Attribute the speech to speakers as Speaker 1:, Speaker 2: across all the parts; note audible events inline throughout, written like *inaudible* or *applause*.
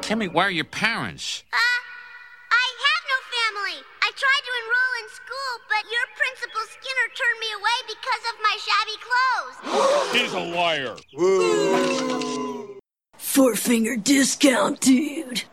Speaker 1: Timmy, where are your parents?
Speaker 2: Uh, I have no family. I tried to enroll in school, but your principal Skinner turned me away because of my shabby clothes.
Speaker 3: He's a liar.
Speaker 4: Four finger discount, dude.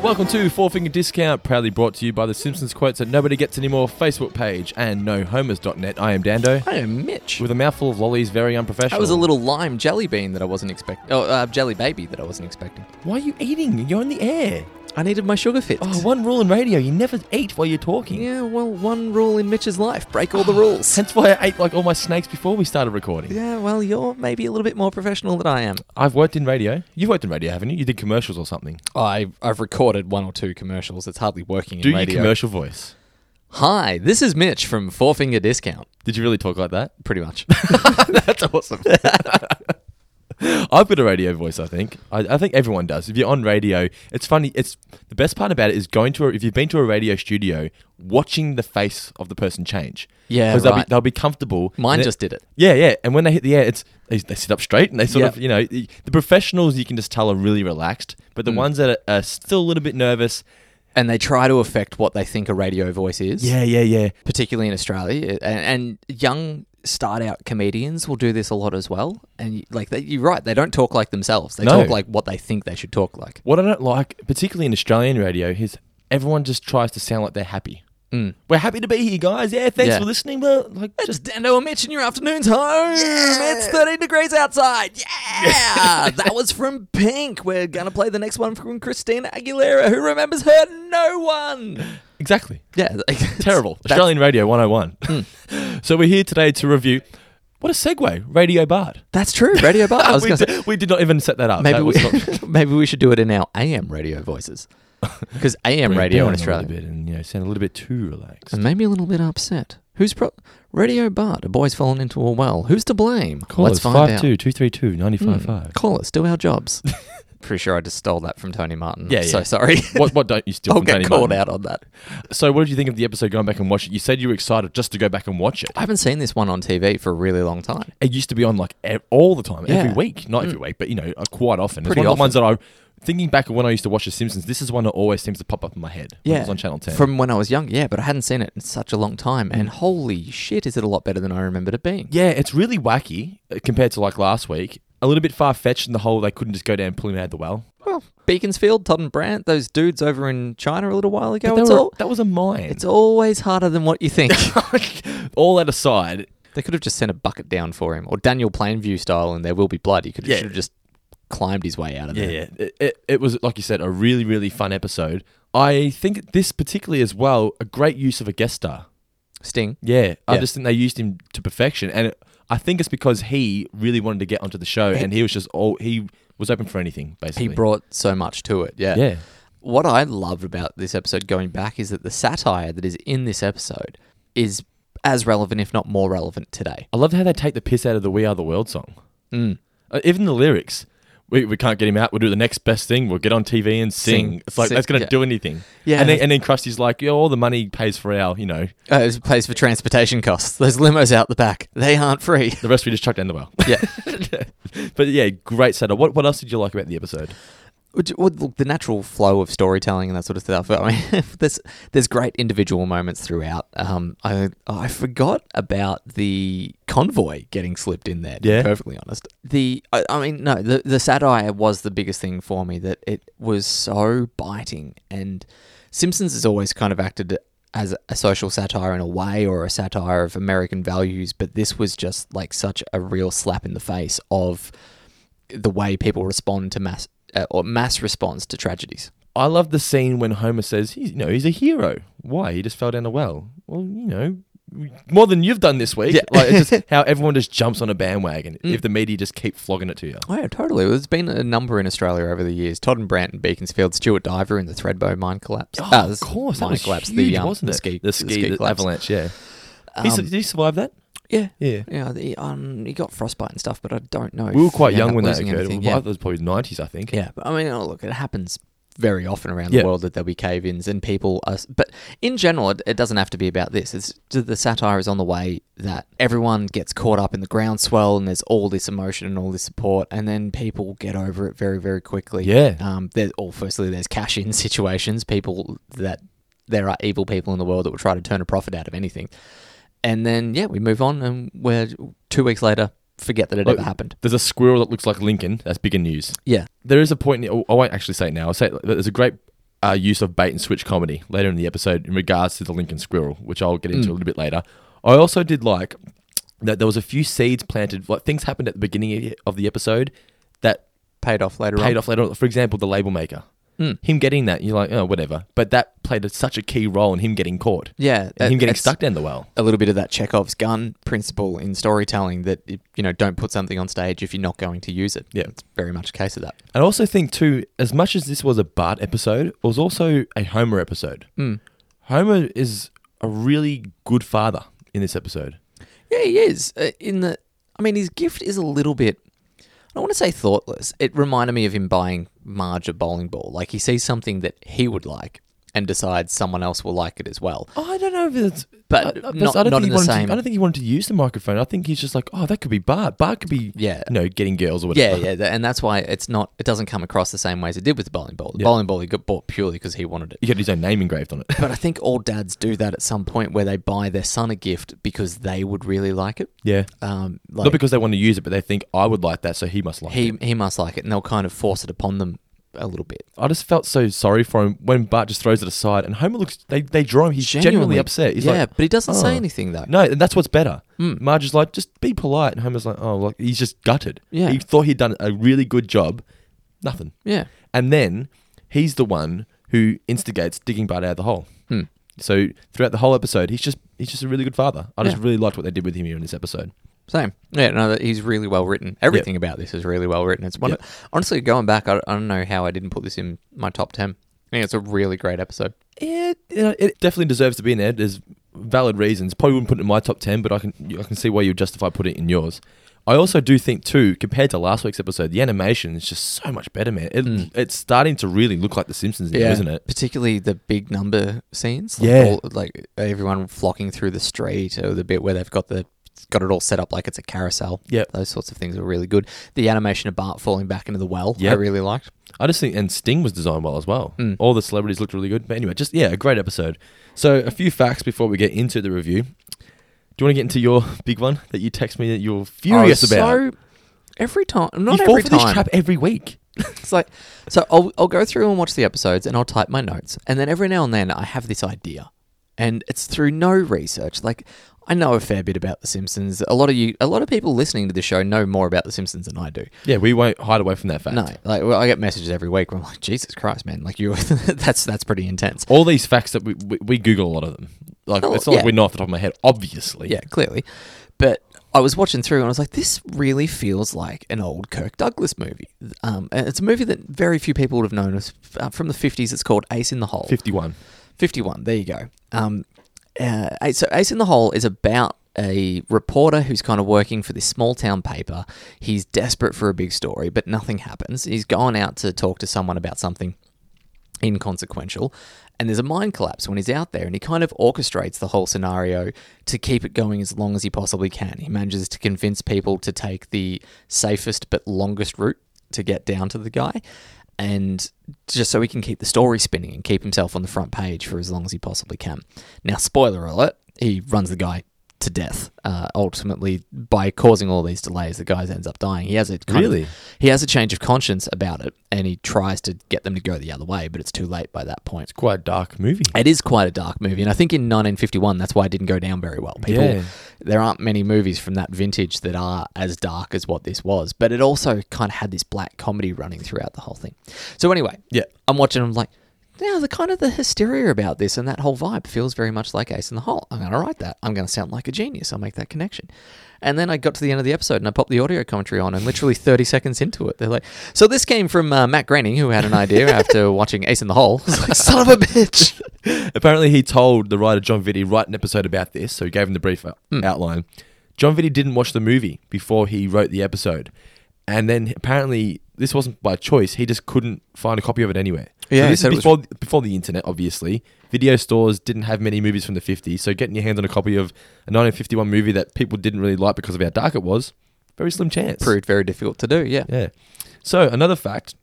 Speaker 5: Welcome to Four Finger Discount, proudly brought to you by the Simpsons Quotes That Nobody Gets Anymore Facebook page and nohomers.net. I am Dando,
Speaker 6: I am Mitch.
Speaker 5: with a mouthful of lollies, very unprofessional.
Speaker 6: That was a little lime jelly bean that I wasn't expecting. Oh, uh, jelly baby that I wasn't expecting.
Speaker 5: Why are you eating? You're in the air.
Speaker 6: I needed my sugar fix.
Speaker 5: Oh, one rule in radio you never eat while you're talking.
Speaker 6: Yeah, well, one rule in Mitch's life break all the rules.
Speaker 5: That's why I ate like all my snakes before we started recording.
Speaker 6: *laughs* yeah, well, you're maybe a little bit more professional than I am.
Speaker 5: I've worked in radio. You've worked in radio, haven't you? You did commercials or something.
Speaker 6: I've, I've recorded one or two commercials. It's hardly working
Speaker 5: Do
Speaker 6: in
Speaker 5: your
Speaker 6: radio.
Speaker 5: commercial voice.
Speaker 6: Hi, this is Mitch from Four Finger Discount.
Speaker 5: Did you really talk like that?
Speaker 6: Pretty *laughs* much.
Speaker 5: That's awesome. I've got a radio voice. I think. I, I think everyone does. If you're on radio, it's funny. It's the best part about it is going to. A, if you've been to a radio studio, watching the face of the person change.
Speaker 6: Yeah,
Speaker 5: they'll be
Speaker 6: right.
Speaker 5: they'll be comfortable.
Speaker 6: Mine
Speaker 5: And
Speaker 6: just did it.
Speaker 5: Yeah, yeah. And when they hit the air, it's they, they sit up straight and they sort
Speaker 6: Yeah.
Speaker 5: of you know the the professionals you can just tell are really relaxed, but the
Speaker 6: Mm.
Speaker 5: ones that are, are still a little bit nervous.
Speaker 6: And they try to affect what they think a radio voice is.
Speaker 5: Yeah, yeah, yeah.
Speaker 6: particularly in Australia, and, and young start out comedians will do this a lot as well. And you, like they, you're right, they don't talk like themselves. They
Speaker 5: No.
Speaker 6: talk like what they think they should talk like.
Speaker 5: What I don't like, particularly in Australian radio, is everyone just tries to sound like they're happy. Mm. We're happy to be here, guys. Yeah, thanks
Speaker 6: Yeah.
Speaker 5: for listening. But like,
Speaker 6: Just Dando and Mitch in your afternoon's home. It's 13 degrees outside. Yeah. *laughs* that was from Pink. We're going to play the next one from Christina Aguilera, who remembers her no one.
Speaker 5: exactly
Speaker 6: Yeah. *laughs* it's-
Speaker 5: terrible.
Speaker 6: that's- Hmm.
Speaker 5: Australian radio 101. *laughs* so we're here today to review. What a segue, Radio Bard.
Speaker 6: That's true. Radio
Speaker 5: *laughs*
Speaker 6: Bar. I was
Speaker 5: we,
Speaker 6: going to
Speaker 5: di- we did not even set that up.
Speaker 6: Maybe
Speaker 5: That
Speaker 6: we,
Speaker 5: was not-
Speaker 6: *laughs* maybe we should do it in our AM radio voices. Because
Speaker 5: *laughs*
Speaker 6: AM
Speaker 5: Bring it
Speaker 6: radio
Speaker 5: down
Speaker 6: in
Speaker 5: a
Speaker 6: Australia.
Speaker 5: little bit and you know sound a little bit too relaxed.
Speaker 6: and maybe a little bit upset. Who's pro? Radio Bart, a boy's fallen into a well. Who's to blame?
Speaker 5: Call
Speaker 6: Let's
Speaker 5: us
Speaker 6: find out. Hmm.
Speaker 5: 52 955.
Speaker 6: Call us, do
Speaker 5: *laughs*
Speaker 6: our jobs. Pretty sure I just stole that from Tony Martin.
Speaker 5: Yeah,
Speaker 6: So
Speaker 5: yeah.
Speaker 6: sorry.
Speaker 5: *laughs* What what don't you still?
Speaker 6: *laughs* I'll
Speaker 5: from
Speaker 6: get
Speaker 5: Tony
Speaker 6: called
Speaker 5: Martin?
Speaker 6: out on that.
Speaker 5: So what did you think of the episode? Going back and watch it. You said you were excited just to go back and watch it.
Speaker 6: I haven't seen this one on TV for a really long time.
Speaker 5: it used to be on like ev- all the time, every
Speaker 6: Yeah. Hmm.
Speaker 5: week, not every week, but you know, uh, quite often.
Speaker 6: Pretty
Speaker 5: it's one
Speaker 6: often.
Speaker 5: of the ones that I, thinking back of when I used to watch The Simpsons, this is one that always seems to pop up in my head. when it was on Channel Ten.
Speaker 6: From when I was young, yeah, but I hadn't seen it in such a long time. And holy shit, is it a lot better than I remembered it being?
Speaker 5: Mm. yeah, it's really wacky uh, compared to like last week. A little bit far fetched in the whole they couldn't just go down and pull him out of the well.
Speaker 6: Well, Beaconsfield, Todd and Brandt, those dudes over in China a little while ago.
Speaker 5: That,
Speaker 6: It's,
Speaker 5: were-
Speaker 6: all,
Speaker 5: that was a mine.
Speaker 6: it's always harder than what you think.
Speaker 5: *laughs* all that aside,
Speaker 6: They could have just sent a bucket down for him, or Daniel Plainview style, and there will be blood. He could have,
Speaker 5: Yeah.
Speaker 6: should have just climbed his way out of there.
Speaker 5: Yeah, yeah. It, it, it was, like you said, a really, really fun episode. I think this particularly as well, a great use of a guest star.
Speaker 6: Sting.
Speaker 5: Yeah, I
Speaker 6: Yeah.
Speaker 5: just think they used him to perfection, and it, I think it's because he really wanted to get onto the show, and he was just all he was open for anything
Speaker 6: He
Speaker 5: basically.
Speaker 6: brought so much to it. Yeah.
Speaker 5: yeah,
Speaker 6: What I love about this episode going back is that the satire that is in this episode is as relevant, if not more relevant, today.
Speaker 5: I love how they take the piss out of the "We Are the World" song. Uh, even the lyrics, we, we can't get him out. We'll do the next best thing. We'll get on TV and sing.
Speaker 6: Sing.
Speaker 5: It's like
Speaker 6: Sing,
Speaker 5: that's gonna
Speaker 6: yeah.
Speaker 5: do anything.
Speaker 6: Yeah,
Speaker 5: and then,
Speaker 6: that's-
Speaker 5: and then Krusty's like, "Yo, all the money pays for our, you know,
Speaker 6: Uh, it pays for transportation costs. Those limos out the back, they
Speaker 5: *laughs*
Speaker 6: aren't free.
Speaker 5: the rest we just chuck down the well."
Speaker 6: Yeah.
Speaker 5: but yeah, great setup. What what else did you like about the episode?
Speaker 6: Which, well, look, the natural flow of storytelling and that sort of stuff. I mean, *laughs* there's there's great individual moments throughout. Um, I I forgot about the convoy getting slipped in there. To
Speaker 5: Yeah.
Speaker 6: be perfectly honest. The I, I mean, no, the the satire was the biggest thing for me. That it was so biting, and Simpsons has always kind of acted as a social satire in a way, or a satire of American values. But this was just like such a real slap in the face of the way people respond to mass uh, or mass response to tragedies.
Speaker 5: I love the scene when Homer says, he's, you know, he's a hero. Why? He just fell down a well. Well, you know, more than you've done this week.
Speaker 6: Yeah.
Speaker 5: Like, it's *laughs* just how everyone just jumps on a bandwagon if the media just keep flogging it to you.
Speaker 6: Oh, yeah, totally. There's been a number in Australia over the years. Todd and Brandt in Beaconsfield, Stuart Diver in the Threadbow mine collapse.
Speaker 5: Oh,
Speaker 6: Ah,
Speaker 5: of
Speaker 6: this
Speaker 5: course. That
Speaker 6: mine
Speaker 5: was
Speaker 6: collapse.
Speaker 5: collapse,
Speaker 6: the, um,
Speaker 5: wasn't
Speaker 6: the
Speaker 5: it?
Speaker 6: Ski,
Speaker 5: the ski, the
Speaker 6: collapse.
Speaker 5: avalanche, yeah. He su- did he survive that?
Speaker 6: Yeah,
Speaker 5: Yeah.
Speaker 6: yeah. The, um, he got frostbite and stuff, but I don't know.
Speaker 5: We were
Speaker 6: if
Speaker 5: quite
Speaker 6: he ended
Speaker 5: young
Speaker 6: up
Speaker 5: when that
Speaker 6: losing
Speaker 5: occurred.
Speaker 6: anything.
Speaker 5: Well,
Speaker 6: Yeah.
Speaker 5: It was probably 90s, I think.
Speaker 6: yeah, but I mean, oh, look, it happens very often around
Speaker 5: Yeah.
Speaker 6: the world that there'll be cave-ins and people are. s- But in general, it, it doesn't have to be about this. It's the satire is on the way that everyone gets caught up in the groundswell and there's all this emotion and all this support, and then people get over it very very quickly.
Speaker 5: Yeah.
Speaker 6: Um. There's all. firstly, there's cash-in *laughs* situations. People that there are evil people in the world that will try to turn a profit out of anything, and then yeah, we move on and we're two weeks later forget that it ever
Speaker 5: Like,
Speaker 6: happened.
Speaker 5: There's a squirrel that looks like Lincoln. That's bigger news.
Speaker 6: Yeah.
Speaker 5: There is a point. oh, I won't actually say it now. I'll say it, but there's a great uh, use of bait and switch comedy later in the episode in regards to the Lincoln squirrel, which I'll get into
Speaker 6: Mm.
Speaker 5: a little bit later. I also did like that there was a few seeds planted. Like things happened at the beginning of the- of the episode that
Speaker 6: Paid off later on.
Speaker 5: paid off later. on. For example, the label maker, him getting that, you're like, oh, whatever. But that played a, such a key role in him getting caught.
Speaker 6: Yeah,
Speaker 5: and
Speaker 6: that-
Speaker 5: him getting
Speaker 6: that's-
Speaker 5: stuck down the well.
Speaker 6: a little bit of that Chekhov's gun principle in storytelling that it- you know don't put something on stage if you're not going to use it.
Speaker 5: Yeah.
Speaker 6: it's very much a case of that.
Speaker 5: And I also think too, as much as this was a Bart episode, it was also a Homer episode. Homer is a really good father in this episode.
Speaker 6: Yeah, he is. Uh, In the, I mean, his gift is a little bit. I don't want to say thoughtless. It reminded me of him buying Marge a bowling ball. Like he sees something that he would like and decides someone else will like it as well.
Speaker 5: Oh, I don't know if it's,
Speaker 6: But
Speaker 5: I, I-
Speaker 6: not-
Speaker 5: I don't
Speaker 6: not
Speaker 5: think he
Speaker 6: in the
Speaker 5: wanted
Speaker 6: same-
Speaker 5: To, I don't think he wanted to use the microphone. I think he's just like, oh, that could be Bart. Bart could be,
Speaker 6: Yeah.
Speaker 5: you know, getting girls or
Speaker 6: Yeah,
Speaker 5: whatever.
Speaker 6: yeah, tha- and that's why it's not. It doesn't come across the same way as it did with the bowling ball. The bowling ball he got bought purely because he wanted it.
Speaker 5: *laughs* He got his own name engraved on it.
Speaker 6: But I think all dads do that at some point where they buy their son a gift because they would really like it.
Speaker 5: yeah.
Speaker 6: Um,
Speaker 5: *laughs* Not
Speaker 6: like
Speaker 5: because they want to use it, but they think I would like that, so he must like it.
Speaker 6: he he must like it, and they'll kind of force it upon them a little bit.
Speaker 5: I just felt so sorry for him when Bart just throws it aside and Homer looks they, they draw him he's genuinely, upset. He's
Speaker 6: yeah,
Speaker 5: like,
Speaker 6: but he doesn't
Speaker 5: "Oh."
Speaker 6: say anything though. Hmm.
Speaker 5: No, and that's what's better. Marge is like, just be polite and Homer's like, Oh like he's just gutted.
Speaker 6: Yeah.
Speaker 5: He thought he'd done a really good job. Nothing.
Speaker 6: Yeah,
Speaker 5: And then he's the one who instigates digging Bart out of the hole.
Speaker 6: Hmm.
Speaker 5: So throughout the whole episode, he's just he's just a really good father. I just
Speaker 6: Yeah.
Speaker 5: really liked what they did with him here in this episode.
Speaker 6: same. Yeah, no, that- he's really well written. Everything about this is really well written. It's one.
Speaker 5: Yep.
Speaker 6: Of, honestly, going back, I, I don't know how I didn't put this in my top ten. I think it's a really great episode.
Speaker 5: It, you know, it definitely deserves to be in there. There's valid reasons. Probably wouldn't put it in my top ten, but I can I can see why you would justify putting it in yours. I also do think too, compared to last week's episode, the animation is just so much better, man. It,
Speaker 6: Mm.
Speaker 5: It's starting to really look like The Simpsons now, isn't it?
Speaker 6: Particularly the big number scenes. Like
Speaker 5: Yeah.
Speaker 6: all- like everyone flocking through the street or the bit where they've got the got it all set up like it's a carousel.
Speaker 5: Yep.
Speaker 6: Those sorts of things are really good. The animation of Bart falling back into the well, I
Speaker 5: Yep. Oh,
Speaker 6: really liked.
Speaker 5: I just think, and Sting was designed well as well.
Speaker 6: Mm.
Speaker 5: All the celebrities looked really good. But anyway, just yeah, a great episode. So a few facts before we get into the review. Do you want to get into your big one that you text me that you're furious
Speaker 6: I was
Speaker 5: about?
Speaker 6: Oh, So every time, not
Speaker 5: you fall
Speaker 6: every
Speaker 5: for
Speaker 6: time.
Speaker 5: this trap every week.
Speaker 6: It's like, so I'll, I'll go through and watch the episodes and I'll type my notes. And then every now and then I have this idea. And it's through no research. Like, I know a fair bit about The Simpsons. A lot of you, a lot of people listening to the show know more about The Simpsons than I do.
Speaker 5: Yeah, we won't hide away from that fact.
Speaker 6: No, like well, I get messages every week where I'm like, Jesus Christ, man! Like you, *laughs* that's that's pretty intense.
Speaker 5: all these facts that we, we, we Google a lot of them. Like
Speaker 6: Oh,
Speaker 5: it's not
Speaker 6: yeah.
Speaker 5: like we know off the top of my head, obviously.
Speaker 6: Yeah, clearly. But I was watching through and I was like, this really feels like an old Kirk Douglas movie. Um, and it's a movie that very few people would have known. It's uh, from the 50s. It's called Ace in the Hole.
Speaker 5: Fifty-one.
Speaker 6: 51. There you go. Um, uh, Ace- so Ace in the Hole is about a reporter who's kind of working for this small town paper. He's desperate for a big story, but nothing happens. He's gone out to talk to someone about something inconsequential. And there's a mind collapse when he's out there, and he kind of orchestrates the whole scenario to keep it going as long as he possibly can. He manages to convince people to take the safest but longest route to get down to the guy, and just so he can keep the story spinning and keep himself on the front page for as long as he possibly can. Now, spoiler alert, he runs the guy to death. Uh, ultimately, by causing all these delays, the guy ends up dying. He has a kind of-
Speaker 5: Really?
Speaker 6: he has a change of conscience about it, and he tries to get them to go the other way, but it's too late by that point.
Speaker 5: Quite a dark movie.
Speaker 6: It is quite a dark movie, and I think in 1951, that's why it didn't go down very well. People,
Speaker 5: Yeah.
Speaker 6: there aren't many movies from that vintage that are as dark as what this was, but it also kind of had this black comedy running throughout the whole thing. So anyway,
Speaker 5: Yeah.
Speaker 6: I'm watching. I'm like, yeah, the kind of the hysteria about this and that whole vibe feels very much like Ace in the Hole. I'm gonna write that. I'm gonna sound like a genius. I'll make that connection. And then I got to the end of the episode and I popped the audio commentary on, and literally 30 seconds into it, they're like, "So this came from uh, Matt Groening, who had an idea
Speaker 5: *laughs*
Speaker 6: after watching Ace in the Hole." It's like, son of a bitch.
Speaker 5: Apparently, he told the writer John Vitti write an episode about this, so he gave him the brief out-
Speaker 6: Hmm.
Speaker 5: outline. John Vitti didn't watch the movie before he wrote the episode, and then apparently this wasn't by choice. He just couldn't find a copy of it anywhere.
Speaker 6: Yeah,
Speaker 5: so this
Speaker 6: so it
Speaker 5: is
Speaker 6: was-
Speaker 5: before before the internet, obviously. Video stores didn't have many movies from the 50s, so getting your hands on a copy of a 1951 movie that people didn't really like because of how dark it was, very slim chance.
Speaker 6: Proved very difficult to do. Yeah.
Speaker 5: Yeah. So another fact.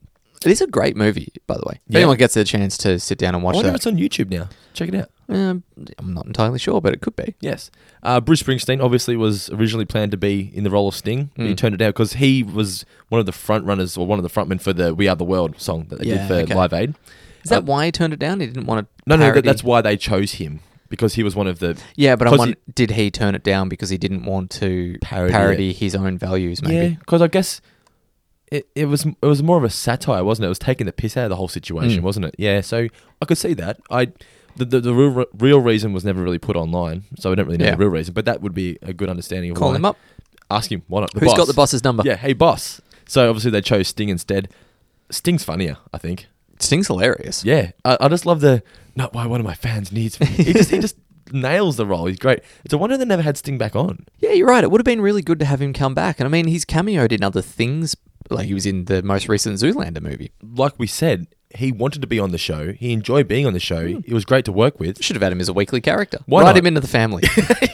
Speaker 6: It is a great movie, by the way. If
Speaker 5: Yeah.
Speaker 6: anyone gets a chance to sit down and
Speaker 5: I
Speaker 6: watch
Speaker 5: wonder if
Speaker 6: that,
Speaker 5: it's on YouTube now. Check it out.
Speaker 6: um, I'm not entirely sure, but it could be.
Speaker 5: Yes. Uh, Bruce Springsteen obviously was originally planned to be in the role of Sting, but he turned it down because he was one of the front runners or one of the frontmen for the "We Are the World" song that they
Speaker 6: Yeah,
Speaker 5: did for
Speaker 6: okay.
Speaker 5: Live Aid.
Speaker 6: Is that
Speaker 5: Uh,
Speaker 6: why he turned it down? He didn't want to.
Speaker 5: No, no, that,
Speaker 6: parody-
Speaker 5: that's why they chose him because he was one of the.
Speaker 6: Yeah, but I
Speaker 5: 'cause
Speaker 6: want. Did he turn it down because he didn't want to
Speaker 5: Parody
Speaker 6: parody,
Speaker 5: it.
Speaker 6: his own values?
Speaker 5: He, yeah,
Speaker 6: Maybe.
Speaker 5: because I guess it, it was it was more of a satire, wasn't it? It was taking the piss out of the whole situation, wasn't it? Yeah, so I could see that. I the the, the real, real reason was never really put online, so I don't really know
Speaker 6: Yeah.
Speaker 5: the real reason, but that would be a good understanding of
Speaker 6: Call
Speaker 5: why.
Speaker 6: him up.
Speaker 5: ask him why not. The
Speaker 6: Who's got the boss's number?
Speaker 5: Yeah, hey boss. So obviously they chose Sting instead. Sting's funnier, I think.
Speaker 6: Sting's hilarious.
Speaker 5: Yeah, I, I just love the not why one of my fans needs me. He just he
Speaker 6: *laughs*
Speaker 5: just nails the role. He's great. It's a wonder they never had Sting back on.
Speaker 6: Yeah, you're right. It would have been really good to have him come back. And I mean, he's cameoed in other things. Like he was in the most recent Zoolander movie.
Speaker 5: Like we said, he wanted to be on the show. He enjoyed being on the show.
Speaker 6: Hmm.
Speaker 5: It was great to work with.
Speaker 6: Should have had him as a weekly character.
Speaker 5: Why
Speaker 6: Write
Speaker 5: not?
Speaker 6: him into the *laughs* family.
Speaker 5: Do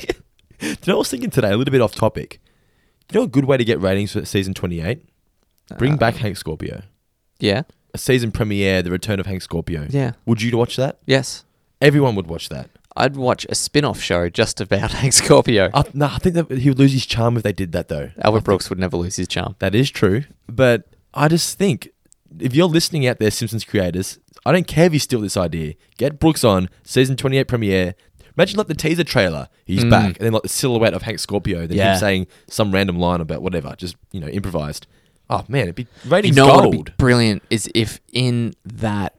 Speaker 5: you know, I was thinking today a little bit off topic. You know, a good way to get ratings for season twenty eight. Bring back Hank Scorpio.
Speaker 6: yeah.
Speaker 5: A season premiere, the return of Hank Scorpio.
Speaker 6: Yeah.
Speaker 5: Would you watch that?
Speaker 6: Yes.
Speaker 5: Everyone would watch that.
Speaker 6: I'd watch a spin off show just about *laughs* Hank Scorpio.
Speaker 5: I, no, I think that he would lose his charm if they did that, though.
Speaker 6: Albert Brooks would never lose his charm.
Speaker 5: That is true. But I just think if you're listening out there, Simpsons creators, I don't care if you steal this idea. Get Brooks on season 28 premiere. Imagine like the teaser trailer, he's back, and then like the silhouette of Hank Scorpio, then
Speaker 6: Mm. Yeah.
Speaker 5: him saying some random line about whatever, just you know, improvised. Oh man, it'd be ratings
Speaker 6: you know what would
Speaker 5: gold.
Speaker 6: be brilliant is if in that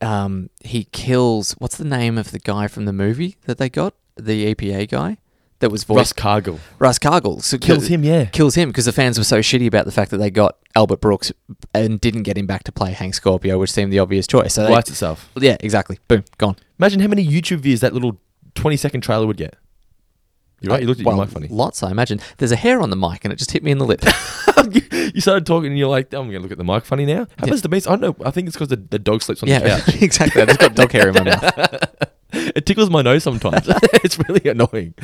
Speaker 6: um, he kills what's the name of the guy from the movie that they got the EPA guy that was
Speaker 5: Russ
Speaker 6: voiced
Speaker 5: Cargill.
Speaker 6: Russ Cargill so
Speaker 5: Kills him, yeah.
Speaker 6: kills him because the fans were so shitty about the fact that they got Albert Brooks and didn't get him back to play Hank Scorpio which seemed the obvious choice so they-
Speaker 5: Writes itself.
Speaker 6: yeah exactly boom gone
Speaker 5: Imagine how many YouTube views that little 20 second trailer would get. You're right, you looked at
Speaker 6: well,
Speaker 5: your mic funny.
Speaker 6: lots I imagine there's a hair on the mic and it just hit me in the lip
Speaker 5: *laughs* you started talking and you're like, I'm going to look at the mic funny now. Happens to me. I don't know. I think it's because the, the dog sleeps on the
Speaker 6: yeah
Speaker 5: couch.
Speaker 6: *laughs* exactly I just got dog hair in my mouth
Speaker 5: *laughs* It tickles my nose
Speaker 6: *laughs*
Speaker 5: sometimes. *laughs* it's really annoying.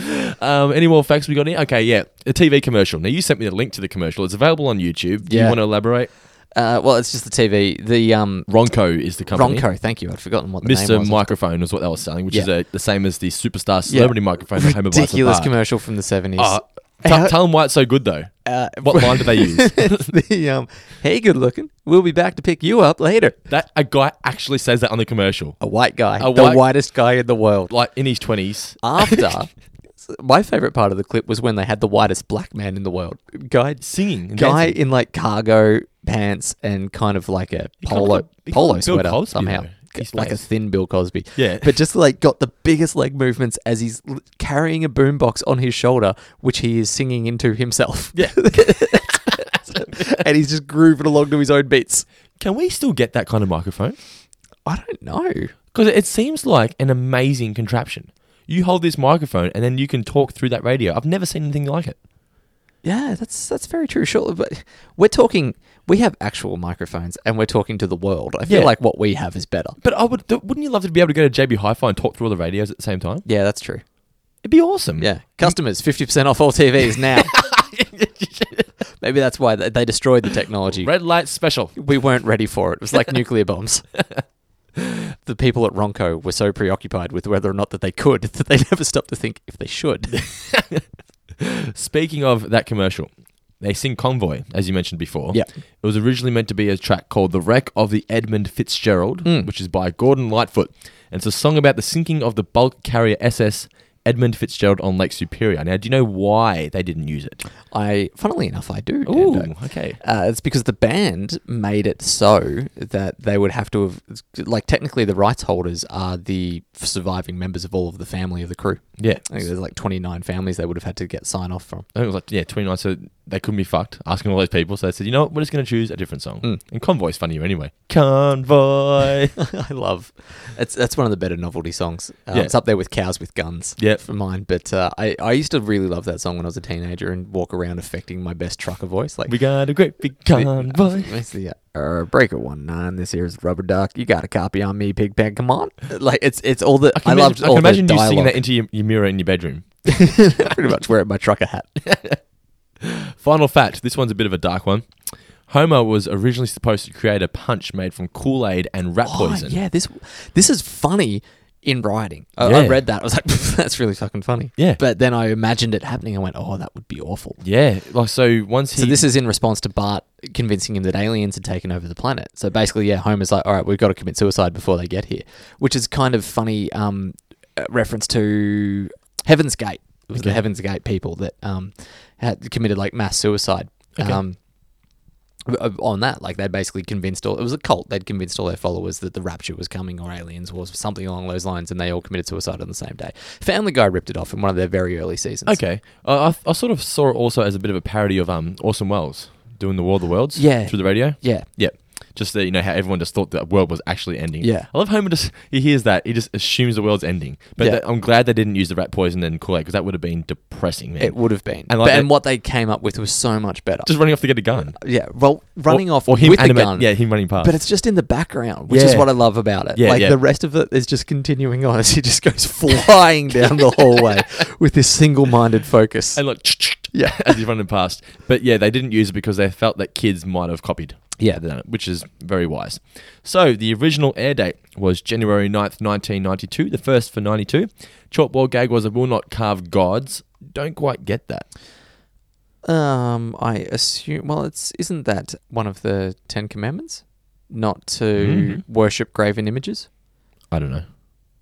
Speaker 5: Um, any more facts we got here? Okay, yeah. A TV commercial. Now, you sent me the link to the commercial. It's available on YouTube. Do you
Speaker 6: Yeah.
Speaker 5: want to elaborate?
Speaker 6: *laughs* uh, well it's just the TV the um
Speaker 5: Ronco is the company.
Speaker 6: Ronco, thank you. I'd forgotten what the name
Speaker 5: Mr.
Speaker 6: was.
Speaker 5: Microphone is what they were selling, which
Speaker 6: Yeah.
Speaker 5: is a, the same as the superstar celebrity microphone. that Homer Bryant
Speaker 6: ridiculous
Speaker 5: bought.
Speaker 6: commercial from the seventies.
Speaker 5: Uh, t- tell them why it's so good, though.
Speaker 6: Uh,
Speaker 5: what line do they
Speaker 6: *laughs*
Speaker 5: use?
Speaker 6: *laughs* the um, hey, good looking. We'll be back to pick you up later.
Speaker 5: that A guy actually says that on the commercial,
Speaker 6: A white guy,
Speaker 5: A
Speaker 6: the
Speaker 5: white-
Speaker 6: whitest guy in
Speaker 5: *laughs*
Speaker 6: the world.
Speaker 5: like in his 20s.
Speaker 6: After. My favorite part of the clip was when they had the whitest black man in the world. Guy
Speaker 5: Singing and
Speaker 6: guy
Speaker 5: dancing.
Speaker 6: in like cargo pants and kind of like a
Speaker 5: kinda
Speaker 6: polo
Speaker 5: looked- he kinda
Speaker 6: polo
Speaker 5: looked Bill
Speaker 6: sweater
Speaker 5: Cosby,
Speaker 6: somehow,
Speaker 5: though. His
Speaker 6: like a
Speaker 5: face.
Speaker 6: thin Bill Cosby.
Speaker 5: Yeah.
Speaker 6: but just like got the biggest leg movements as he's l- carrying a boombox on his shoulder, which he is singing into himself.
Speaker 5: Yeah.
Speaker 6: *laughs* and he's just grooving along to his own beats.
Speaker 5: Can we still get that kind of microphone?
Speaker 6: I don't know.
Speaker 5: Because it seems like an amazing contraption. You hold this microphone and then you can talk through that radio. I've never seen anything like it.
Speaker 6: Yeah, that's that's very true. Sure, but we're talking. We have actual microphones, and we're talking to the world. I feel
Speaker 5: Yeah.
Speaker 6: like what we have is better.
Speaker 5: But I would, th- wouldn't you love to be able to go to JB Hi-Fi and talk through all the radios at the same time?
Speaker 6: Yeah, that's true.
Speaker 5: It'd be awesome.
Speaker 6: Yeah, customers fifty percent off all
Speaker 5: *laughs*
Speaker 6: TVs now. Maybe that's why they they destroyed the technology.
Speaker 5: Red light special.
Speaker 6: We weren't ready for it. It was like nuclear bombs. *laughs* the people at Ronco were so preoccupied with whether or not that they could *laughs* that they never stopped to think if they should.
Speaker 5: *laughs* Speaking of that commercial, they sing Convoy, as you mentioned before.
Speaker 6: Yeah.
Speaker 5: It was originally meant to be a track called The Wreck of the Edmund Fitzgerald,
Speaker 6: Hmm.
Speaker 5: which is by Gordon Lightfoot. And it's a song about the sinking of the bulk carrier SS Edmund Fitzgerald on Lake Superior. Now, do you know why they didn't use it?
Speaker 6: I, funnily enough, I do.
Speaker 5: Ooh,
Speaker 6: Dando.
Speaker 5: okay.
Speaker 6: Uh, it's because the band made it so that they would have to have, like, technically the rights holders are the surviving members of all of the family of the crew.
Speaker 5: Yeah.
Speaker 6: I think there's like 29 families they would have had to get sign off from.
Speaker 5: I think it was like yeah, twenty nine. So they couldn't be fucked asking all those people. So they said, you know what, we're just going to choose a different song.
Speaker 6: Mm.
Speaker 5: And Convoy's funnier anyway. Convoy. *laughs*
Speaker 6: *laughs* I love. It's that's one of the better novelty songs. Uh,
Speaker 5: Yeah.
Speaker 6: It's up there with cows with guns.
Speaker 5: Yep.
Speaker 6: for mine. But uh, I I used to really love that song when I was a teenager and walk around affecting my best trucker voice. Like
Speaker 5: we got a great
Speaker 6: *laughs*
Speaker 5: big convoy.
Speaker 6: It's the uh, breaker one nine. This here's rubber duck. You got a copy on me, pig pen. Come on, Uh, like it's it's all the I,
Speaker 5: I can
Speaker 6: loved
Speaker 5: imagine, I
Speaker 6: all
Speaker 5: can imagine
Speaker 6: the
Speaker 5: you singing that
Speaker 6: dialogue.
Speaker 5: into your, your mirror in your bedroom.
Speaker 6: *laughs* Pretty much wearing my trucker hat.
Speaker 5: Final fact this one's a bit of a dark one. Homer was originally supposed to create a punch made from Kool Aid and rat
Speaker 6: *laughs* Oh,
Speaker 5: poison.
Speaker 6: yeah, this this is funny in writing. I, I
Speaker 5: Yeah.
Speaker 6: read that. I was like, *laughs* that's really fucking funny.
Speaker 5: Yeah.
Speaker 6: But then I imagined it happening. I went, oh, that would be awful.
Speaker 5: Yeah, like so. Once he
Speaker 6: So this is in response to Bart convincing him that aliens had taken over the planet. So basically, yeah, Homer's like, all right, we've got to commit suicide before they get here, which is kind of funny um, uh, reference to Heaven's Gate. It was the Heaven's Gate people that um, had committed like mass suicide. Um, uh, on that, like they basically convinced all it was a cult. They'd convinced all their followers that the rapture was coming or aliens was something along those lines, and they all committed suicide on the same day. Family Guy ripped it off in one of their very early seasons.
Speaker 5: okay, uh, I, I sort of saw it also as a bit of a parody of um Orson Welles doing the War of the Worlds.
Speaker 6: Yeah.
Speaker 5: through the radio.
Speaker 6: yeah,
Speaker 5: yeah. Just that you know how everyone just thought the world was actually ending.
Speaker 6: Yeah.
Speaker 5: I love Homer. Just he hears that he just assumes the world's ending. But
Speaker 6: Yeah.
Speaker 5: that- I'm glad they didn't use the rat poison and Kool Aid because that would have been depressing, man.
Speaker 6: It would have been.
Speaker 5: And
Speaker 6: And,
Speaker 5: like
Speaker 6: but,
Speaker 5: that-
Speaker 6: and what they came up with was so much better.
Speaker 5: just running off to get a gun.
Speaker 6: yeah, well, running
Speaker 5: Or-
Speaker 6: off
Speaker 5: or him
Speaker 6: with
Speaker 5: animate-
Speaker 6: the gun.
Speaker 5: yeah, him running past.
Speaker 6: But it's just in the background, which is
Speaker 5: Yeah.
Speaker 6: what I love about it.
Speaker 5: Yeah,
Speaker 6: like
Speaker 5: yeah.
Speaker 6: the rest of it is just continuing on as he just goes *laughs* flying down the hallway
Speaker 5: *laughs*
Speaker 6: with this single-minded focus.
Speaker 5: And like, yeah, as he's running past. But yeah, they didn't use it because they felt that kids might have copied.
Speaker 6: Yeah.
Speaker 5: the- which is very wise. So the original air date was January 9th, 1992, the first for 92. Chalkboard gag was I will not carve gods. Don't quite get that.
Speaker 6: um, I assume. Well, it's isn't that one of the Ten Commandments? Not to
Speaker 5: Mm-hmm.
Speaker 6: worship graven images.
Speaker 5: I don't know.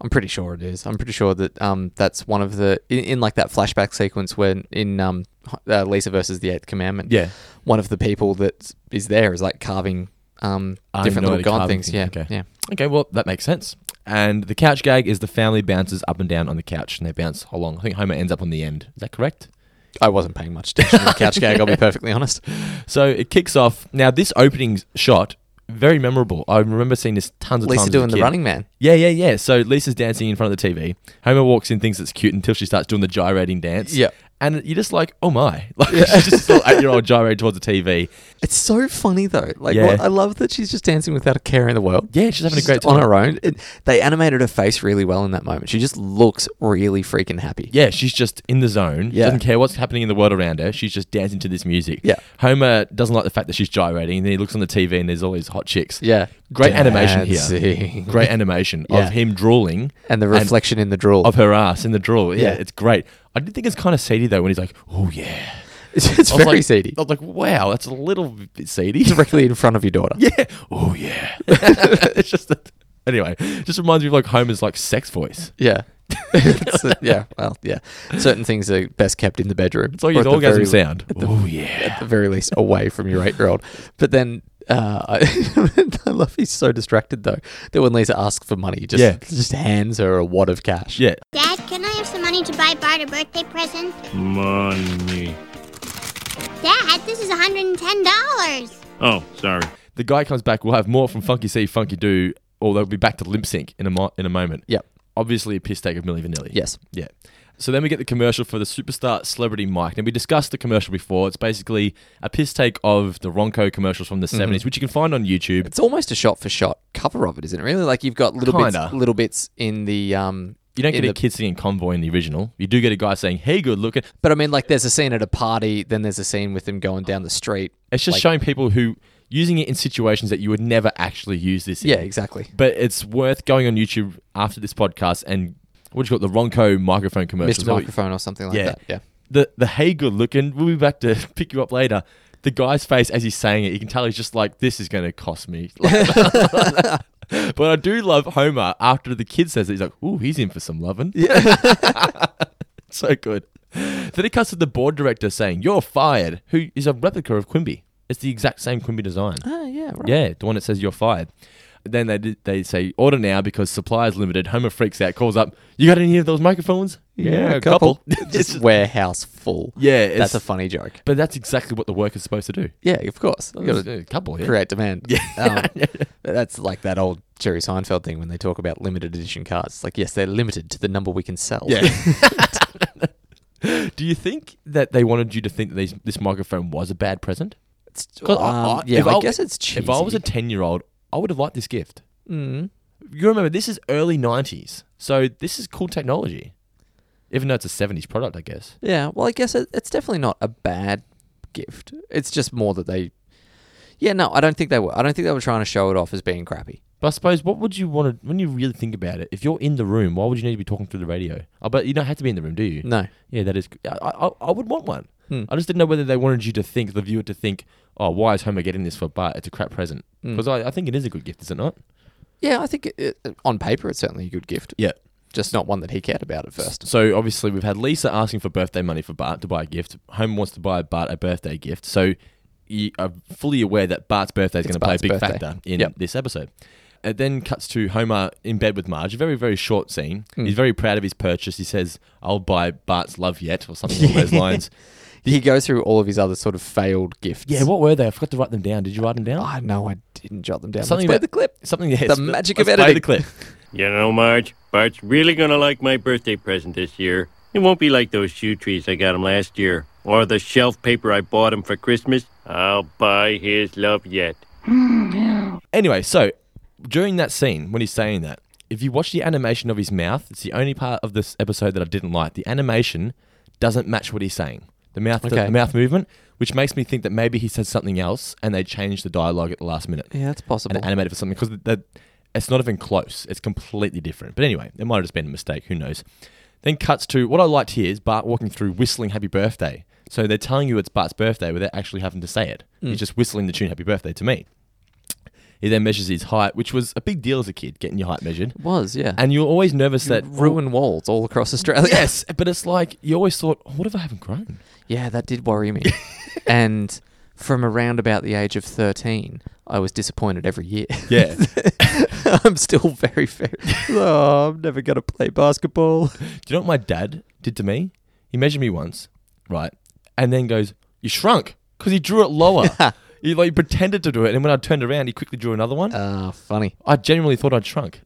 Speaker 6: I'm pretty sure it is. I'm pretty sure that um, that's one of the in, in like that flashback sequence when in um, uh, Lisa versus the Eighth Commandment.
Speaker 5: Yeah.
Speaker 6: one of the people that is there is like carving um,
Speaker 5: I
Speaker 6: different
Speaker 5: know
Speaker 6: little
Speaker 5: the
Speaker 6: god
Speaker 5: carving
Speaker 6: things.
Speaker 5: thing,
Speaker 6: Yeah,
Speaker 5: okay.
Speaker 6: yeah.
Speaker 5: Okay, well, that makes sense. And the couch gag is the family bounces up and down on the couch and they bounce along. I think Homer ends up on the end. Is that correct?
Speaker 6: I wasn't paying much attention to the couch
Speaker 5: *laughs*
Speaker 6: gag. I'll be perfectly honest.
Speaker 5: So it kicks off. Now, this opening shot, very memorable. I remember seeing this tons of times.
Speaker 6: Lisa
Speaker 5: as a
Speaker 6: doing the
Speaker 5: kid.
Speaker 6: running man.
Speaker 5: Yeah, yeah, yeah. So Lisa's dancing in front of the TV. Homer walks in, thinks it's cute until she starts doing the gyrating dance.
Speaker 6: Yeah.
Speaker 5: And you're just like, oh my. *laughs* Like, she's just still eight year old gyrate towards the TV.
Speaker 6: It's so funny though. Like
Speaker 5: Yeah.
Speaker 6: what, I love that she's just dancing without a care in the world.
Speaker 5: Yeah, she's having a great
Speaker 6: just on
Speaker 5: time.
Speaker 6: her own. It, they animated her face really well in that moment. She just looks really freaking happy.
Speaker 5: Yeah, she's just in the zone.
Speaker 6: Yeah.
Speaker 5: Doesn't care what's happening in the world around her. She's just dancing to this music.
Speaker 6: Yeah.
Speaker 5: Homer doesn't like the fact that she's gyrating. And then he looks on the TV and there's all these hot chicks.
Speaker 6: Yeah.
Speaker 5: Great animation
Speaker 6: Dancing.
Speaker 5: here. Great animation
Speaker 6: Yeah.
Speaker 5: of him drooling
Speaker 6: and the reflection in the drool.
Speaker 5: of her ass in the drawer. Yeah,
Speaker 6: Yeah.
Speaker 5: it's great. I did think it's kind of seedy though when he's like, oh yeah.
Speaker 6: *laughs* it's it's
Speaker 5: I was
Speaker 6: very
Speaker 5: like-
Speaker 6: seedy.
Speaker 5: I was like, wow, that's a little bit seedy.
Speaker 6: *laughs* Directly in front of your daughter.
Speaker 5: *laughs* yeah. Oh yeah. *laughs* it's just that. Anyway, just reminds me of like Homer's like sex voice.
Speaker 6: Yeah. *laughs* It's a- yeah. Well, yeah. Certain things are best kept in the bedroom.
Speaker 5: It's like his
Speaker 6: Or at the
Speaker 5: orgasm
Speaker 6: very-
Speaker 5: sound. Oh yeah.
Speaker 6: At the very least, away from your eight year old. But then uh, *laughs* I, I love he's so distracted, though, that when Lisa asks for money, he just,
Speaker 5: Yeah.
Speaker 6: just hands her a wad of cash.
Speaker 5: Yeah.
Speaker 2: Dad, can I have some money to buy Bart a birthday present?
Speaker 3: Money.
Speaker 2: Dad, this is $110.
Speaker 3: Oh, sorry.
Speaker 5: The guy comes back. We'll have more from Funky C, Funky Do, or they'll be back to Limp Sync in a mo- in a moment.
Speaker 6: Yep.
Speaker 5: Obviously, a piss take of Millie Vanilli.
Speaker 6: Yes.
Speaker 5: Yeah. So then we get the commercial for the superstar celebrity mic. Now we discussed the commercial before. It's basically a piss take of the Ronco commercials from the 70s, which you can find on YouTube.
Speaker 6: Mm-hmm. It's almost a shot for shot cover of it, isn't it? Really? Like you've got little bits
Speaker 5: Kinda.
Speaker 6: little bits in the. Um,
Speaker 5: you don't
Speaker 6: in
Speaker 5: get a
Speaker 6: the-
Speaker 5: kid singing convoy in the original. You do get a guy saying, "Hey, good looking."
Speaker 6: But I mean, like there's a scene at a party, then there's a scene with them going down the street.
Speaker 5: It's just
Speaker 6: Like-
Speaker 5: showing people who using it in situations that you would never actually use this. in.
Speaker 6: Yeah, exactly.
Speaker 5: But it's worth going on YouTube after this podcast and what do you call it, the Ronco microphone commercial.
Speaker 6: Mr. Microphone or something like
Speaker 5: Yeah.
Speaker 6: that. Yeah.
Speaker 5: The the hey good looking. We'll be back to *laughs* pick you up later. The guy's face as he's saying it, you can tell he's just like, "This is going to cost me." *laughs* but I do love Homer after the kid says it. He's like, "Ooh, he's in for some loving." Yeah, *laughs* so good. Then it cuts to the board director saying, "You're fired." Who is a replica of Quimby? It's the exact same Quimby design.
Speaker 6: Oh, yeah. Right.
Speaker 5: Yeah, the one that says you're fired. Then they did, they say order now because supply is limited. Homer freaks out, calls up, "You got any of those microphones?" *laughs*
Speaker 6: just warehouse full.
Speaker 5: Yeah, it's-
Speaker 6: that's a funny joke.
Speaker 5: but that's exactly what the worker's supposed to do.
Speaker 6: Yeah, of course. You gotta
Speaker 5: a couple here.
Speaker 6: create demand.
Speaker 5: *laughs*
Speaker 6: Yeah. that's like that old Jerry Seinfeld thing when they talk about limited edition cars. It's like, yes, they're limited to the number we can sell.
Speaker 5: Do you think that they wanted you to think that these, this microphone was a bad present?
Speaker 6: *laughs*
Speaker 5: *laughs*
Speaker 6: It's-
Speaker 5: 'Cause I-
Speaker 6: um,
Speaker 5: I-
Speaker 6: yeah,
Speaker 5: if
Speaker 6: I,
Speaker 5: w-
Speaker 6: guess it's cheesy. Mm-hmm.
Speaker 5: If I was a ten-year-old, I would have liked this gift. Mm. You remember this is early '90s, so this is cool technology. Even though it's a '70s product, I guess.
Speaker 6: yeah, well, I guess it, it's definitely not a bad gift. It's just more that they, yeah, no, I don't think they were. I don't think they were trying to show it off as being crappy.
Speaker 5: But I suppose what would you want to when you really think about it? If you're in the room, why would you need to be talking through the radio? I bet you don't have to be in the room, do you?
Speaker 6: No,
Speaker 5: Yeah, that is. I I, I would want one. I just didn't know whether they wanted you to think the viewer to think, oh, why is Homer getting this for Bart? It's a crap present. Because I, I think it is a good gift, is it not?
Speaker 6: yeah, I think it, it, on paper it's certainly a good gift.
Speaker 5: Yeah.
Speaker 6: just not one that he cared about at first.
Speaker 5: So obviously we've had Lisa asking for birthday money for Bart to buy a gift. Homer wants to buy Bart a birthday gift. So you are fully aware that Bart's birthday is going to play a
Speaker 6: Bart's
Speaker 5: big
Speaker 6: birthday.
Speaker 5: factor in
Speaker 6: Yep.
Speaker 5: this episode. It then cuts to Homer in bed with Marge. A very very short scene. He's very proud of his purchase. He says, "I'll buy Bart's love yet" or something *laughs* along those lines.
Speaker 6: He goes through all of his other sort of failed gifts.
Speaker 5: Yeah, what were they? I forgot to write them down. Did you write them down?
Speaker 6: I know I didn't jot them down.
Speaker 5: Something
Speaker 6: Something let
Speaker 5: about-
Speaker 6: the clip.
Speaker 5: Something. Yeah,
Speaker 6: The
Speaker 5: it's-
Speaker 6: magic
Speaker 5: let's
Speaker 6: of
Speaker 5: play the
Speaker 6: editing.
Speaker 5: clip.
Speaker 7: You know, Marge, Bart's really gonna like my birthday present this year. It won't be like those shoe trees I got him last year, or the shelf paper I bought him for Christmas. I'll buy his love yet.
Speaker 5: Anyway, so during that scene when he's saying that, if you watch the animation of his mouth, it's the only part of this episode that I didn't like. The animation doesn't match what he's saying. The mouth, the,
Speaker 6: Okay.
Speaker 5: mouth movement, which makes me think that maybe he said something else and they changed the dialogue at the last minute
Speaker 6: Yeah, that's possible.
Speaker 5: and animated for something because that it's not even close. It's completely different. But anyway, it might have just been a mistake. Who knows? Then cuts to what I liked here is Bart walking through whistling "Happy Birthday." So they're telling you it's Bart's birthday without actually having to say it.
Speaker 6: Hmm.
Speaker 5: He's just whistling the tune "Happy Birthday" to me. He then measures his height, which was a big deal as a kid, getting your height measured.
Speaker 6: was yeah,
Speaker 5: And you're always nervous that
Speaker 6: ruin walls all across Australia.
Speaker 5: *laughs* Yes, but it's like you always thought, what if I haven't grown?
Speaker 6: yeah, that did worry
Speaker 5: *laughs*
Speaker 6: me. and from around about the age of thirteen, I was disappointed every year.
Speaker 5: Yeah.
Speaker 6: *laughs*
Speaker 5: *laughs*
Speaker 6: I'm still very very. *laughs* oh, I'm never gonna play basketball.
Speaker 5: Do you know what my dad did to me? He measured me once, right, and then goes, "You shrunk," because he drew it
Speaker 6: *laughs*
Speaker 5: lower. he like pretended to do it, and when I turned around, he quickly drew another one.
Speaker 6: Ah, funny.
Speaker 5: I genuinely thought I'd
Speaker 6: *laughs*
Speaker 5: shrunk.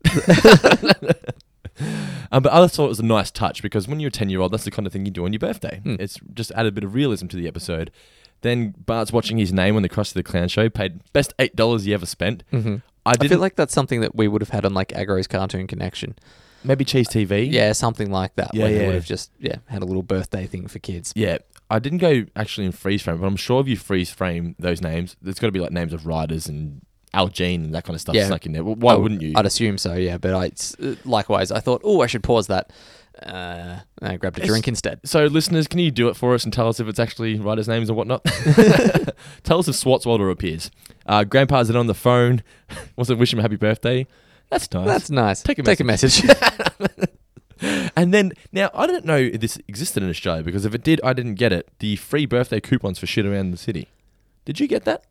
Speaker 5: um, but I thought it was a nice touch because when you're a ten-year-old, that's the kind of thing you do on your birthday.
Speaker 6: Hmm.
Speaker 5: It's just added a bit of realism to the episode. Then Bart's watching his name on the Cross of the Clown show, paid best eight dollars he ever spent. Mm-hmm. I
Speaker 6: I
Speaker 5: didn't
Speaker 6: feel like that's something that we would have had on like Agro's Cartoon Connection.
Speaker 5: maybe Cheese TV.
Speaker 6: Yeah, something like that.
Speaker 5: Yeah,
Speaker 6: where
Speaker 5: yeah.
Speaker 6: they would have just yeah had a little birthday thing for kids.
Speaker 5: Yeah, I didn't go actually in freeze frame, but I'm sure if you freeze frame those names, there's got to be like names of riders and Al Jean and that kind of stuff
Speaker 6: Yeah.
Speaker 5: snuck in there. Well, Why
Speaker 6: I would-
Speaker 5: wouldn't you?
Speaker 6: Oh, I'd assume so, yeah. But I it's, uh, likewise, I thought, oh, I should pause that. Uh, and I grabbed a drink
Speaker 5: *laughs*
Speaker 6: instead.
Speaker 5: so, listeners, can you do it for us and tell us if it's actually riders' names or
Speaker 6: *laughs*
Speaker 5: whatnot? *laughs* tell us if Swartzwelder appears. Uh, Grandpa's in on the phone. *laughs* Wants to wish him a happy birthday. That's nice.
Speaker 6: That's nice.
Speaker 5: Take a
Speaker 6: Take a message.
Speaker 5: And then now I don't know if this existed in Australia because if it did, I didn't get it. The free birthday coupons for shit around the city. Did you get that?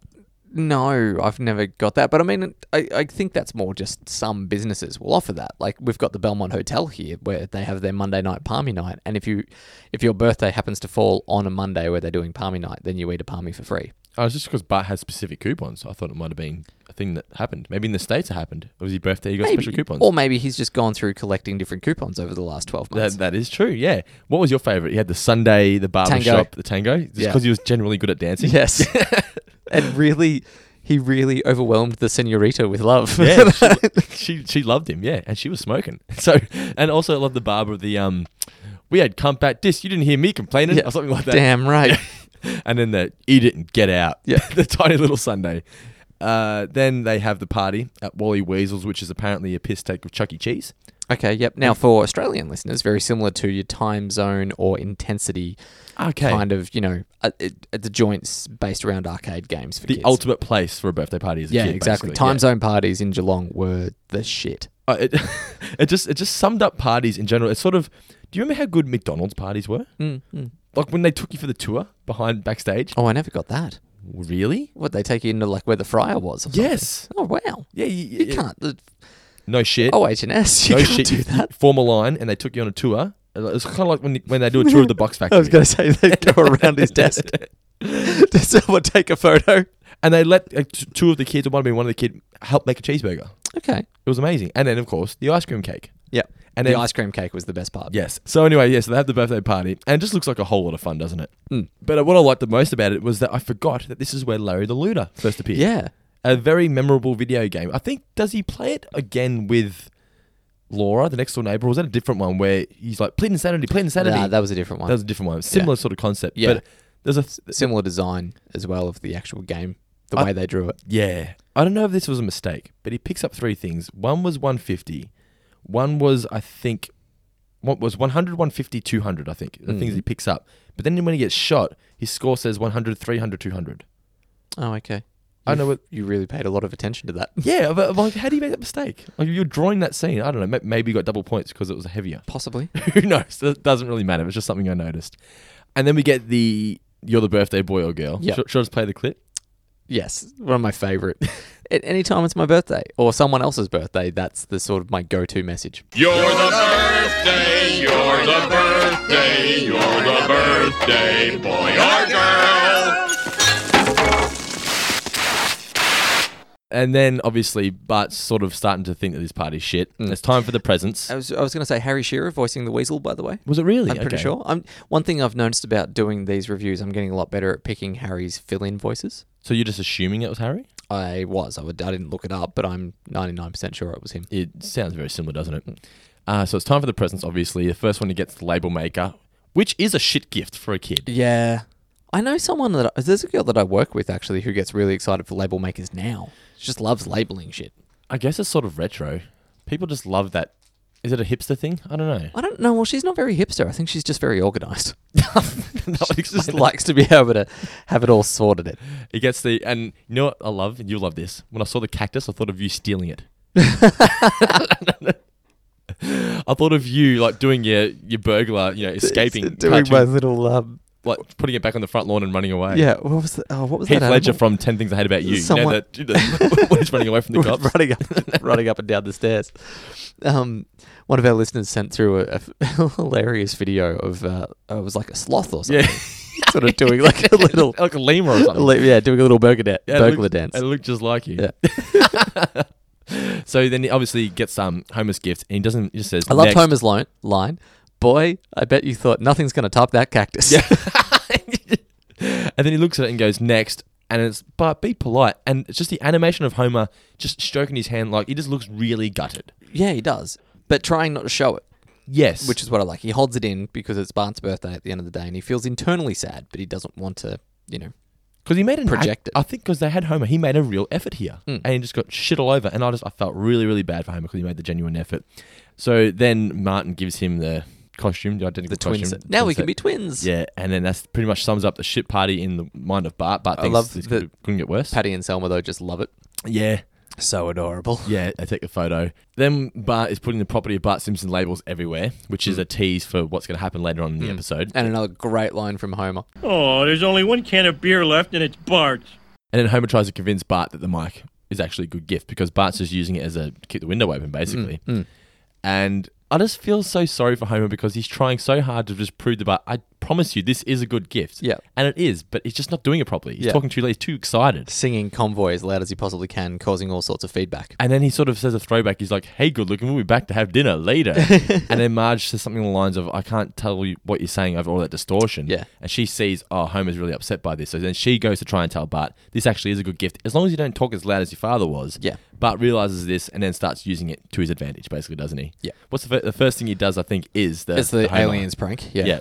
Speaker 6: no, I've never got that. But I mean, I, I think that's more just some businesses will offer that. Like we've got the Belmont Hotel here, where they have their Monday night palmy night, and if you if your birthday happens to fall on a Monday where they're doing palmy night, then you eat a palmy for free.
Speaker 5: Oh, it's just because Bart has specific coupons. I thought it might have been a thing that happened. Maybe in the States it happened. It was your birthday, you got
Speaker 6: Maybe.
Speaker 5: special coupons.
Speaker 6: Or maybe he's just gone through collecting different coupons over the last twelve months.
Speaker 5: that, that is true, yeah. What was your favourite? You had the Sunday, the barber
Speaker 6: Tango.
Speaker 5: shop, the tango? Just
Speaker 6: Yeah.
Speaker 5: because he was generally good at dancing?
Speaker 6: *laughs* Yes. and really, he really overwhelmed the senorita with love.
Speaker 5: *laughs*
Speaker 6: *laughs*
Speaker 5: Yeah, she, she she loved him, yeah, and she was smoking. *laughs* So, and also I love the barber. The um, we had compact disc. You didn't hear me complaining or something like that.
Speaker 6: Damn right.
Speaker 5: *laughs* and then the eat it and get out.
Speaker 6: Yeah.
Speaker 5: *laughs* the tiny little Sunday. Uh, then they have the party at Wally Weasel's, which is apparently a piss take of Chuck E. Cheese.
Speaker 6: Okay, yep. Now, for Australian listeners, very similar to your time zone or intensity
Speaker 5: Okay,
Speaker 6: kind of, you know, uh, it, it's a joints based around arcade games for
Speaker 5: the
Speaker 6: kids.
Speaker 5: ultimate place for a birthday party is a
Speaker 6: yeah,
Speaker 5: kid,
Speaker 6: exactly.
Speaker 5: basically.
Speaker 6: Time
Speaker 5: Yeah.
Speaker 6: zone parties in Geelong were the shit.
Speaker 5: Uh, it, *laughs* it just it just summed up parties in general. It's sort of. Do you remember how mm. good McDonald's parties were? Mm, Like when they took you for the tour behind backstage.
Speaker 6: Oh, I never got that.
Speaker 5: Really?
Speaker 6: What they take you into like where the fryer was? Or something.
Speaker 5: Yes.
Speaker 6: Oh wow.
Speaker 5: *laughs* Yeah, you,
Speaker 6: You can't. The oh,
Speaker 5: No shit.
Speaker 6: OH&S. You
Speaker 5: no
Speaker 6: can't
Speaker 5: shit.
Speaker 6: do
Speaker 5: You-
Speaker 6: that.
Speaker 5: you Form a line, and they took you on a tour. Uh, It's kind of like when when they do a tour of *laughs* the box factory.
Speaker 6: *laughs* I was going to say they
Speaker 5: *laughs*
Speaker 6: *laughs* go around his desk. Does someone take a photo?
Speaker 5: and they let like, t- two of the kids, or might have been one of the kid, help make a cheeseburger.
Speaker 6: Okay.
Speaker 5: It was amazing. And then, of course, the ice cream cake.
Speaker 6: Yeah.
Speaker 5: And
Speaker 6: And the
Speaker 5: then-
Speaker 6: ice cream cake was the best part.
Speaker 5: Yes. So anyway, yes, they have the birthday party, and it just looks like a whole lot of fun, doesn't it?
Speaker 6: Mm.
Speaker 5: But uh, what I liked the most about it was that I forgot that this is where Larry the Looter first appeared.
Speaker 6: Yeah.
Speaker 5: a very memorable video game. I think does he play it again with Laura, the next door neighbor, or was that a different one where he's like plead insanity, plead insanity?
Speaker 6: Nah, that was a different one.
Speaker 5: That was a different one, similar sort of concept.
Speaker 6: Yeah.
Speaker 5: But there's a th-
Speaker 6: Similar design as well of the actual game, the
Speaker 5: I-
Speaker 6: way they drew it.
Speaker 5: yeah. I don't know if this was a mistake, but he picks up three things. One was 150. One was I think what was 100, 150, 200, I think. The things he picks up. But then when he gets shot, his score says 100, 300, 200.
Speaker 6: Oh, okay.
Speaker 5: I know
Speaker 6: You've-
Speaker 5: what
Speaker 6: You really paid a lot of attention to that.
Speaker 5: Yeah, but I'm like, how do you make that mistake? Like, you're drawing that scene. I don't know. ma- Maybe you got double points because it was heavier. *laughs*
Speaker 6: Possibly.
Speaker 5: Who knows? It doesn't really matter. It's just something I noticed. And then we get the you're the birthday boy or girl.
Speaker 6: Yeah.
Speaker 5: Should, should I just play the clip?
Speaker 6: Yes, one of my favorite. *laughs* At any time it's my birthday or someone else's birthday, that's the sort of my go-to message.
Speaker 8: You're the birthday, you're the birthday, you're the birthday boy or girl.
Speaker 5: And then obviously Bart's sort of starting to think that this party's shit. It's time for the presents.
Speaker 6: I was I was going to say Harry Shearer voicing the weasel. By the way,
Speaker 5: Was it really?
Speaker 6: I'm pretty
Speaker 5: Okay.
Speaker 6: sure. I'm one thing I've noticed about doing these reviews. I'm getting a lot better at picking Harry's fill-in voices.
Speaker 5: So you're just assuming it was Harry?
Speaker 6: I was. I, would, I didn't look it up, but I'm 99% sure it was him.
Speaker 5: It sounds very similar, doesn't it? Uh, so it's time for the presents. Obviously, the first one he gets the label maker, which is a shit gift for a kid.
Speaker 6: Yeah. I know someone that there's a girl that I work with actually who gets really excited for label makers now. She just loves labeling shit.
Speaker 5: I guess it's sort of retro. People just love that. Is it a hipster thing? I don't
Speaker 6: *laughs*
Speaker 5: know. *laughs*
Speaker 6: I don't know. Well, she's not very hipster. I think she's just very organized.
Speaker 5: That
Speaker 6: she
Speaker 5: would
Speaker 6: just
Speaker 5: explain it.
Speaker 6: *laughs* likes to be able to have it all sorted. It.
Speaker 5: He gets the and you know what I love, and you love this. When I saw the cactus, I thought of you stealing
Speaker 6: *laughs*
Speaker 5: it. I thought of you like doing your your burglar, you know, escaping,
Speaker 6: doing my
Speaker 5: catching-
Speaker 6: little um.
Speaker 5: like putting it back on the front lawn and running away.
Speaker 6: Yeah, what was the, oh, what was
Speaker 5: Heath
Speaker 6: that?
Speaker 5: Ledger
Speaker 6: animal?
Speaker 5: from Ten Things I Hate About You.
Speaker 6: Someone-
Speaker 5: You know *laughs* that when he's running away
Speaker 6: *laughs*
Speaker 5: from the cops.
Speaker 6: running up, running up and down the stairs. Um, one of our listeners sent through a, a *laughs* hilarious video of uh, it was like a sloth or something, *laughs*
Speaker 5: Yeah,
Speaker 6: sort of doing like a little,
Speaker 5: like *laughs* a lemur or something.
Speaker 6: li- yeah, doing a little burger, da-
Speaker 5: Yeah, it
Speaker 6: burglar
Speaker 5: looked-
Speaker 6: dance.
Speaker 5: It looked just like you.
Speaker 6: Yeah.
Speaker 5: *laughs* So then he obviously gets um Homer's gift, and he doesn't. He just says,
Speaker 6: I love
Speaker 5: "Next."
Speaker 6: Homer's line, line. Boy, I bet you thought nothing's going to top that cactus. Yeah.
Speaker 5: And then he looks at it and goes, next. And it's, but be polite. And it's just the animation of Homer just stroking his hand, like he just looks really gutted.
Speaker 6: *laughs* yeah, he does, but trying not to show it.
Speaker 5: Yes.
Speaker 6: which is what I like. He holds it in because it's Bart's birthday at the end of the day, and he feels internally sad, but he doesn't want to, you know.
Speaker 5: because he made an
Speaker 6: projected. Hmm.
Speaker 5: I, I think because they had Homer, he made a real effort here, and he just got shit all over. And I just, I felt really, really bad for Homer because he made the genuine effort. So then Martin gives him the costume, the identical
Speaker 6: The twins.
Speaker 5: costume.
Speaker 6: Now we
Speaker 5: Twin
Speaker 6: can
Speaker 5: set.
Speaker 6: be twins.
Speaker 5: Yeah, and then that's pretty much sums up the shit party in the mind of Bart. Bart
Speaker 6: I
Speaker 5: thinks
Speaker 6: love
Speaker 5: this
Speaker 6: that-
Speaker 5: could, couldn't get worse.
Speaker 6: Patty and Selma though just love it.
Speaker 5: yeah,
Speaker 6: So adorable.
Speaker 5: Yeah, they take the photo. Then Bart is putting the property of Bart Simpson labels everywhere, which
Speaker 6: Hmm.
Speaker 5: is a tease for what's going to happen later on in the episode.
Speaker 6: And another great line from Homer.
Speaker 7: Oh, there's only one can of beer left, and it's Bart's.
Speaker 5: And then Homer tries to convince Bart that the mic is actually a good gift because Bart's just using it as a keep the window open, basically.
Speaker 6: Mm,
Speaker 5: And I just feel so sorry for Homer because he's trying so hard to just prove to Bart, I promise you, this is a good gift.
Speaker 6: Yeah.
Speaker 5: And it is, but he's just not doing it properly. He's
Speaker 6: Yeah.
Speaker 5: talking too late, he's too excited.
Speaker 6: Singing convoy as loud as he possibly can, causing all sorts of feedback.
Speaker 5: And then he sort of says a throwback. He's like, "Hey, good looking, we'll be back to have dinner
Speaker 6: *laughs*
Speaker 5: later." and then Marge says something along the lines of, "I can't tell you what you're saying over all that distortion."
Speaker 6: Yeah.
Speaker 5: And she sees, "Oh, Homer's really upset by this." So then she goes to try and tell Bart, "This actually is a good gift, as long as you don't talk as loud as your father was."
Speaker 6: Yeah.
Speaker 5: Bart realizes this and then starts using it to his advantage, basically, doesn't he?
Speaker 6: Yeah.
Speaker 5: What's the, fir- the first thing he does? I think is the
Speaker 6: It's the
Speaker 5: Homer.
Speaker 6: aliens prank. Yeah.
Speaker 5: Yeah.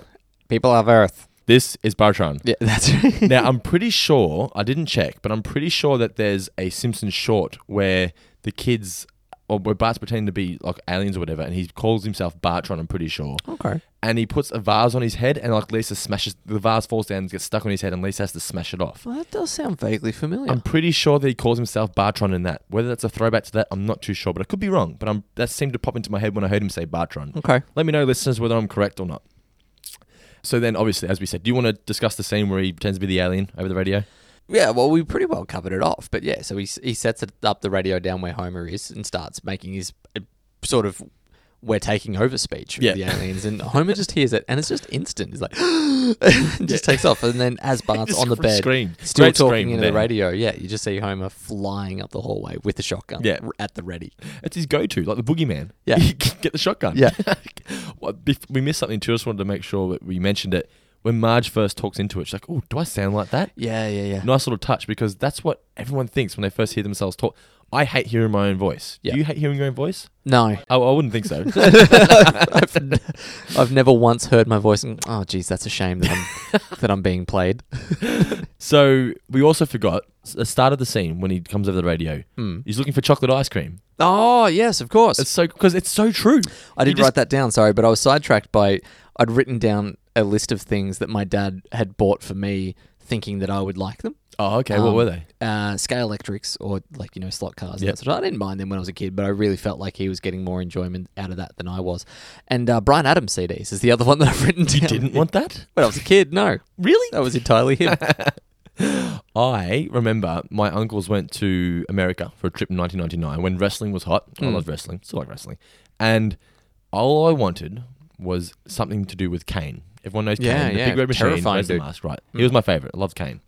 Speaker 6: People of Earth.
Speaker 5: This is Bartron.
Speaker 6: Yeah, *laughs* that's right.
Speaker 5: Now, I'm pretty sure, I didn't check, but I'm pretty sure that there's a Simpson short where the kids, or where Bart's pretending to be like aliens or whatever, and he calls himself Bartron, I'm pretty sure.
Speaker 6: Okay.
Speaker 5: And he puts a vase on his head, and like Lisa smashes, the vase falls down and gets stuck on his head, and Lisa has to smash it off.
Speaker 6: Well, that does sound vaguely familiar.
Speaker 5: I'm pretty sure that he calls himself Bartron in that. Whether that's a throwback to that, I'm not too sure, but I could be wrong. But I'm, that seemed to pop into my head when I heard him say Bartron.
Speaker 6: okay.
Speaker 5: Let me know, listeners, whether I'm correct or not. So then, obviously, as we said, do you want to discuss the scene where he pretends to be the alien over the radio?
Speaker 6: Yeah, well, we pretty well covered it off. But yeah, so he, s- he sets it up the radio down where Homer is and starts making his uh, sort of we're taking over speech with
Speaker 5: Yeah.
Speaker 6: the
Speaker 5: *laughs*
Speaker 6: aliens. And Homer just hears it and it's just instant. He's like, *gasps* and just takes off. And then
Speaker 5: *laughs*
Speaker 6: as Bart's
Speaker 5: Just
Speaker 6: on the
Speaker 5: scr-
Speaker 6: bed,
Speaker 5: scream.
Speaker 6: still
Speaker 5: Great
Speaker 6: talking
Speaker 5: scream
Speaker 6: into
Speaker 5: there.
Speaker 6: the radio, yeah, you just see Homer flying up the hallway with the shotgun
Speaker 5: Yeah.
Speaker 6: r- at the ready.
Speaker 5: It's his go-to, like the boogeyman. *laughs*
Speaker 6: Yeah.
Speaker 5: get the shotgun.
Speaker 6: Yeah.
Speaker 5: *laughs* What- bef- we missed something too. I just wanted to make sure that we mentioned it when Marge first talks into it. She's like, "Oh, do I sound like that?"
Speaker 6: Yeah, yeah, yeah.
Speaker 5: Nice little touch because that's what everyone thinks when they first hear themselves talk. I hate hearing my own voice.
Speaker 6: Yeah.
Speaker 5: Do you hate hearing your own voice?
Speaker 6: No,
Speaker 5: Oh, I wouldn't think so. *laughs*
Speaker 6: I've, n- I've never once heard my voice. And, oh, geez, that's a shame that
Speaker 5: *laughs*
Speaker 6: I'm, that I'm being played.
Speaker 5: so we also forgot s- the start of the scene when he comes over the radio.
Speaker 6: Hmm.
Speaker 5: He's looking for chocolate ice cream.
Speaker 6: Oh, yes, of course.
Speaker 5: It's so because it's so true.
Speaker 6: I did
Speaker 5: just-
Speaker 6: write that down, sorry, but I was sidetracked by I'd written down a list of things that my dad had bought for me, thinking that I would like them.
Speaker 5: Oh, okay. what
Speaker 6: Um,
Speaker 5: were
Speaker 6: *laughs*
Speaker 5: they?
Speaker 6: Uh, scale electrics or like you know slot cars. and
Speaker 5: Yep.
Speaker 6: that sort of- I didn't mind them when I was a kid, but I really felt like he was getting more enjoyment out of that than I was. And uh, Brian Adams CDs is the other one that I've written down.
Speaker 5: You didn't want that?
Speaker 6: *laughs* when I was a kid. No,
Speaker 5: Really?
Speaker 6: that was entirely *laughs* him.
Speaker 5: I remember my uncles went to America for a trip in 1999 when wrestling was hot. I
Speaker 6: Hmm.
Speaker 5: love wrestling, still like wrestling. And all I wanted was something to do with Kane. Everyone knows
Speaker 6: Yeah,
Speaker 5: Kane,
Speaker 6: yeah,
Speaker 5: the big red machine,
Speaker 6: terrifying
Speaker 5: wears the
Speaker 6: dude. Hmm.
Speaker 5: mask, right? He was my favorite. I loved Kane.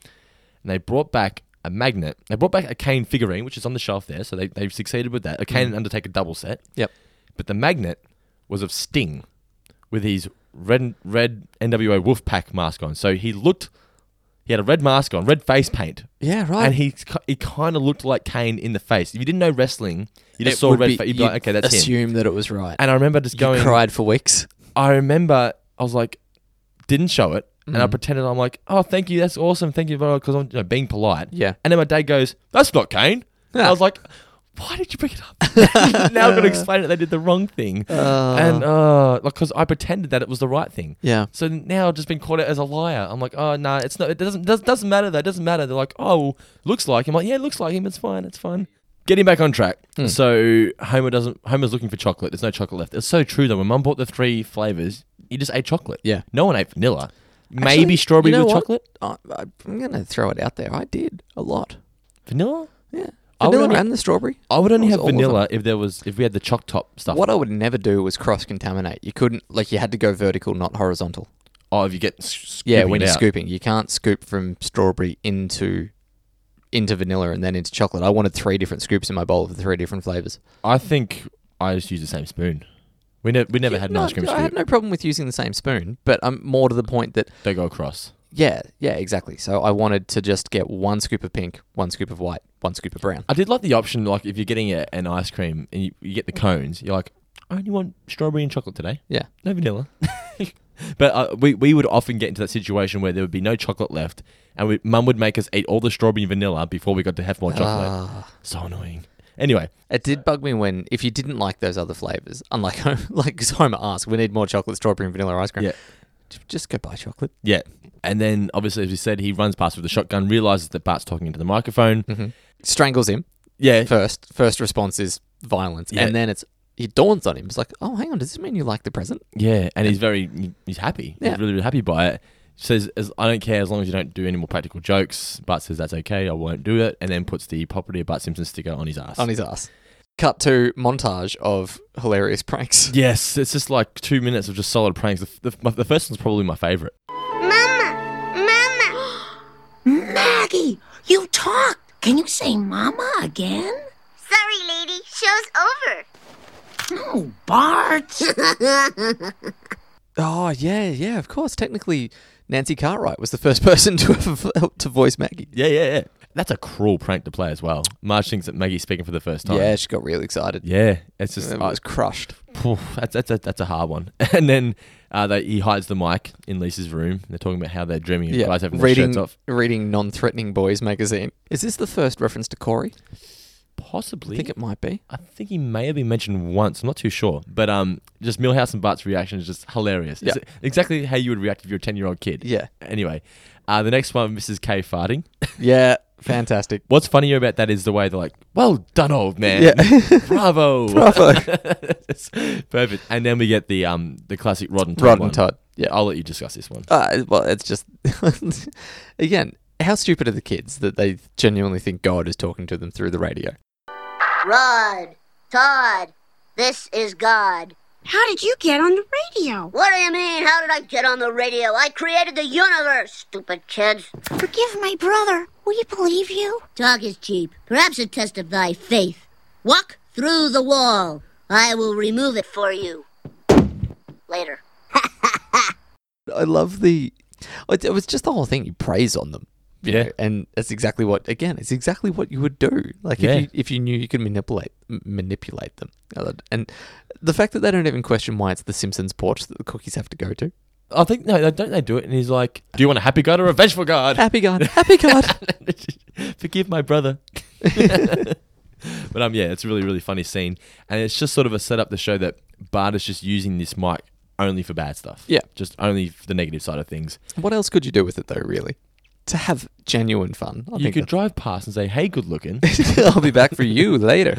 Speaker 5: And they brought back a magnet. They brought back a Kane figurine, which is on the shelf there. So they, they've succeeded with that. A Kane and Undertaker double set.
Speaker 6: Hmm. yep.
Speaker 5: But the magnet was of Sting with his red red NWO Wolfpack mask on. So he looked, he had a red mask on, red face paint.
Speaker 6: Yeah, right.
Speaker 5: And he ki- he kind of looked like Kane in the face. If you didn't know wrestling, you just
Speaker 6: It
Speaker 5: saw
Speaker 6: would
Speaker 5: red
Speaker 6: be-
Speaker 5: face. You'd be like,
Speaker 6: you'd
Speaker 5: okay, that's him.
Speaker 6: assume that it was right.
Speaker 5: And I remember just going,
Speaker 6: you cried for weeks.
Speaker 5: I remember I was like, didn't show it. And
Speaker 6: Mm.
Speaker 5: I pretended I'm like, oh, thank you, that's awesome, thank you, because I'm you know, being polite.
Speaker 6: Yeah.
Speaker 5: And then my dad goes, that's not Kane. And I
Speaker 6: Ah.
Speaker 5: was like, why did you bring it up? *laughs* now I'm
Speaker 6: *laughs*
Speaker 5: going to explain it. They did the wrong thing. and uh, like, because I pretended that it was the right thing.
Speaker 6: Yeah.
Speaker 5: So now I've just been caught out as a liar. I'm like, oh no, it's not. It doesn't does, doesn't matter though. It doesn't matter. They're like, oh, well, looks like him. I'm like, yeah, it looks like him. It's fine. It's fine. Getting back on track.
Speaker 6: Hmm.
Speaker 5: So Homer doesn't. Homer's looking for chocolate. There's no chocolate left. It's so true though. When Mum bought the three flavors, he just ate chocolate.
Speaker 6: Yeah.
Speaker 5: No one ate vanilla.
Speaker 6: Actually,
Speaker 5: Maybe
Speaker 6: you
Speaker 5: strawberry
Speaker 6: know
Speaker 5: with
Speaker 6: what?
Speaker 5: chocolate.
Speaker 6: I, I, I'm going to throw it out there. I did a lot.
Speaker 5: Vanilla.
Speaker 6: Yeah.
Speaker 5: I would
Speaker 6: Vanilla
Speaker 5: only-
Speaker 6: and the strawberry.
Speaker 5: I would only
Speaker 6: That
Speaker 5: have
Speaker 6: was all of
Speaker 5: vanilla if there was if we had the choc top stuff.
Speaker 6: What I would never do was cross contaminate. You couldn't, like, you had to go vertical, not horizontal.
Speaker 5: Oh, if you get s-
Speaker 6: Yeah,
Speaker 5: scooping
Speaker 6: when
Speaker 5: it
Speaker 6: you're
Speaker 5: out.
Speaker 6: scooping, you can't scoop from strawberry into into vanilla and then into chocolate. I wanted three different scoops in my bowl of the three different flavors.
Speaker 5: I think I just use the same spoon. We, ne- we never had an
Speaker 6: No,
Speaker 5: ice cream
Speaker 6: I
Speaker 5: scoop.
Speaker 6: had no problem with using the same spoon, but I'm more to the point that
Speaker 5: They go across.
Speaker 6: yeah, yeah, exactly. So I wanted to just get one scoop of pink, one scoop of white, one scoop of brown.
Speaker 5: I did like the option, like if you're getting a, an ice cream and you, you get the cones, you're like, I only want strawberry and chocolate today,
Speaker 6: Yeah.
Speaker 5: no vanilla. *laughs* but uh, we we would often get into that situation where there would be no chocolate left, and we, Mum would make us eat all the strawberry and vanilla before we got to have more chocolate. So annoying. Anyway,
Speaker 6: It did bug me when if you didn't like those other flavors, unlike *laughs* like 'cause Homer asked, we need more chocolate, strawberry, and vanilla ice cream.
Speaker 5: Yeah.
Speaker 6: J- Just go buy chocolate.
Speaker 5: yeah. And then, obviously, as we said, he runs past with the shotgun, realizes that Bart's talking into the microphone.
Speaker 6: Strangles him
Speaker 5: Yeah,
Speaker 6: first. First response is violence,
Speaker 5: Yeah.
Speaker 6: and then it's it dawns on him. It's like, oh, hang on, does this mean you like the present?
Speaker 5: Yeah, and he's very he's happy.
Speaker 6: Yeah.
Speaker 5: He's really, really happy by it. Says, as, "I don't care as long as you don't do any more practical jokes." Bart says, "That's okay. I won't do it." And then puts the property of Bart Simpson sticker on his ass.
Speaker 6: On his ass. Cut to montage of hilarious pranks.
Speaker 5: yes, it's just like two minutes of just solid pranks. The, the, my- the first one's probably my favorite.
Speaker 2: Mama! Mama! *gasps*
Speaker 4: Maggie, you talked. Can you say mama again?
Speaker 2: Sorry, lady. Show's over.
Speaker 4: Oh, Bart.
Speaker 6: *laughs*
Speaker 2: *laughs*
Speaker 6: Oh yeah, yeah, of course. Technically, Nancy Cartwright was the first *laughs* person to have, to voice Maggie.
Speaker 5: Yeah, yeah, yeah. That's a cruel prank to play as well. Marge thinks that Maggie's speaking for the first time.
Speaker 6: Yeah, she got really excited.
Speaker 5: yeah. It's just
Speaker 6: I
Speaker 5: I-
Speaker 6: was crushed.
Speaker 5: Phew, that's that's a, that's a hard one. *laughs* And then uh, they, he hides the mic in Lisa's room. They're talking about how they're dreaming of guys having their
Speaker 6: reading
Speaker 5: shirts off.
Speaker 6: reading non-threatening boys magazine. Is this the first reference to Corey?
Speaker 5: Possibly.
Speaker 6: I think it might be.
Speaker 5: I think he may have been mentioned once. I'm not too sure, but um, just Millhouse and Bart's reaction is just hilarious. It's
Speaker 6: Yeah.
Speaker 5: exactly how you would react if you're a ten year old kid.
Speaker 6: Yeah.
Speaker 5: Anyway, uh, the next one, Mrs. K farting. *laughs*
Speaker 6: Yeah, fantastic.
Speaker 5: What's funnier about that is the way they're like, "Well done, old man.
Speaker 6: *laughs* Yeah.
Speaker 5: *laughs* Bravo, *laughs* bravo." Perfect. And then we get the um the classic Rod and Todd.
Speaker 6: Rod and
Speaker 5: one.
Speaker 6: Todd, yeah.
Speaker 5: I'll let you discuss this one.
Speaker 6: Uh, well, it's just *laughs* again, how stupid are the kids that they genuinely think God is talking to them through the radio?
Speaker 2: Rod, Todd, this is God.
Speaker 4: How did you get on the radio?
Speaker 2: What do you mean? How did I get on the radio? I created the universe, stupid kids.
Speaker 4: Forgive my brother. Will you believe you?
Speaker 2: Talk is cheap, perhaps a test of thy faith. Walk through the wall. I will remove it for you. Later.
Speaker 6: I love the. It, it was just the whole thing. You praise on them. you
Speaker 5: Yeah.
Speaker 6: know, and that's exactly what. Again, it's exactly what you would do. Like
Speaker 5: Yeah.
Speaker 6: if you if you knew you could manipulate m- manipulate them, I loved- and the fact that they don't even question why it's the Simpsons porch that the cookies have to go to.
Speaker 5: I think no, don't they do it? And he's like, "Do you want a happy god or a vengeful
Speaker 6: *laughs*
Speaker 5: god?" *laughs*
Speaker 6: Happy God, happy God. *laughs*
Speaker 5: Forgive my brother. *laughs* but um, yeah, it's a really really funny scene, and it's just sort of a setup to show that Bart is just using this mic only for bad stuff.
Speaker 6: Yeah.
Speaker 5: just only for the negative side of things.
Speaker 6: what else could you do with it though? Really, to have genuine fun. I
Speaker 5: you
Speaker 6: think
Speaker 5: could drive past and say, "Hey, good looking." *laughs*
Speaker 6: that- *laughs* I'll be back for you later.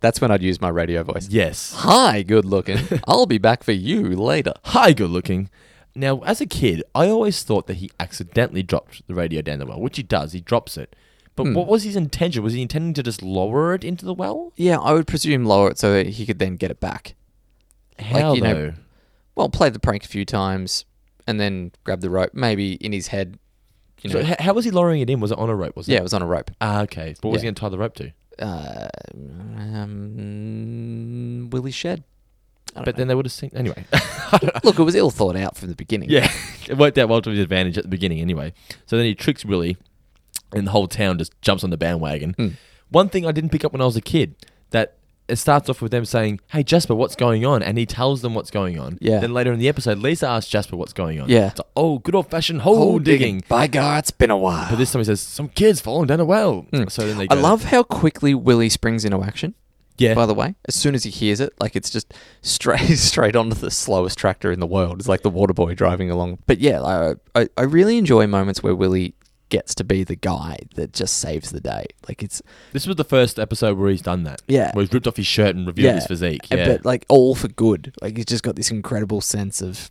Speaker 6: That's when I'd use my radio voice.
Speaker 5: yes.
Speaker 6: Hi, good
Speaker 5: *laughs*
Speaker 6: looking. I'll be back for you later.
Speaker 5: Hi, good looking. Now, as a kid, I always thought that he accidentally dropped the radio down the well, which he does. He drops it. But
Speaker 6: Hmm.
Speaker 5: what was his intention? Was he intending to just lower it into the well?
Speaker 6: Yeah, I would presume lower it so that he could then get it back.
Speaker 5: How
Speaker 6: you
Speaker 5: though?
Speaker 6: know- Well, play the prank a few times and then grab the rope. Maybe in his head, you know.
Speaker 5: So, h- how was he lowering it in? Was it on a rope? Was it?
Speaker 6: yeah, it was on a rope.
Speaker 5: Ah, okay. What was he
Speaker 6: Yeah.
Speaker 5: going to tie the rope to?
Speaker 6: Uh, um, Willie Shed.
Speaker 5: But then they would have seen anyway.
Speaker 6: Look, it was ill thought out from the beginning.
Speaker 5: *laughs* yeah, it worked out well to his advantage at the beginning anyway. So then he tricks Willie, and the whole town just jumps on the bandwagon. One thing I didn't pick up when I was a kid that it starts off with them saying, "Hey Jasper, what's going on?" and he tells them what's going on.
Speaker 6: Yeah.
Speaker 5: Then later in the episode, Lisa asks Jasper what's going on.
Speaker 6: Yeah.
Speaker 5: It's like, oh, good old fashioned hole,
Speaker 6: Hole
Speaker 5: digging.
Speaker 6: By God, it's been a
Speaker 5: But
Speaker 6: while.
Speaker 5: this time he says, "Some kids falling down a well." So then they.
Speaker 6: I
Speaker 5: go-
Speaker 6: love how quickly Willie springs into action.
Speaker 5: Yeah.
Speaker 6: By the way, as soon as he hears it, like it's just straight *laughs* straight onto the slowest tractor in the world. It's like the water boy driving along. But yeah, I I, I really enjoy moments where Willie gets to be the guy that just saves the day. Like it's
Speaker 5: This was the first episode where he's done that.
Speaker 6: Yeah.
Speaker 5: Where he's ripped off his shirt and revealed his physique.
Speaker 6: uh,
Speaker 5: Yeah.
Speaker 6: but like all for good. Like he's just got this incredible sense of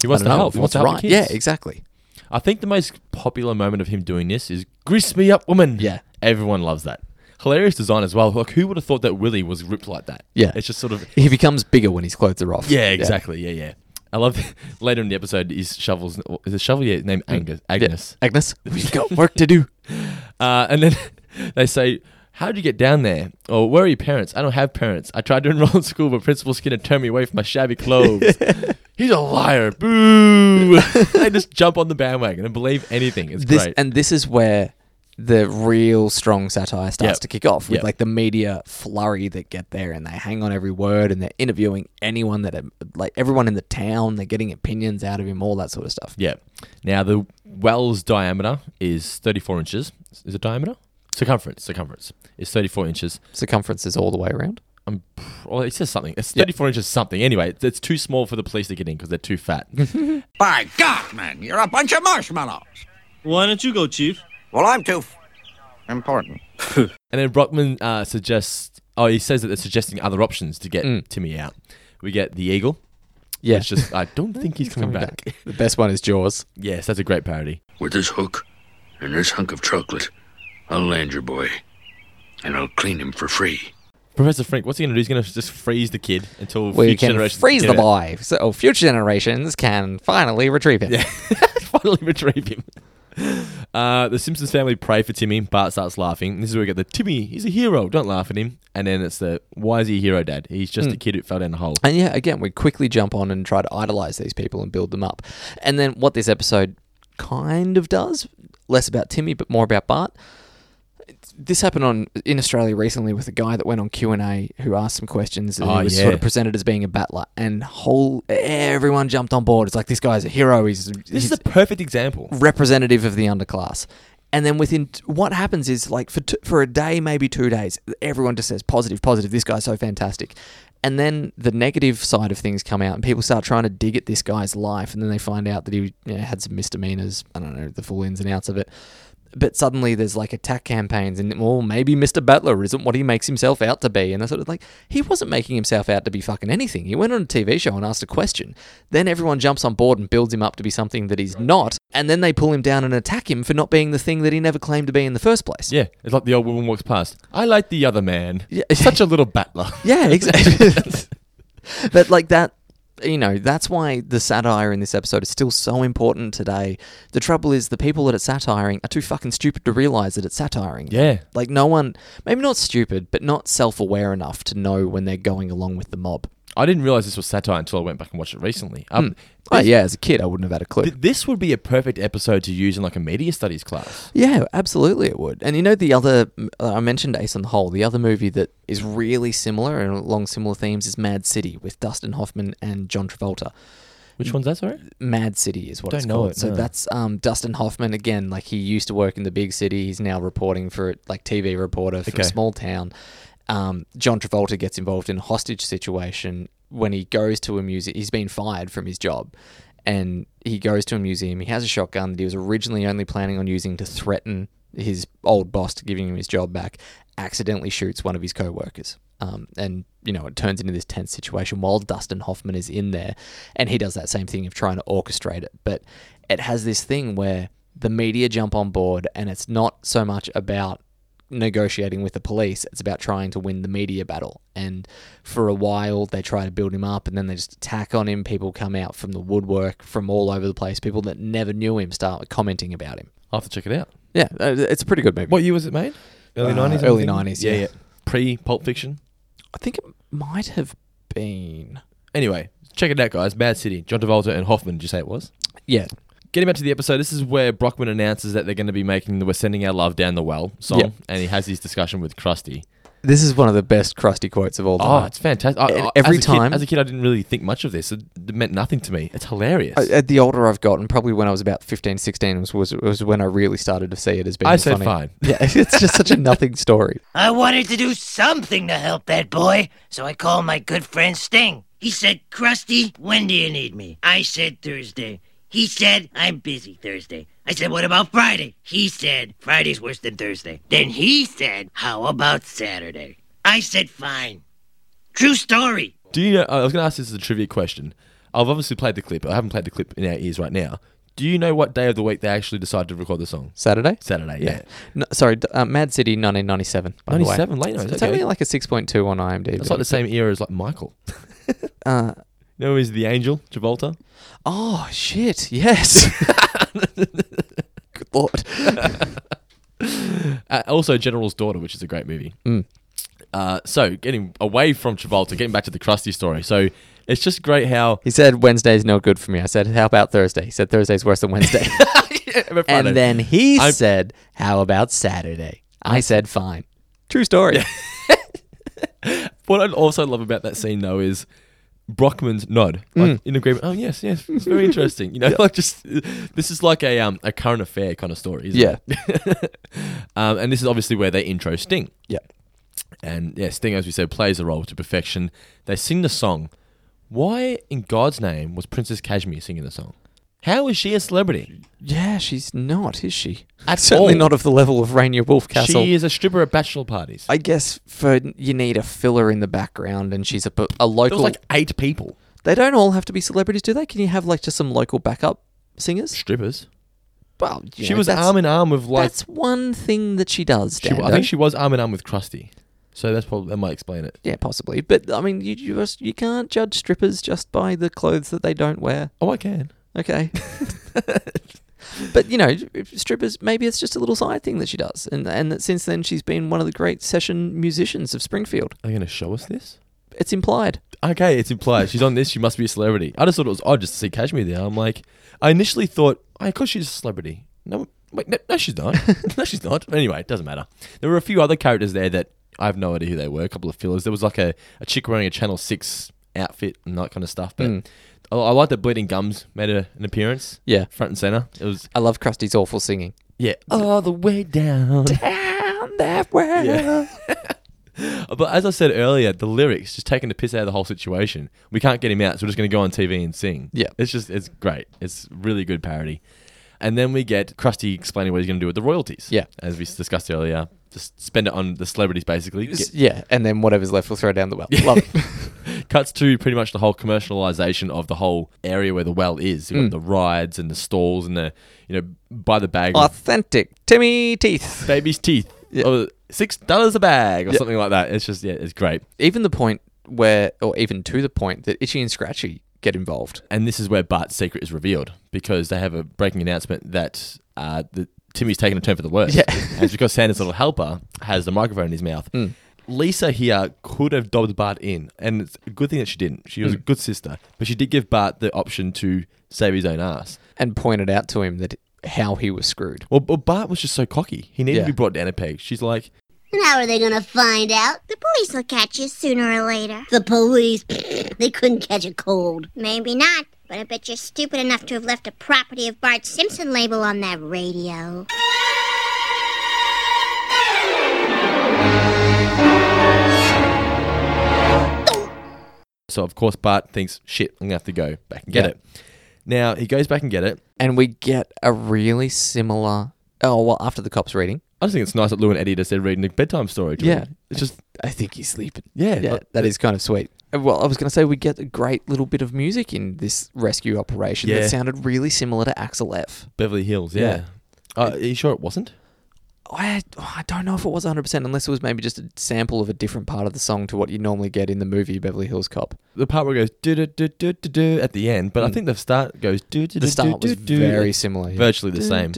Speaker 5: he wants
Speaker 6: I
Speaker 5: to
Speaker 6: don't know,
Speaker 5: help. He wants
Speaker 6: what's
Speaker 5: to help the
Speaker 6: right.
Speaker 5: kids.
Speaker 6: Yeah, exactly.
Speaker 5: I think the most popular moment of him doing this is "Grease me up, woman."
Speaker 6: Yeah.
Speaker 5: everyone loves that. Hilarious design as well. Like, who would have thought that Willy was ripped like that?
Speaker 6: *laughs* Yeah.
Speaker 5: it's just sort of
Speaker 6: He becomes bigger when his clothes are off.
Speaker 5: yeah, exactly. Yeah, yeah. I love *laughs* later in the episode is shovels is a shovel yeah named Angus Agnes, *laughs*
Speaker 6: Agnes, we've got work to do.
Speaker 5: uh, and then *laughs* they say. How did you get down there? Or where are your parents? I don't have parents. I tried to *laughs* enroll in school, but Principal Skinner turned me away from my shabby
Speaker 6: *laughs*
Speaker 5: clothes. He's a liar. Boo! they just jump on the bandwagon and believe anything. It's
Speaker 6: this
Speaker 5: great.
Speaker 6: and this is where the real strong satire starts
Speaker 5: Yep.
Speaker 6: to kick off with
Speaker 5: Yep.
Speaker 6: like the media flurry that get there and they hang on every word and they're interviewing anyone that like everyone in the town they're getting opinions out of him all that sort of stuff
Speaker 5: Yeah. Now the well's diameter is 34 inches. Is it diameter? Circumference. Circumference is 34 inches.
Speaker 6: circumference is all the way around
Speaker 5: I'm. pr- Well, it says something. It's 34 inches something. Anyway, it's- it's too small for the police to get in because they're too
Speaker 6: *laughs*
Speaker 5: fat.
Speaker 9: By God, man, you're a bunch of marshmallows.
Speaker 10: Why don't you go, Chief?
Speaker 9: Well, I'm too f- important.
Speaker 5: And then Brockman uh, suggests. Oh, he says that they're suggesting other options to get Timmy out. We get the eagle.
Speaker 6: Mm. yeah
Speaker 5: It's
Speaker 6: *laughs*
Speaker 5: just I don't think he's coming, back. *laughs*
Speaker 6: the best one is jaws
Speaker 5: yes, that's a great parody.
Speaker 11: With this hook and this hunk of chocolate, I'll land your boy. And I'll clean him for free.
Speaker 5: Professor Frink, what's he gonna do? He's gonna just freeze the kid until
Speaker 6: we
Speaker 5: future
Speaker 6: can
Speaker 5: generations
Speaker 6: freeze
Speaker 5: get
Speaker 6: the
Speaker 5: out.
Speaker 6: boy so future generations can finally retrieve him
Speaker 5: *laughs* finally retrieve him. Uh, the Simpsons family pray for Timmy. Bart starts laughing. This is where we get the Timmy. He's a hero. Don't laugh at him. And then it's the why is he a hero, Dad? He's just a kid who fell down a hole.
Speaker 6: Hmm. And yeah, again, we quickly jump on and try to idolize these people and build them up. And then what this episode kind of does, less about Timmy but more about Bart. This happened on in Australia recently with a guy that went on Q and A who asked some questions and
Speaker 5: Oh,
Speaker 6: he was
Speaker 5: yeah.
Speaker 6: sort of presented as being a battler, and whole everyone jumped on board. It's like this guy's a hero. He's
Speaker 5: This
Speaker 6: he's
Speaker 5: is a perfect example.
Speaker 6: representative of the underclass. And then within what happens is like for t- for a day, maybe two days, everyone just says positive, positive. This guy's so fantastic. And then the negative side of things come out, and people start trying to dig at this guy's life, and then they find out that he you know, had some misdemeanors. I don't know the full ins and outs of it. but suddenly there's like attack campaigns and well maybe Mr. Butler isn't what he makes himself out to be and I sort of like he wasn't making himself out to be fucking anything. He went on a TV show and asked a question. Then everyone jumps on board and builds him up to be something that he's not and then they pull him down and attack him for not being the thing that he never claimed to be in the first place.
Speaker 5: Yeah, it's like the old woman walks past. I like the other man. Yeah. Such a little battler.
Speaker 6: *laughs* Yeah, exactly. *laughs* but like that, you know, that's why the satire in this episode is still so important today. The trouble is the people that it's satiring are too fucking stupid to realize that it's satiring.
Speaker 5: Yeah.
Speaker 6: Like no one, maybe not stupid, but not self-aware enough to know when they're going along with the mob.
Speaker 5: I didn't realize this was satire until I went back and watched it recently. Um,
Speaker 6: Mm. Oh, yeah, as a kid, I wouldn't have had a clue.
Speaker 5: th- this would be a perfect episode to use in like a media studies class.
Speaker 6: Yeah, absolutely, it would. And you know, the other uh, I mentioned Ace on the Hole. The other movie that is really similar and along similar themes is Mad City with Dustin Hoffman and John Travolta.
Speaker 5: Which one's that? Sorry.
Speaker 6: Mad City is what
Speaker 5: Don't
Speaker 6: it's
Speaker 5: know
Speaker 6: called.
Speaker 5: it,
Speaker 6: so
Speaker 5: no.
Speaker 6: that's um, Dustin Hoffman again. Like he used to work in the big city. He's now reporting for like TV reporter for
Speaker 5: Okay.
Speaker 6: a small town. Um, John Travolta gets involved in a hostage situation when he goes to a museum. He's been fired from his job, and he goes to a museum. He has a shotgun that he was originally only planning on using to threaten his old boss to giving him his job back. Accidentally shoots one of his co-workers. Um, and you know it turns into this tense situation while Dustin Hoffman is in there, and he does that same thing of trying to orchestrate it. But it has this thing where the media jump on board, and it's not so much about negotiating with the police; it's about trying to win the media battle. And for a while, they try to build him up, and then they just attack on him. People come out from the woodwork from all over the place. People that never knew him start commenting about him.
Speaker 5: I'll have to check it out.
Speaker 6: Yeah, uh, it's a pretty good movie.
Speaker 5: What year was it made? Early
Speaker 6: Uh,
Speaker 5: nineties.
Speaker 6: early 90s, yeah.
Speaker 5: Pre Pulp Fiction.
Speaker 6: I think it might have been.
Speaker 5: Anyway, check it out, guys. Bad City. John Travolta and Hoffman. Did you say it was?
Speaker 6: Yeah,
Speaker 5: Getting back to the episode, this is where Brockman announces that they're going to be making the "We're Sending Our Love Down the Well" song,
Speaker 6: Yeah.
Speaker 5: and he has his discussion with Krusty.
Speaker 6: this is one of the best crusty quotes of all
Speaker 5: Oh,
Speaker 6: time.
Speaker 5: it's fantastic! I-
Speaker 6: And
Speaker 5: I-
Speaker 6: every
Speaker 5: as a kid-
Speaker 6: time-
Speaker 5: as a kid, I didn't really think much of this. It, it meant nothing to me. It's hilarious.
Speaker 6: I- at the older I've gotten, probably when I was about 15, 16, was, was, was when I really started to see it as being
Speaker 5: I said
Speaker 6: funny.
Speaker 5: fine.
Speaker 6: *laughs* Yeah, it's just such a nothing story.
Speaker 12: I wanted to do something to help that boy, so I called my good friend Sting. He said, Krusty, when do you need me? I said, Thursday. He said, I'm busy Thursday. I said, what about Friday? He said, Friday's worse than Thursday. Then he said, how about Saturday? I said, fine. True story.
Speaker 5: Do you know? I was going to ask this as a trivia question. I've obviously played the clip. but I haven't played the clip in our ears right now. Do you know what day of the week they actually decided to record the song?
Speaker 6: Saturday?
Speaker 5: Saturday. Yeah.
Speaker 6: No, sorry, d- uh, Mad City 1997, by the way.
Speaker 5: 97, late night,
Speaker 6: It's
Speaker 5: okay.
Speaker 6: only like a 6.2 on IMDb.
Speaker 5: It's like the same era as like Michael. *laughs*
Speaker 6: Uh,
Speaker 5: You know, he's the angel Travolta.
Speaker 6: oh, shit, yes. *laughs* good lord.
Speaker 5: Uh, also, General's Daughter, which is a great movie.
Speaker 6: Mm.
Speaker 5: Uh, so, getting away from Travolta, getting back to the Krusty story. So, it's just great how.
Speaker 6: He said, Wednesday's no good for me. I said, how about Thursday? He said, Thursday's worse
Speaker 5: *laughs*
Speaker 6: than Wednesday. *laughs* and then he
Speaker 5: I'm-
Speaker 6: said, how about Saturday? I said, fine. True story.
Speaker 5: What I also love about that scene though is Brockman's nod,
Speaker 6: Mm.
Speaker 5: like in agreement. Oh yes, yes, it's very interesting. You
Speaker 6: *laughs*
Speaker 5: know, *laughs* like just this is like a um a current affair kind of story. Isn't *laughs*
Speaker 6: Yeah.
Speaker 5: It? um, and this is obviously where they intro Sting,
Speaker 6: yeah.
Speaker 5: and yeah, Sting, as we said, plays the role to perfection. They sing the song. Why in God's name was Princess Kashmir singing the song? How is she a celebrity?
Speaker 6: Yeah, she's not, is she?
Speaker 5: At
Speaker 6: Certainly
Speaker 5: all.
Speaker 6: not of the level of Rainier Wolfcastle.
Speaker 5: She is a stripper at bachelor parties.
Speaker 6: I guess for you need a filler in the background, and she's a, po- a
Speaker 5: There
Speaker 6: local.
Speaker 5: was like eight people
Speaker 6: they don't all have to be celebrities, do they? Can you have like just some local backup singers?
Speaker 5: strippers.
Speaker 6: Well, you
Speaker 5: She
Speaker 6: know,
Speaker 5: was
Speaker 6: that's,
Speaker 5: arm in arm with like
Speaker 6: that's one thing that she does.
Speaker 5: She, wa-
Speaker 6: Dando.
Speaker 5: I think she was arm in arm with Krusty, so that's probably that might explain it.
Speaker 6: Yeah, possibly. But I mean, you you, just, you can't judge strippers just by the clothes that they don't wear.
Speaker 5: Oh, I can.
Speaker 6: *laughs* Okay. but you know, strippers. Maybe it's just a little side thing that she does, and and that since then she's been one of the great session musicians of Springfield.
Speaker 5: Are you going to show us this?
Speaker 6: It's implied.
Speaker 5: Okay, it's implied she's on this. She must be a celebrity. I just thought it was odd just to see Kashmir there. I'm like, I initially thought, oh, of course she's a celebrity. No, wait, no, no she's *laughs* not. no, she's not. Anyway, it doesn't matter. There were a few other characters there that I have no idea who they were. A couple of fillers. There was like a, a chick wearing a Channel Six outfit and that kind of stuff. But
Speaker 6: Mm.
Speaker 5: I, I like that Bleeding Gums made a, an appearance.
Speaker 6: Yeah.
Speaker 5: front and center. It was
Speaker 6: I love Krusty's awful singing.
Speaker 5: yeah, all Oh, the way down.
Speaker 6: Down that way.
Speaker 5: Yeah. But as I said earlier, the lyrics just taking the piss out of the whole situation. We can't get him out, so we're just going to go on TV and sing.
Speaker 6: Yeah.
Speaker 5: it's just it's great. It's really good parody. And then we get Krusty explaining what he's going to do with the royalties. Yeah. As we s- discussed earlier, just spend it on the celebrities basically. Get-
Speaker 6: yeah, and then whatever's left, we'll throw down the well. Love *laughs* it.
Speaker 5: Cuts to pretty much the whole commercialization of the whole area where the well is. You've got
Speaker 6: Mm.
Speaker 5: the rides and the stalls and the, you know, by the
Speaker 6: Oh,
Speaker 5: bag. of
Speaker 6: Authentic Timmy teeth.
Speaker 5: Baby's teeth. Oh, Six dollars a bag or
Speaker 6: Yeah.
Speaker 5: something like that. It's just, yeah, it's great.
Speaker 6: Even the point where, or even to the point that Itchy and Scratchy get involved.
Speaker 5: And this is where Bart's secret is revealed because they have a breaking announcement that uh, the, Timmy's taking a turn for the worse.
Speaker 6: Yeah.
Speaker 5: *laughs* and it's because Santa's little helper has the microphone in his mouth.
Speaker 6: Mm.
Speaker 5: Lisa here could have dobbed Bart in, and it's a good thing that she didn't. She was a
Speaker 6: Mm.
Speaker 5: good sister, but she did give Bart the option to save his own ass.
Speaker 6: And pointed out to him that how he was screwed.
Speaker 5: Well, well Bart was just so cocky. He needed
Speaker 6: Yeah.
Speaker 5: to be brought down a peg. She's like,
Speaker 2: And how are they gonna find out? The police will catch you sooner or later. The police? *laughs* they couldn't catch a cold. Maybe not, but I bet you're stupid enough to have left a property of Bart Simpson label on that radio.
Speaker 5: so of course Bart thinks, shit, I'm gonna have to go back and get
Speaker 6: Yeah.
Speaker 5: it. Now he goes back and get it.
Speaker 6: And we get a really similar. Oh, well, after the cops reading.
Speaker 5: I just think it's nice that Lou and Eddie just said reading a bedtime story. To
Speaker 6: Yeah.
Speaker 5: him. it's just
Speaker 6: I think he's sleeping.
Speaker 5: Yeah,
Speaker 6: Yeah,
Speaker 5: like-
Speaker 6: that is kind of sweet. Uh, Well, I was going to say we get a great little bit of music in this rescue operation
Speaker 5: Yeah.
Speaker 6: that sounded really similar to Axel F.
Speaker 5: Beverly Hills. Yeah,
Speaker 6: Yeah.
Speaker 5: Uh, are you sure it wasn't?
Speaker 6: I, I don't know if it was 100% unless it was maybe just a sample of a different part of the song to what you normally get in the movie Beverly Hills Cop.
Speaker 5: The part where it goes do do do do do do at the end, but I
Speaker 6: Mm.
Speaker 5: think the start goes do do
Speaker 6: The
Speaker 5: do
Speaker 6: start was
Speaker 5: do do.
Speaker 6: very similar. yeah.
Speaker 5: virtually the same.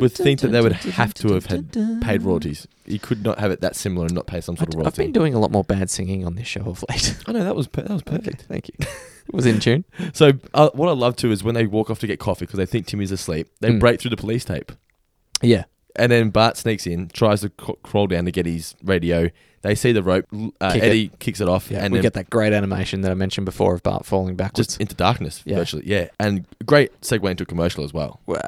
Speaker 5: Would think that they would have to have had paid royalties. You could not have it that similar and not pay some sort of royalty.
Speaker 6: I've been doing a lot more bad singing on this show of late.
Speaker 5: I know that was per- that was perfect.
Speaker 6: *laughs* Thank you. was in tune.
Speaker 5: So uh, what I love too is when they walk off to get coffee because they think Timmy's asleep. They
Speaker 6: Mm.
Speaker 5: break through the police tape,
Speaker 6: Yeah.
Speaker 5: and then Bart sneaks in, tries to c- crawl down to get his radio. They see the rope. l- Uh,
Speaker 6: Kick it.
Speaker 5: Eddie kicks it off,
Speaker 6: Yeah,
Speaker 5: and
Speaker 6: we
Speaker 5: then
Speaker 6: get that great animation that I mentioned before of Bart falling backwards.
Speaker 5: just into darkness
Speaker 6: Yeah.
Speaker 5: virtually. Yeah, and great segue into a commercial as well.
Speaker 6: Well,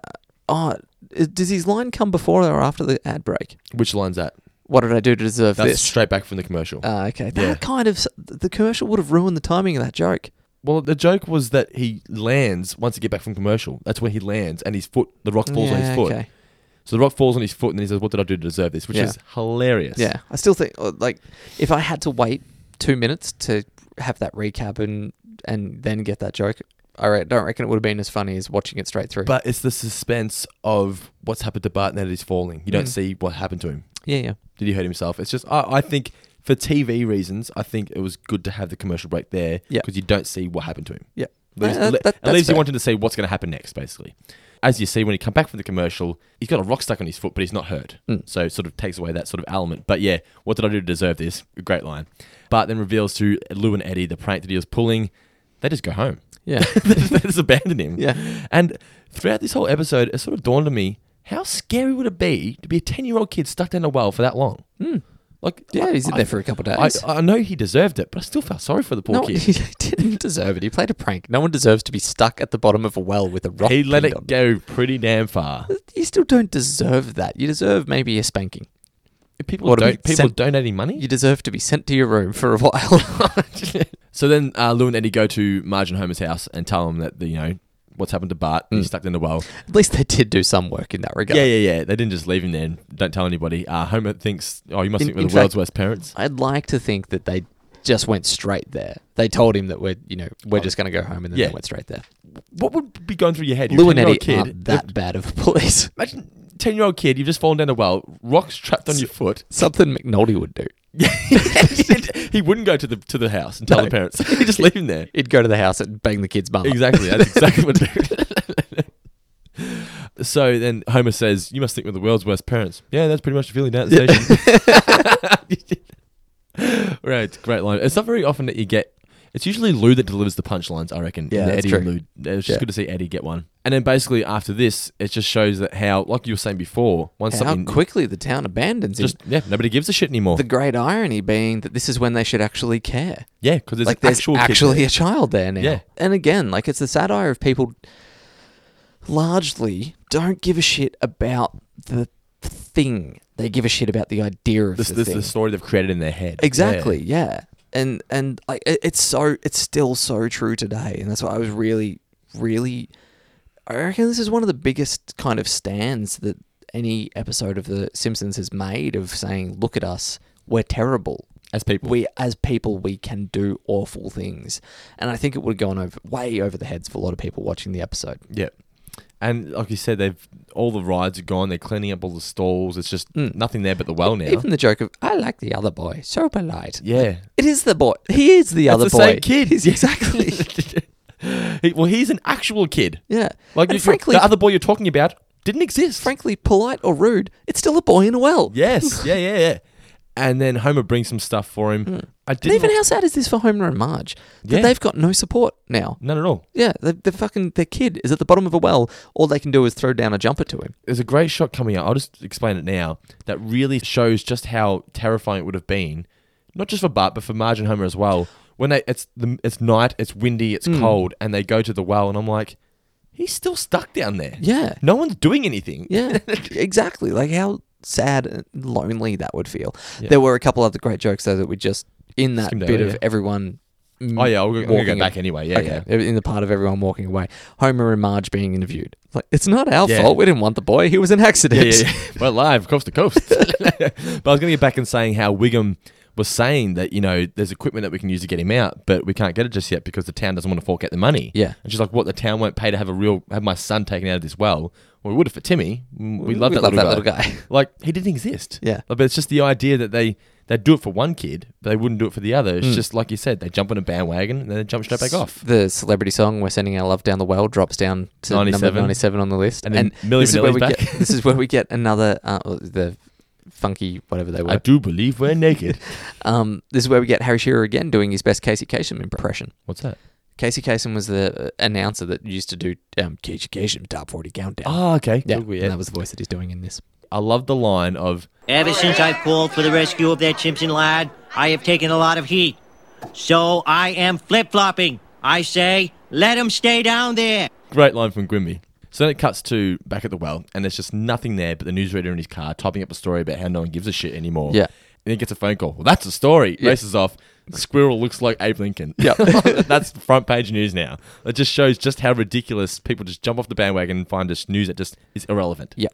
Speaker 6: oh, is- does his line come before or after the ad break?
Speaker 5: Which line's that?
Speaker 6: What did I do to deserve
Speaker 5: That's
Speaker 6: this?
Speaker 5: straight back from the commercial.
Speaker 6: Ah, okay. That
Speaker 5: Yeah.
Speaker 6: kind of s- the commercial would have ruined the timing of that joke.
Speaker 5: well, the joke was that he lands once he get back from commercial. That's where he lands, and his foot, the rock falls on his
Speaker 6: Yeah,
Speaker 5: foot.
Speaker 6: okay.
Speaker 5: So the rock falls on his foot, and then he says, "What did I do to deserve this?" Which
Speaker 6: Yeah.
Speaker 5: is hilarious.
Speaker 6: Yeah, I still think uh, like if I had to wait two minutes to have that recap and and then get that joke, I re- don't reckon it would have been as funny as watching it straight through.
Speaker 5: But it's the suspense of what's happened to Bart now that he's falling. You don't
Speaker 6: Mm.
Speaker 5: see what happened to him.
Speaker 6: yeah, yeah,
Speaker 5: Did he hurt himself? It's just, I, I think for TV reasons, I think it was good to have the commercial break there
Speaker 6: Yeah.
Speaker 5: because you don't see what happened to him.
Speaker 6: yeah.
Speaker 5: Leaves,
Speaker 6: Yeah, that-
Speaker 5: le-
Speaker 6: that-
Speaker 5: it
Speaker 6: that's
Speaker 5: leaves you
Speaker 6: fair.
Speaker 5: wanting to see what's going to happen next, basically. As you see, when he come back from the commercial, he's got a rock stuck on his foot, but he's not hurt.
Speaker 6: Mm.
Speaker 5: So it sort of takes away that sort of element. But yeah, what did I do to deserve this? Great line. Bart then reveals to Lou and Eddie the prank that he was pulling. They just go home.
Speaker 6: Yeah.
Speaker 5: *laughs* they they just abandon him.
Speaker 6: Yeah.
Speaker 5: And throughout this whole episode, it sort of dawned on me how scary would it be to be a 10 year old kid stuck down a well for that long? Like,
Speaker 6: Yeah, he's in there for a couple of days.
Speaker 5: I, I know he deserved it, but I still felt sorry for the poor
Speaker 6: No,
Speaker 5: kid.
Speaker 6: *laughs* he didn't deserve it. He played a prank. No one deserves to be stuck at the bottom of a well with a
Speaker 5: *laughs*
Speaker 6: rock.
Speaker 5: He let
Speaker 6: pinned on
Speaker 5: it go pretty damn far.
Speaker 6: them. You still don't deserve that. You deserve maybe a spanking.
Speaker 5: If *laughs* people
Speaker 6: What, to be
Speaker 5: don't people
Speaker 6: sent-
Speaker 5: donating money.
Speaker 6: You deserve to be sent to your room for a while. *laughs*
Speaker 5: so then uh, Lou and Eddie go to Marge and Homer's house and tell them that the, you know what's happened to Bart. He's stuck in the well.
Speaker 6: At least they did do some work in that regard.
Speaker 5: Hmm. Yeah, yeah, yeah. They didn't just leave him there. and Don't tell anybody. Uh, Homer thinks, oh, you must
Speaker 6: In-
Speaker 5: think we're
Speaker 6: in
Speaker 5: the world's
Speaker 6: fact-
Speaker 5: worst parents.
Speaker 6: I'd like to think that they just went straight there. They told him that we're, you know, we're just going to go home, and then
Speaker 5: Yeah.
Speaker 6: they went straight there.
Speaker 5: What would be going through your head? You're
Speaker 6: Lou
Speaker 5: a
Speaker 6: and
Speaker 5: 10-year-old
Speaker 6: Eddie
Speaker 5: kid.
Speaker 6: aren't that bad
Speaker 5: *laughs*
Speaker 6: of police.
Speaker 5: Imagine ten year old kid. You've just fallen down a well. Rocks trapped on your foot.
Speaker 6: Something McNulty would do.
Speaker 5: he wouldn't go to the to the house and tell the parents. *laughs* He'd just leave him there.
Speaker 6: *laughs* He'd go to the house and bang the kid's mum. up.
Speaker 5: Exactly. That's exactly
Speaker 6: *laughs*
Speaker 5: what it is. *laughs* so then Homer says, You must think we're the world's worst parents. Yeah, that's pretty much the feeling down at the station. *laughs* right, it's a great line. It's not very often that you get. It's usually Lou that delivers the punchlines, I reckon.
Speaker 6: Yeah,
Speaker 5: in the
Speaker 6: that's
Speaker 5: Eddie
Speaker 6: true.
Speaker 5: and Lou. It's just
Speaker 6: Yeah.
Speaker 5: good to see Eddie get one. And then basically after this, it just shows that how, like you were saying before, once
Speaker 6: How
Speaker 5: something
Speaker 6: quickly the town abandons him.
Speaker 5: just yeah, nobody gives a shit anymore.
Speaker 6: The
Speaker 5: Yeah, 'cause
Speaker 6: great irony being that this is when they should actually care.
Speaker 5: yeah, because there's
Speaker 6: like
Speaker 5: an
Speaker 6: there's
Speaker 5: actual kid
Speaker 6: actually
Speaker 5: there.
Speaker 6: a child there now.
Speaker 5: Yeah.
Speaker 6: And again, like it's the satire of people largely don't give a shit about the thing. They give a shit about the idea of
Speaker 5: this,
Speaker 6: the
Speaker 5: this is
Speaker 6: thing.
Speaker 5: the story they've created in their head. Yeah.
Speaker 6: exactly, yeah. And and like it- it's so it's still so true today, and that's why I was really really. I reckon this is one of the biggest kind of stands that any episode of The Simpsons has made of saying, "Look at us, we're terrible."
Speaker 5: As people,
Speaker 6: we as people we can do awful things, and I think it would have gone over way over the heads of a lot of people watching the episode.
Speaker 5: Yeah, and like you said, they've all the rides are gone. They're cleaning up all the stalls. It's just nothing there but the well now.
Speaker 6: Hmm. E-, Even the joke of "I like the other boy, so polite."
Speaker 5: Yeah,
Speaker 6: It is the boy. He is the
Speaker 5: It's
Speaker 6: other
Speaker 5: the
Speaker 6: boy.
Speaker 5: same kid.
Speaker 6: He's exactly.
Speaker 5: *laughs* He- well, he's an actual kid.
Speaker 6: Yeah.
Speaker 5: Like
Speaker 6: And
Speaker 5: you-
Speaker 6: frankly-
Speaker 5: the other boy you're talking about didn't exist.
Speaker 6: Frankly, polite or rude, it's still a boy in a well. *laughs*
Speaker 5: Yes. Yeah. Yeah. Yeah. And then Homer brings some stuff for him. I
Speaker 6: Hmm. And
Speaker 5: didn't
Speaker 6: even how sad is this for Homer and Marge? That
Speaker 5: Yeah.
Speaker 6: they've got no support now.
Speaker 5: None at all.
Speaker 6: Yeah, the, the fucking their kid is at the bottom of a well. All they can do is throw down a jumper to him.
Speaker 5: There's a great shot coming up. I'll just explain it now. That really shows just how terrifying it would have been, not just for Bart, but for Marge and Homer as well. When they, it's the, it's night, it's windy, it's
Speaker 6: Mm.
Speaker 5: cold, and they go to the well, and I'm like, he's still stuck down there.
Speaker 6: Yeah.
Speaker 5: No one's doing anything. *laughs*
Speaker 6: Yeah, exactly. Like how sad and lonely that would feel.
Speaker 5: Yeah.
Speaker 6: There were a couple other great jokes though that we just in that
Speaker 5: Skimmed
Speaker 6: bit
Speaker 5: over,
Speaker 6: of
Speaker 5: yeah.
Speaker 6: everyone. mm,
Speaker 5: Oh, yeah, I'll go- I'm gonna go
Speaker 6: walking
Speaker 5: back
Speaker 6: a-
Speaker 5: anyway. Yeah,
Speaker 6: okay, In the part of everyone walking away, Homer and Marge being interviewed. Like it's not our
Speaker 5: Yeah.
Speaker 6: fault. We didn't want the boy. He was an accident. *laughs*
Speaker 5: Yeah, yeah, *laughs* yeah. We're live, coast to coast. but I was going to get back and saying how Wiggum was saying that, you know, there's equipment that we can use to get him out, but we can't get it just yet because the town doesn't want to fork out the money.
Speaker 6: Yeah.
Speaker 5: And she's like, what? The town won't pay to have a real, have my son taken out of this well. Well, we would have for Timmy. Mm, We
Speaker 6: We
Speaker 5: love that,
Speaker 6: love
Speaker 5: little,
Speaker 6: that
Speaker 5: guy.
Speaker 6: little guy.
Speaker 5: like, he didn't exist.
Speaker 6: Yeah.
Speaker 5: But it's just the idea that they, they'd do it for one kid, but they wouldn't do it for the other. It's
Speaker 6: Mm.
Speaker 5: just like you said, they jump on a bandwagon and then they jump straight back off.
Speaker 6: *laughs* The celebrity song "We're Sending Our Love Down the Well" drops down to number
Speaker 5: 97.
Speaker 6: ninety-seven on the list,
Speaker 5: And then Milli
Speaker 6: this is where
Speaker 5: Vanilli's
Speaker 6: we
Speaker 5: back.
Speaker 6: get this is where we get another uh, the funky whatever they were.
Speaker 5: I do believe we're naked.
Speaker 6: Um, this is where we get Harry Shearer again doing his best Casey Kasem impression.
Speaker 5: What's that?
Speaker 6: Casey Kasem was the uh, announcer that used to do um, Casey Kasem Top 40 Countdown.
Speaker 5: Oh, okay.
Speaker 6: Ah, Yeah,
Speaker 5: Cool, yeah.
Speaker 6: and that was the voice that he's doing in this.
Speaker 5: I love the line of,
Speaker 12: Ever since I've called for the rescue of that Simpson lad, I have taken a lot of heat. So I am flip flopping. I say, let him stay down there.
Speaker 5: Great line from Grimby. So then it cuts to back at the well, and there's just nothing there but the newsreader in his car typing up a story about how no one gives a shit anymore.
Speaker 6: Yeah.
Speaker 5: And he gets a phone call. Well, that's a story. Races off. Squirrel looks like Abe Lincoln. Yeah. *laughs* that's front page news now. It just shows just how ridiculous people just jump off the bandwagon and find this news that just is irrelevant.
Speaker 6: Yeah.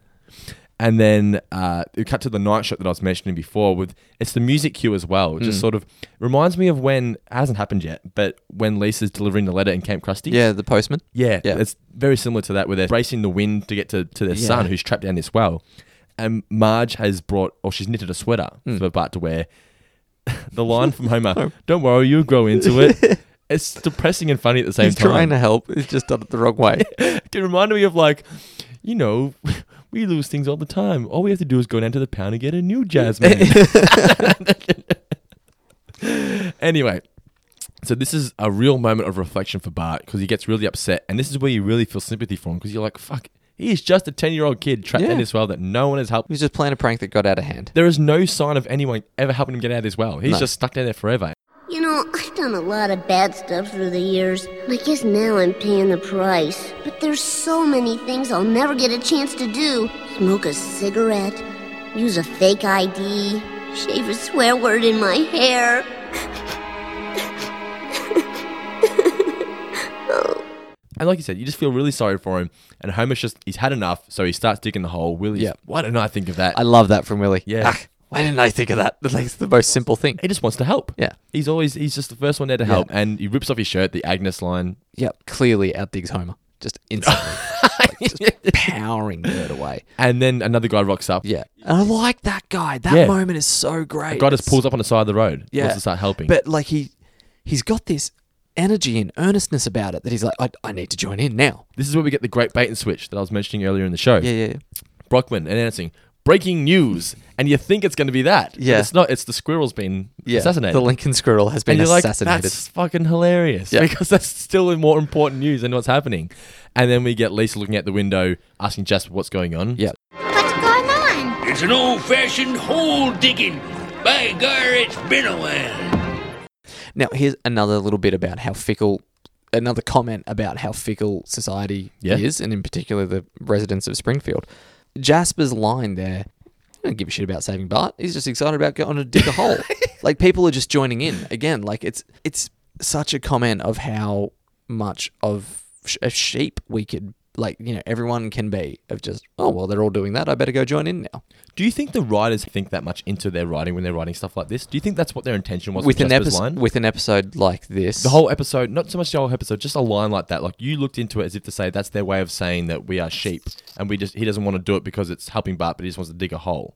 Speaker 5: And then uh, it cut to the night shot that I was mentioning before with it's the music cue as well. It just
Speaker 6: Mm.
Speaker 5: sort of reminds me of when it hasn't happened yet, but when Lisa's delivering the letter in Camp Krusty.
Speaker 6: Yeah, the postman.
Speaker 5: Yeah,
Speaker 6: Yeah.
Speaker 5: it's very similar to that where they're racing the wind to get to, to their
Speaker 6: Yeah.
Speaker 5: son who's trapped down this well. And Marge has brought, or she's knitted a sweater
Speaker 6: Hmm.
Speaker 5: for Bart to wear. *laughs* the line from
Speaker 6: *laughs* Oh.
Speaker 5: Homer, don't worry, you'll grow into it. it's depressing and funny at the same
Speaker 6: He's
Speaker 5: time.
Speaker 6: trying to help. He's just done it the
Speaker 5: *laughs*
Speaker 6: wrong way.
Speaker 5: it reminded me of like, you know, *laughs* we lose things all the time. All we have to do is go down to the pound and get a new Jasmine. *laughs* anyway, so this is a real moment of reflection for Bart because he gets really upset, and this is where you really feel sympathy for him because you're like, fuck, he is just a ten-year-old kid trapped
Speaker 6: Yeah.
Speaker 5: in this well that no one has helped.
Speaker 6: He's just playing a prank that got out of hand.
Speaker 5: There is no sign of anyone ever helping him get out of this well. He's
Speaker 6: No.
Speaker 5: just stuck down there forever.
Speaker 2: You know, I've done a lot of bad stuff through the years, and I guess now I'm paying the price. But there's so many things I'll never get a chance to do smoke a cigarette, use a fake ID, shave a swear word in my hair.
Speaker 5: And like you said, you just feel really sorry for him. And Homer's just, he's had enough, so he starts digging the hole. Willie's,
Speaker 6: Yeah.
Speaker 5: why didn't I think of that?
Speaker 6: I love that from Willie.
Speaker 5: Yeah.
Speaker 6: Ah, why didn't I think of that? Like, it's the most simple thing.
Speaker 5: he just wants to help.
Speaker 6: Yeah.
Speaker 5: He's always he's just the first one there to help, and he rips off his shirt, the Agnes line.
Speaker 6: Yep. Clearly outdigs Homer. Just instantly.
Speaker 5: *laughs*
Speaker 6: Like, just powering it away.
Speaker 5: And then another guy rocks up.
Speaker 6: Yeah. And I like that guy. That
Speaker 5: Yeah.
Speaker 6: moment is so great.
Speaker 5: A guy just
Speaker 6: It's-
Speaker 5: pulls up on the side of the road.
Speaker 6: Yeah.
Speaker 5: Wants to start helping.
Speaker 6: But like he, he's got this energy and earnestness about it that he's like, I, I need to join in now.
Speaker 5: this is where we get the great bait and switch that I was mentioning earlier in the show.
Speaker 6: Yeah, yeah, yeah.
Speaker 5: Brockman announcing breaking news, and you think it's going to be that. but
Speaker 6: Yeah.
Speaker 5: It's not. It's the squirrel's been assassinated.
Speaker 6: The Lincoln Squirrel has been
Speaker 5: and you're like,
Speaker 6: assassinated.
Speaker 5: that's fucking hilarious
Speaker 6: Yeah.
Speaker 5: because that's still more important news than what's happening. And then we get Lisa looking out the window, asking Jasper what's going on.
Speaker 6: Yeah.
Speaker 2: What's going on?
Speaker 8: It's an old-fashioned hole digging. By gar, it's been a while.
Speaker 6: now, here's another little bit about how fickle, another comment about how fickle society
Speaker 5: Yeah.
Speaker 6: is, and in particular the residents of Springfield. Jasper's line there, I don't give a shit about saving Bart. He's just excited about going to dig
Speaker 5: *laughs*
Speaker 6: a hole. like people are just joining in again. Like it's it's such a comment of how much of sh- a sheep we could like you know everyone can be of just oh well they're all doing that I better go join in now.
Speaker 5: Do you think the writers think that much into their writing when they're writing stuff like this? Do you think that's what their intention was
Speaker 6: With an,
Speaker 5: Jasper's
Speaker 6: episode,
Speaker 5: line?
Speaker 6: with an episode like this,
Speaker 5: The whole episode, not so much the whole episode, just a line like that. Like you looked into it as if to say that's their way of saying that we are sheep, and we just he doesn't want to do it because it's helping Bart, but he just wants to dig a hole.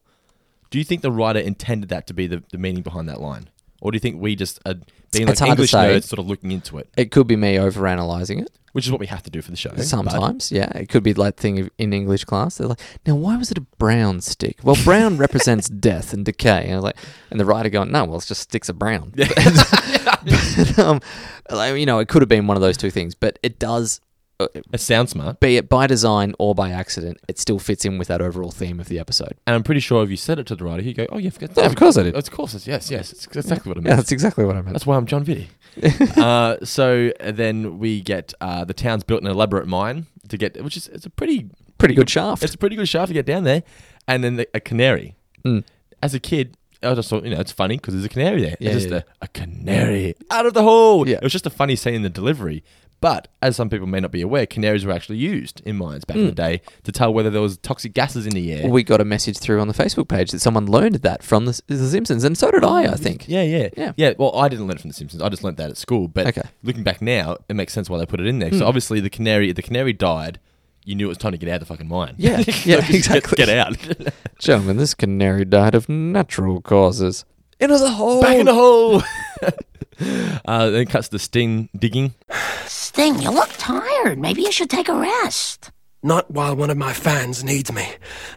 Speaker 5: Do you think the writer intended that to be the, the meaning behind that line, or do you think we just are being like
Speaker 6: It's hard to
Speaker 5: English
Speaker 6: say.
Speaker 5: nerds, sort of looking into it,
Speaker 6: it could be me overanalyzing it.
Speaker 5: which is what we have to do for the show but-
Speaker 6: Sometimes, yeah, it could be like thing of- in English class. They're like, now why was it a brown stick? Well, *laughs* brown represents death and decay, and I was like, and the writer going, no, well, it's just sticks of *laughs* brown. but, um, like, you know, it could have been one of those two things, but it does.
Speaker 5: It sounds smart,
Speaker 6: be it by design or by accident. It still fits in with that overall theme of the episode.
Speaker 5: And I'm pretty sure if you said it to the writer, he'd go, "Oh, yeah, forget that."
Speaker 6: Yeah, of course I did.
Speaker 5: Of course, it's- yes, yes, it's exactly what I meant.
Speaker 6: Yeah, that's exactly what I meant.
Speaker 5: That's why I'm John
Speaker 6: *laughs*
Speaker 5: Vitti. uh, so uh, then we get uh, the town's built an elaborate mine to get, which is it's a pretty
Speaker 6: pretty good shaft.
Speaker 5: It's a pretty good shaft to get down there, and then the, a canary.
Speaker 6: Hmm.
Speaker 5: As a kid, I just thought you know it's funny because there's a canary there. It's
Speaker 6: Yeah,
Speaker 5: just
Speaker 6: yeah.
Speaker 5: A, a canary out of the hole. Yeah. It was just a funny scene in the delivery. But as some people may not be aware, canaries were actually used in mines back in the
Speaker 6: Mm.
Speaker 5: day to tell whether there was toxic gases in the air.
Speaker 6: We got a message through on the Facebook page that someone learned that from the, the Simpsons, and so did I. I think.
Speaker 5: Yeah, yeah, yeah. well, I didn't learn it from The Simpsons. I just learned that at school. But
Speaker 6: Okay.
Speaker 5: looking back now, it makes sense why they put it in there. So
Speaker 6: Hmm.
Speaker 5: obviously, the canary, if the canary died. You knew it was time to get out of the fucking mine. *laughs*
Speaker 6: Yeah,
Speaker 5: So
Speaker 6: yeah,
Speaker 5: just get-
Speaker 6: exactly.
Speaker 5: Get,
Speaker 6: *laughs*
Speaker 5: out.
Speaker 6: Gentlemen, this canary died of natural causes. Into the hole.
Speaker 5: Back in the hole. *laughs* uh, then it cuts the sting digging.
Speaker 4: Sting, you look tired. Maybe you should take a rest.
Speaker 13: Not while one of my fans needs me.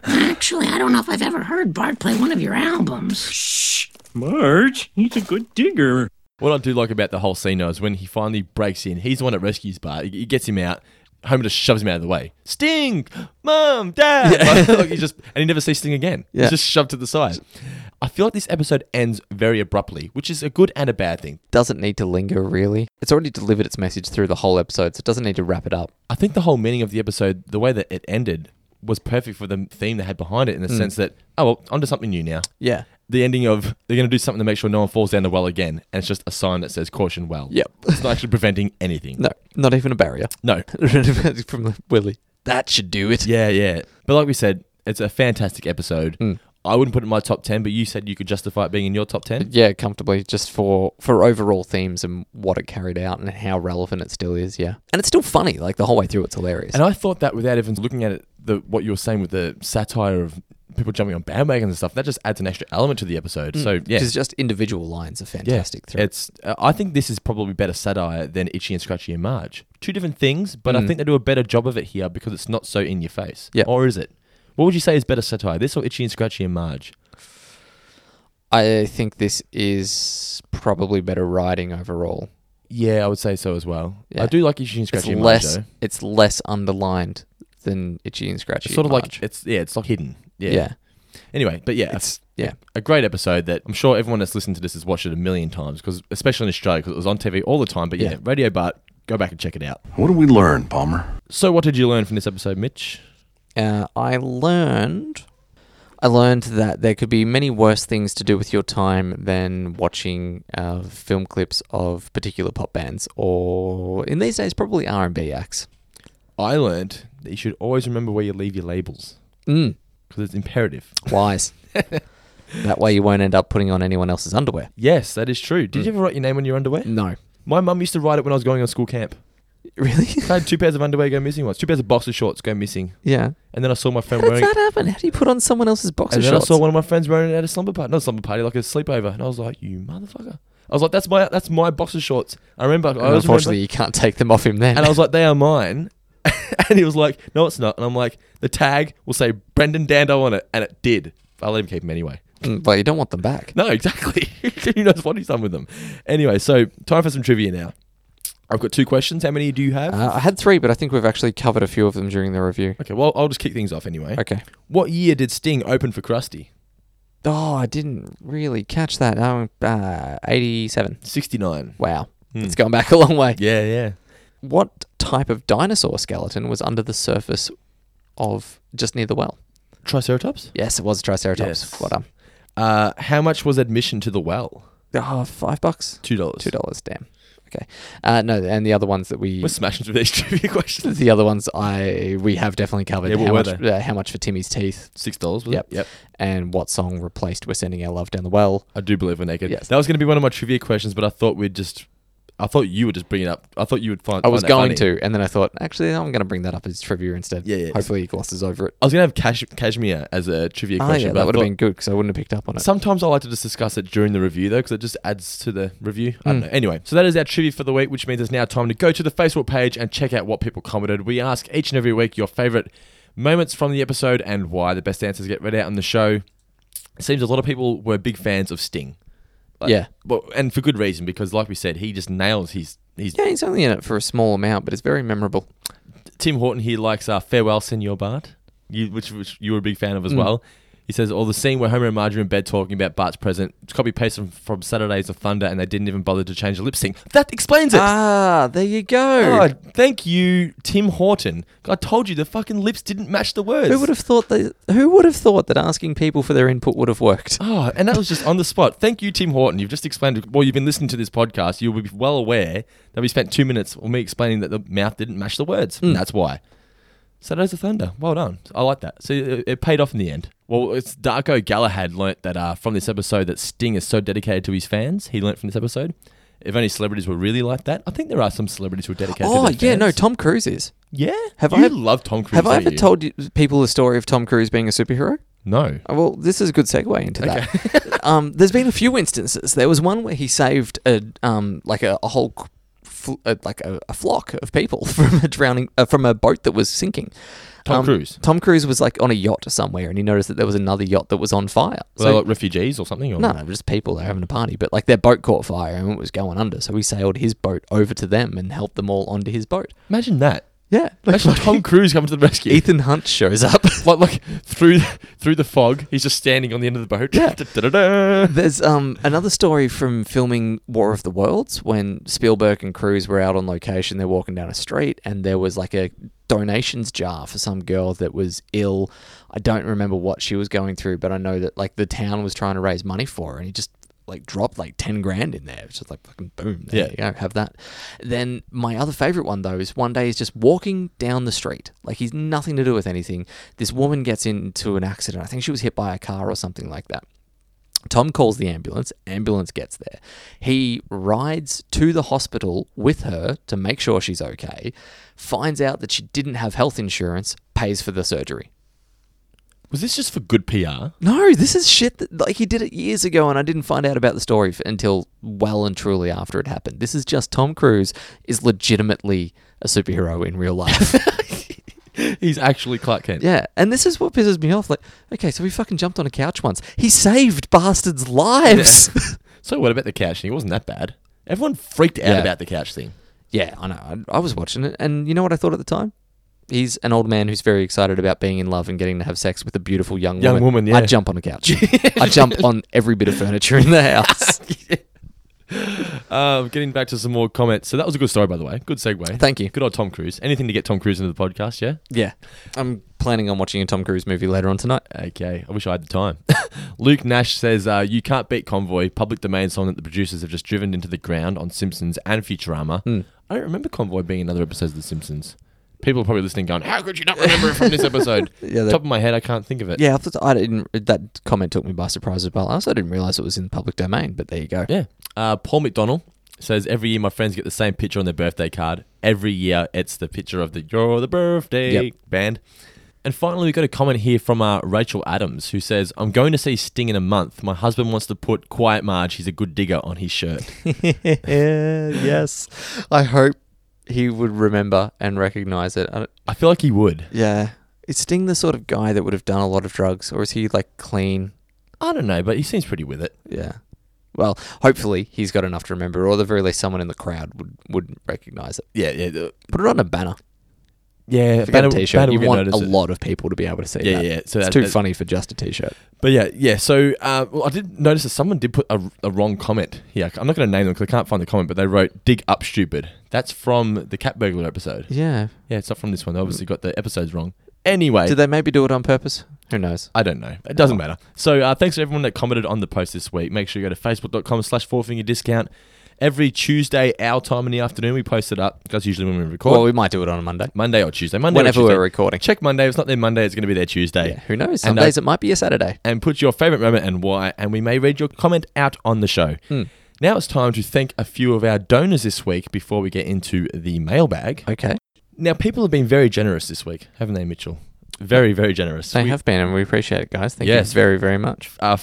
Speaker 4: Actually, I don't know if I've ever heard Bart play one of your albums. Shh.
Speaker 5: Marge, he's a good digger. What I do like about the whole scene though is when he finally breaks in, he's the one that rescues Bart. He he gets him out. Homer just shoves him out of the way. Sting, mom, dad. Like, he just and he never sees Sting again.
Speaker 6: Yeah.
Speaker 5: He's just shoved to the side. I feel like this episode ends very abruptly, which is a good and a bad thing.
Speaker 6: Doesn't need to linger really. It's already delivered its message through the whole episode, so it doesn't need to wrap it up.
Speaker 5: I think the whole meaning of the episode, the way that it ended, was perfect for the theme they had behind it in the
Speaker 6: Mm.
Speaker 5: sense that, oh, well, onto something new now.
Speaker 6: Yeah.
Speaker 5: The ending of they're going to do something to make sure no one falls down the well again, and it's just a sign that says caution well.
Speaker 6: Yep.
Speaker 5: It's not actually preventing anything.
Speaker 6: No, not even a barrier. *laughs*
Speaker 5: No.
Speaker 6: From the Willy. That should do it.
Speaker 5: Yeah, yeah. But like we said, it's a fantastic episode. I wouldn't put it in my top 10, but you said you could justify it being in your top 10.
Speaker 6: Yeah, comfortably, just for for overall themes and what it carried out and how relevant it still is. Yeah, and it's still funny. Like the whole way through, it's hilarious.
Speaker 5: And I thought that without even looking at it, the what you were saying with the satire of people jumping on bandwagons and stuff, that just adds an extra element to the episode.
Speaker 6: Mm.
Speaker 5: So, yeah.
Speaker 6: 'Cause just individual lines are fantastic.
Speaker 5: Yeah. It's. Uh, I think this is probably better satire than Itchy and Scratchy and Marge. Two different things, but I
Speaker 6: Mm.
Speaker 5: think they do a better job of it here because it's not so in your face.
Speaker 6: Yeah.
Speaker 5: Or is it? What would you say is better satire, this or Itchy and Scratchy and Marge?
Speaker 6: I think this is probably better writing overall.
Speaker 5: Yeah, I would say so as well.
Speaker 6: Yeah.
Speaker 5: I do like Itchy and Scratchy
Speaker 6: It's
Speaker 5: and
Speaker 6: less,
Speaker 5: Marge. though.
Speaker 6: It's less underlined than itchy and scratchy.
Speaker 5: It's sort of
Speaker 6: and
Speaker 5: like
Speaker 6: Marge.
Speaker 5: it's yeah, it's like hidden. Yeah.
Speaker 6: Yeah.
Speaker 5: Anyway, but yeah,
Speaker 6: It's-
Speaker 5: a-
Speaker 6: yeah.
Speaker 5: a great episode that I'm sure everyone that's listened to this has watched it a million times because, especially in Australia, because it was on TV all the time. But yeah,
Speaker 11: Yeah.
Speaker 5: Radio Bart, go back and check it out.
Speaker 11: What did we learn, Palmer?
Speaker 5: So, what did you learn from this episode, Mitch?
Speaker 6: Uh, I learned. I learned that there could be many worse things to do with your time than watching uh, film clips of particular pop bands, or in these days, probably R and B acts.
Speaker 5: I learned that you should always remember where you leave your labels.
Speaker 6: Mm.
Speaker 5: Because it's imperative. *laughs*
Speaker 6: Wise. that way, you won't end up putting on anyone else's underwear.
Speaker 5: Yes, that is true. Did you ever write your name on your underwear?
Speaker 6: No.
Speaker 5: My mum used to write it when I was going on school camp. *laughs*
Speaker 6: Really? *laughs*
Speaker 5: I had two pairs of underwear go missing once. Two pairs of boxer shorts go missing.
Speaker 6: Yeah.
Speaker 5: And then I saw my *laughs* friend
Speaker 6: How does
Speaker 5: wearing.
Speaker 6: that happen? How do you put on someone else's boxer
Speaker 5: and then
Speaker 6: shorts?
Speaker 5: I saw one of my friends wearing it at a slumber party, not a slumber party, like a sleepover, and I was like, "You motherfucker!" I was like, "That's my that's my boxer shorts." I remember. I
Speaker 6: And
Speaker 5: always
Speaker 6: unfortunately,
Speaker 5: remember-
Speaker 6: you can't take them off him then.
Speaker 5: And I was
Speaker 6: *laughs*
Speaker 5: like, "They are mine," *laughs* and he was like, "No, it's not." And I'm like, "The tag will say Brendan Dando on it," and it did. I let him keep them anyway.
Speaker 6: Mm, well, you don't want them back.
Speaker 5: No, *laughs* exactly. Who knows what he's done with them? Anyway, so time for some trivia now. I've got two questions. How many do you have?
Speaker 6: Uh, I had three, but I think we've actually covered a few of them during the review.
Speaker 5: Okay, well, I'll just kick things off anyway.
Speaker 6: Okay.
Speaker 5: What year did Sting open for Krusty?
Speaker 6: Oh, I didn't really catch that. Um, uh, 87.
Speaker 5: 69.
Speaker 6: Wow.
Speaker 5: Hmm.
Speaker 6: It's gone back a long way.
Speaker 5: Yeah, yeah.
Speaker 6: What type of dinosaur skeleton was under the surface of just near the well?
Speaker 5: Triceratops?
Speaker 6: Yes, it was Triceratops.
Speaker 5: Yes.
Speaker 6: What up?
Speaker 5: Uh, how much was admission to the well?
Speaker 6: Oh, five bucks.
Speaker 5: Two dollars.
Speaker 6: Two dollars, damn. Okay. Uh, no, and the other ones that we
Speaker 5: We're smashing through these *laughs* trivia questions.
Speaker 6: *laughs* The other ones I we have definitely covered.
Speaker 5: Yeah, what
Speaker 6: how
Speaker 5: were
Speaker 6: much?
Speaker 5: they?
Speaker 6: Uh, how much for Timmy's teeth?
Speaker 5: Six dollars.
Speaker 6: Yep. Yep. And what song replaced "We're Sending Our Love Down the Well"?
Speaker 5: I do believe we're naked.
Speaker 6: Yes.
Speaker 5: That was going to be one of my trivia questions, but I thought we'd just. I thought you would just bring it up. I thought you would find.
Speaker 6: I was
Speaker 5: find that
Speaker 6: going
Speaker 5: funny.
Speaker 6: to, and then I thought, actually, I'm going to bring that up as trivia instead. Yeah, yeah. Hopefully, he glosses over it.
Speaker 5: I was going to have cash, cashmere as a trivia
Speaker 6: Oh,
Speaker 5: question.
Speaker 6: yeah,
Speaker 5: but I
Speaker 6: that would have
Speaker 5: thought-
Speaker 6: been good because I wouldn't have picked up on it.
Speaker 5: Sometimes I like to just discuss it during the review though, because it just adds to the review. I don't
Speaker 6: Mm.
Speaker 5: know. Anyway, so that is our trivia for the week, which means it's now time to go to the Facebook page and check out what people commented. We ask each and every week your favorite moments from the episode and why the best answers get read out on the show. It seems a lot of people were big fans of Sting.
Speaker 6: Yeah.
Speaker 5: Well, and for good reason because, like we said, he just nails his. his
Speaker 6: yeah, he's only in it for a small amount, but it's very memorable.
Speaker 5: Tim Horton here likes uh, "Farewell, Senor Bart," you, which which you were a big fan of as
Speaker 6: Mm.
Speaker 5: well. He says, "All the scene where Homer and Marge are in bed talking about Bart's present, copy paste from, from Saturdays of Thunder, and they didn't even bother to change the lip sync." That explains it.
Speaker 6: Ah, there you go.
Speaker 5: Oh, thank you, Tim Horton. I told you the fucking lips didn't match the words.
Speaker 6: Who would have thought that? Who would have thought that asking people for their input would have worked?
Speaker 5: Oh, and that was just on the spot. Thank you, Tim Horton. You've just explained. Well, you've been listening to this podcast. You'll be well aware that we spent two minutes on me explaining that the mouth didn't match the words.
Speaker 6: Hmm.
Speaker 5: And that's why. Saturdays of Thunder. Well done. I like that. So it, it paid off in the end. Well, it's Darko Galahad learnt that uh, from this episode that Sting is so dedicated to his fans. He learnt from this episode. If only celebrities were really like that, I think there are some celebrities who are dedicated.
Speaker 6: Oh
Speaker 5: to their
Speaker 6: yeah, no,
Speaker 5: fans.
Speaker 6: Tom Cruise is.
Speaker 5: Yeah,
Speaker 6: Have
Speaker 5: You
Speaker 6: I
Speaker 5: love Tom Cruise,
Speaker 6: Have I
Speaker 5: don't
Speaker 6: ever
Speaker 5: you?
Speaker 6: told you, people the story of Tom Cruise being a superhero?
Speaker 5: No.
Speaker 6: Oh, Well, this is a good segue
Speaker 5: *laughs*
Speaker 6: into that. um, there's been a few instances. There was one where he saved a um, like a, a whole c- fl- uh, like a, a flock of people *laughs* from a drowning uh, from a boat that was sinking.
Speaker 5: Tom
Speaker 6: Um,
Speaker 5: Cruise.
Speaker 6: Tom Cruise was like on a yacht somewhere, and he noticed that there was another yacht that was on fire.
Speaker 5: Were they like refugees or something? Or?
Speaker 6: No, no, just people. They're having a party, but like their boat caught fire and it was going under. So he sailed his boat over to them and helped them all onto his boat.
Speaker 5: Imagine that.
Speaker 6: Yeah,
Speaker 5: Imagine Tom Cruise coming to the rescue.
Speaker 6: *laughs* Ethan Hunt shows up.
Speaker 5: like, like through through the fog, he's just standing on the end of the boat. *laughs* Yeah.
Speaker 6: There's um another story from filming War of the Worlds when Spielberg and Cruise were out on location. They're walking down a street and there was like a donations jar for some girl that was ill. I don't remember what she was going through, but I know that like the town was trying to raise money for her, and he just like dropped like ten grand in there. It's just like fucking boom. There
Speaker 5: Yeah.
Speaker 6: you go, have that. Then my other favorite one though is one day he's just walking down the street, like he's nothing to do with anything. This woman gets into an accident. I think she was hit by a car or something like that. Tom calls the ambulance. Ambulance gets there. He rides to the hospital with her to make sure she's okay. Finds out that she didn't have health insurance. Pays for the surgery.
Speaker 5: Was this just for good PR?
Speaker 6: No, this is shit. That, like he did it years ago, and I didn't find out about the story f- until well and truly after it happened. This is just Tom Cruise is legitimately a superhero in real *laughs* life.
Speaker 5: *laughs* He's actually Clark Kent.
Speaker 6: yeah, and this is what pisses me off. Like, okay, so he fucking jumped on a couch once. He saved bastards' lives.
Speaker 5: So what about the couch thing? It wasn't that bad. Everyone freaked out
Speaker 6: Yeah.
Speaker 5: about the couch thing.
Speaker 6: Yeah, I know. I, I was watching it, and you know what I thought at the time? He's an old man who's very excited about being in love and getting to have sex with a beautiful young,
Speaker 5: Young woman, yeah.
Speaker 6: I jump on a *laughs* couch. I jump on every bit of furniture in *laughs* the house.
Speaker 5: Um, getting back to some more comments. So that was a good story, by the way. Good segue.
Speaker 6: Thank you.
Speaker 5: Good old Tom Cruise. Anything to get Tom Cruise into the podcast, yeah?
Speaker 6: yeah, I'm planning on watching a Tom Cruise movie later on tonight.
Speaker 5: Okay. I wish I had the time. *laughs* Luke Nash says, uh, You can't beat Convoy, public domain song that the producers have just driven into the ground on Simpsons and Futurama.
Speaker 6: Hmm.
Speaker 5: I don't remember Convoy being another episode of The Simpsons. People are probably listening going, How *laughs* could you not remember it from this episode?
Speaker 6: *laughs* Yeah, that-
Speaker 5: Top of my head, I can't think of it.
Speaker 6: Yeah, I, thought, I didn't. That comment took me by surprise as well. I also didn't realize it was in the public domain, but there you *laughs* go.
Speaker 5: Yeah. Uh, Paul McDonnell says every year my friends get the same picture on their birthday card. Every year it's the picture of the You're the Birthday
Speaker 6: Yep.
Speaker 5: band. And finally, we got a comment here from uh, Rachel Adams who says, I'm going to see Sting in a month. My husband wants to put Quiet Marge, he's a good digger, on his shirt.
Speaker 6: yes, I hope he would remember and recognize it. I don't-
Speaker 5: I feel like he would.
Speaker 6: Yeah. Is Sting the sort of guy that would have done a lot of drugs, or is he like clean?
Speaker 5: I don't know, but he seems pretty with it.
Speaker 6: Yeah. Well, hopefully he's got enough to remember, or at the very least, someone in the crowd would would recognize it.
Speaker 5: Yeah, yeah. the-
Speaker 6: Put it on a banner.
Speaker 5: Yeah,
Speaker 6: Forget
Speaker 5: banner-
Speaker 6: a t-shirt.
Speaker 5: banner
Speaker 6: you
Speaker 5: will get
Speaker 6: want a
Speaker 5: noticed.
Speaker 6: lot of people to be able to see
Speaker 5: Yeah,
Speaker 6: that.
Speaker 5: yeah, so
Speaker 6: it's
Speaker 5: that-
Speaker 6: too
Speaker 5: that-
Speaker 6: funny for just a t-shirt.
Speaker 5: But yeah, yeah. So uh, well, I did notice that someone did put a, a wrong comment. Yeah, I'm not going to name them because I can't find the comment, but they wrote "dig up stupid." That's from the cat burglar episode.
Speaker 6: Yeah.
Speaker 5: yeah. It's not from this one. They obviously got the episodes wrong. Anyway,
Speaker 6: Hmm. Did they maybe do it on purpose? Who knows?
Speaker 5: I don't know. It doesn't matter. So uh, thanks to everyone that commented on the post this week. Make sure you go to facebook.com slash fourfingerdiscount Every Tuesday, our time in the afternoon, we post it up. That's usually when we record.
Speaker 6: Well, we might do it on a Monday.
Speaker 5: Monday or Tuesday. Monday or
Speaker 6: Whenever
Speaker 5: Tuesday.
Speaker 6: we're recording.
Speaker 5: Check Monday. If it's not there Monday, it's going to be there Tuesday. uh,
Speaker 6: who knows? Some days it might be a Saturday.
Speaker 5: And put your favorite moment and why, and we may read your comment out on the show.
Speaker 6: Hmm.
Speaker 5: Now it's time to thank a few of our donors this week before we get into the mailbag.
Speaker 6: Okay.
Speaker 5: Now, people have been very generous this week, haven't they, Mitchell? Very, very generous.
Speaker 6: They
Speaker 5: We-
Speaker 6: have been, and we appreciate it, guys. Thank
Speaker 5: Yes.
Speaker 6: you very, very much.
Speaker 5: uh,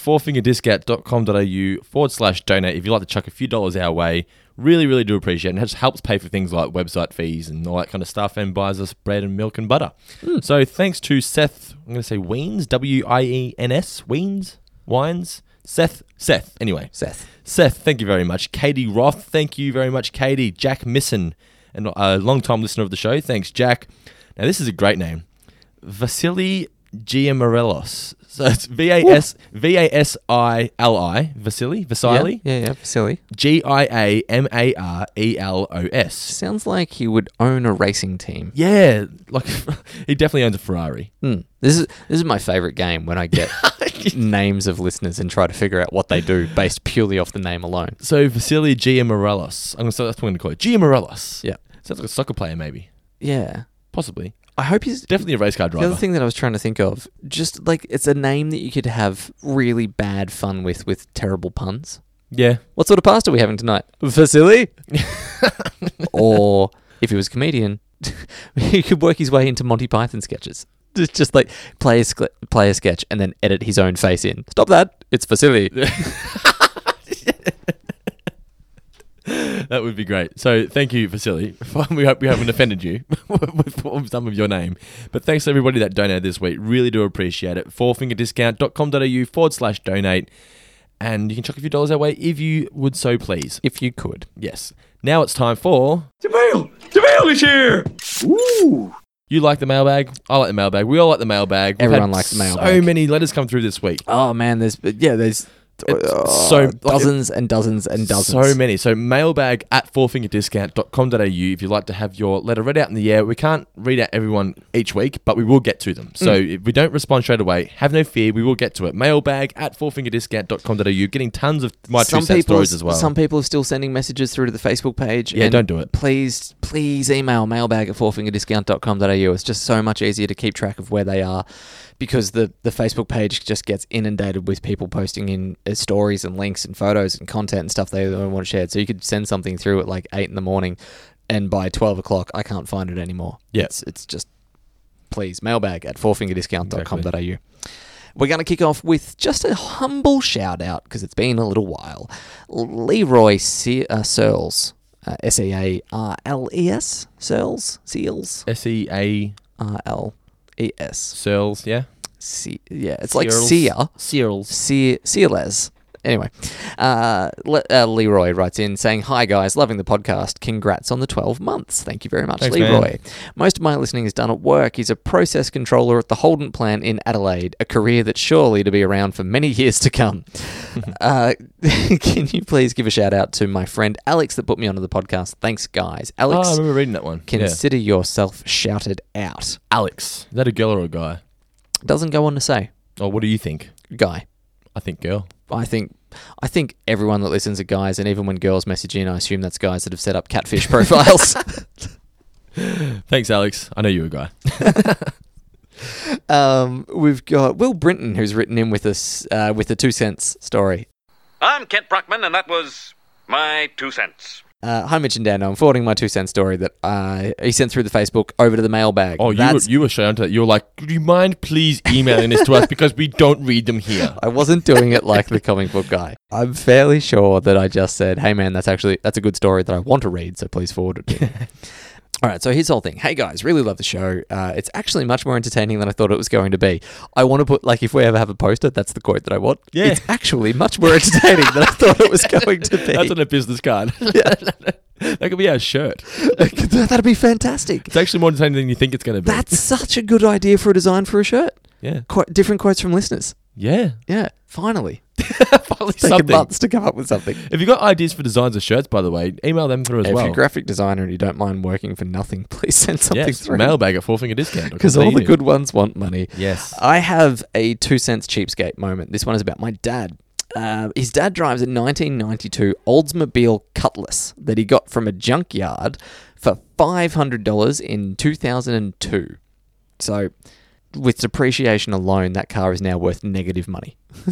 Speaker 5: fourfingerdiscount.com.au forward slash donate if you'd like to chuck a few dollars our way. Really, really do appreciate it. And it just helps pay for things like website fees and all that kind of stuff and buys us bread and milk and butter. So thanks to Seth, I'm going to say Weens, W I E N S, Weens, Wines. Seth, Seth, anyway.
Speaker 6: Seth.
Speaker 5: Seth, thank you very much. Katie Roth, thank you very much. Katie, Jack Misson, and a long time listener of the show. Thanks, Jack. Now, this is a great name. Vasily Giamarellos. *laughs* So it's V A S V A S I L I Vasily Vasily
Speaker 6: Yeah, yeah, yeah, Vasily.
Speaker 5: G I A M A R E L O S.
Speaker 6: Sounds like he would own a racing team.
Speaker 5: Yeah, like *laughs* he definitely owns a Ferrari.
Speaker 6: Hmm. This is this is my favorite game when I *laughs* get names of listeners and try to figure out what they do based purely off the name alone.
Speaker 5: So Vasily Giamarellos. I'm gonna so that's what I'm gonna call it. Giamarellos.
Speaker 6: Yeah.
Speaker 5: sounds like a soccer player maybe.
Speaker 6: Yeah.
Speaker 5: Possibly.
Speaker 6: I hope he's
Speaker 5: Definitely a race car
Speaker 6: The
Speaker 5: driver.
Speaker 6: other thing that I was trying to think of, just like it's a name that you could have really bad fun with, with terrible puns.
Speaker 5: Yeah.
Speaker 6: What sort of pasta are we having tonight? Vasily? *laughs* or if he was a comedian, *laughs* he could work his way into Monty Python sketches. Just, just like play a, sk- play a sketch and then edit his own face in. Stop that. It's Vasily. *laughs*
Speaker 5: *laughs* That would be great. So thank you, Vasily. *laughs* We hope we haven't offended you *laughs* with some of your name. But thanks to everybody that donated this week. Really do appreciate it. Fourfingerdiscount.com.au forward slash donate. And you can chuck a few dollars our way if you would so please.
Speaker 6: If you could.
Speaker 5: Yes. Now it's time for.
Speaker 8: Jamil! Jamil is here! Ooh!
Speaker 5: You like the mailbag? I like the mailbag. We all like the mailbag. We've
Speaker 6: Everyone
Speaker 5: had
Speaker 6: likes the
Speaker 5: So
Speaker 6: mailbag.
Speaker 5: many letters come through this week.
Speaker 6: oh, man. There's, yeah, there's
Speaker 5: It's so-
Speaker 6: dozens and dozens and dozens.
Speaker 5: So many. So mailbag at fourfingerdiscount.com.au if you'd like to have your letter read out in the air. We can't read out everyone each week, but we will get to them. So
Speaker 6: Mm.
Speaker 5: if we don't respond straight away, have no fear, we will get to it. Mailbag at fourfingerdiscount.com.au. Getting tons of my two cent
Speaker 6: people,
Speaker 5: stories as well.
Speaker 6: Some people are still sending messages through to the Facebook page.
Speaker 5: Yeah,
Speaker 6: and
Speaker 5: don't do it.
Speaker 6: Please, please email mailbag at fourfingerdiscount.com.au. It's just so much easier to keep track of where they are because the, the Facebook page just gets inundated with people posting in uh, stories and links and photos and content and stuff they don't want shared. So you could send something through at like 8 in the morning and by 12 o'clock, I can't find it anymore.
Speaker 5: Yeah.
Speaker 6: It's, it's just, please, mailbag at fourfingerdiscount.com.au. We're going to kick off with just a humble shout out because it's been a little while. Leroy Se- uh, Searles, uh, S E A R L E S, Searles, Seals,
Speaker 5: S E A
Speaker 6: R L E S.
Speaker 5: Searles, yeah?
Speaker 6: C- yeah, it's like
Speaker 5: Searles.
Speaker 6: Sear.
Speaker 5: Searles.
Speaker 6: Se- Searles. Anyway, uh, Le- uh, Leroy writes in saying, Hi guys, loving the podcast. Congrats on the 12 months. Thank you very much,
Speaker 5: Thanks, man.
Speaker 6: Leroy. Most of my listening is done at work. He's a process controller at the Holden plant in Adelaide, a career that's surely to be around for many years
Speaker 5: *laughs*
Speaker 6: to come. uh, *laughs* can you please give a shout out to my friend Alex that put me onto the podcast? Thanks, guys. Alex,
Speaker 5: Oh, I remember reading that one. Yeah.
Speaker 6: consider yourself shouted out.
Speaker 5: Alex. Is that a girl or a guy?
Speaker 6: Doesn't go on to say,
Speaker 5: Oh, what do you think?
Speaker 6: guy.
Speaker 5: I think girl.
Speaker 6: I think I think everyone that listens are guys, and even when girls message in, I assume that's guys that have set up catfish *laughs* profiles.
Speaker 5: Thanks, Alex. I know you were a guy.
Speaker 6: um, we've got Will Brinton who's written in with us uh, with the two cents story.
Speaker 14: I'm Kent Brockman, and that was my two cents.
Speaker 6: Uh, hi, Mitch and Dan. I'm forwarding my two cents story that uh, he sent through the Facebook over to the mailbag.
Speaker 5: Oh, you were,
Speaker 6: That's-
Speaker 5: you were shown to that. You were like, do you mind please emailing this to us because we don't read them here?
Speaker 6: I wasn't doing it like the comic book guy. I'm fairly sure that I just said, "Hey, man, that's actually that's a good story that I want to read, so please forward it." to
Speaker 5: *laughs*
Speaker 6: me." All right, so here's the whole thing. Hey guys, really love the show. Uh, it's actually much more entertaining than I thought it was going to be. I want to put like if we ever have a poster, that's the quote that I want.
Speaker 5: Yeah.
Speaker 6: it's actually much more entertaining than I
Speaker 5: *laughs*
Speaker 6: thought it was going to be.
Speaker 5: *laughs* That's on a business *laughs* card. that could be our shirt.
Speaker 6: *laughs* That'd be fantastic.
Speaker 5: It's actually more entertaining than you think it's going to be.
Speaker 6: That's such a good idea for a design for a shirt.
Speaker 5: yeah,
Speaker 6: Qu- different quotes from listeners.
Speaker 5: yeah.
Speaker 6: Yeah, finally.
Speaker 5: *laughs* Finally,
Speaker 6: It's taken
Speaker 5: something.
Speaker 6: months to come up with something.
Speaker 5: If you've got ideas for designs of shirts, by the way, email them through as
Speaker 6: if
Speaker 5: well.
Speaker 6: you're a graphic designer and you don't mind working for nothing, *laughs* please send something
Speaker 5: yes,
Speaker 6: through. *laughs*
Speaker 5: mailbag at four finger discount
Speaker 6: because all the good ones want money.
Speaker 5: Yes.
Speaker 6: I have a two cents cheapskate moment. This one is about my dad. Uh, his dad drives a 1992 Oldsmobile Cutlass that he got from a junkyard for $500 in 2002. So, with depreciation alone, that car is now worth negative money. *laughs*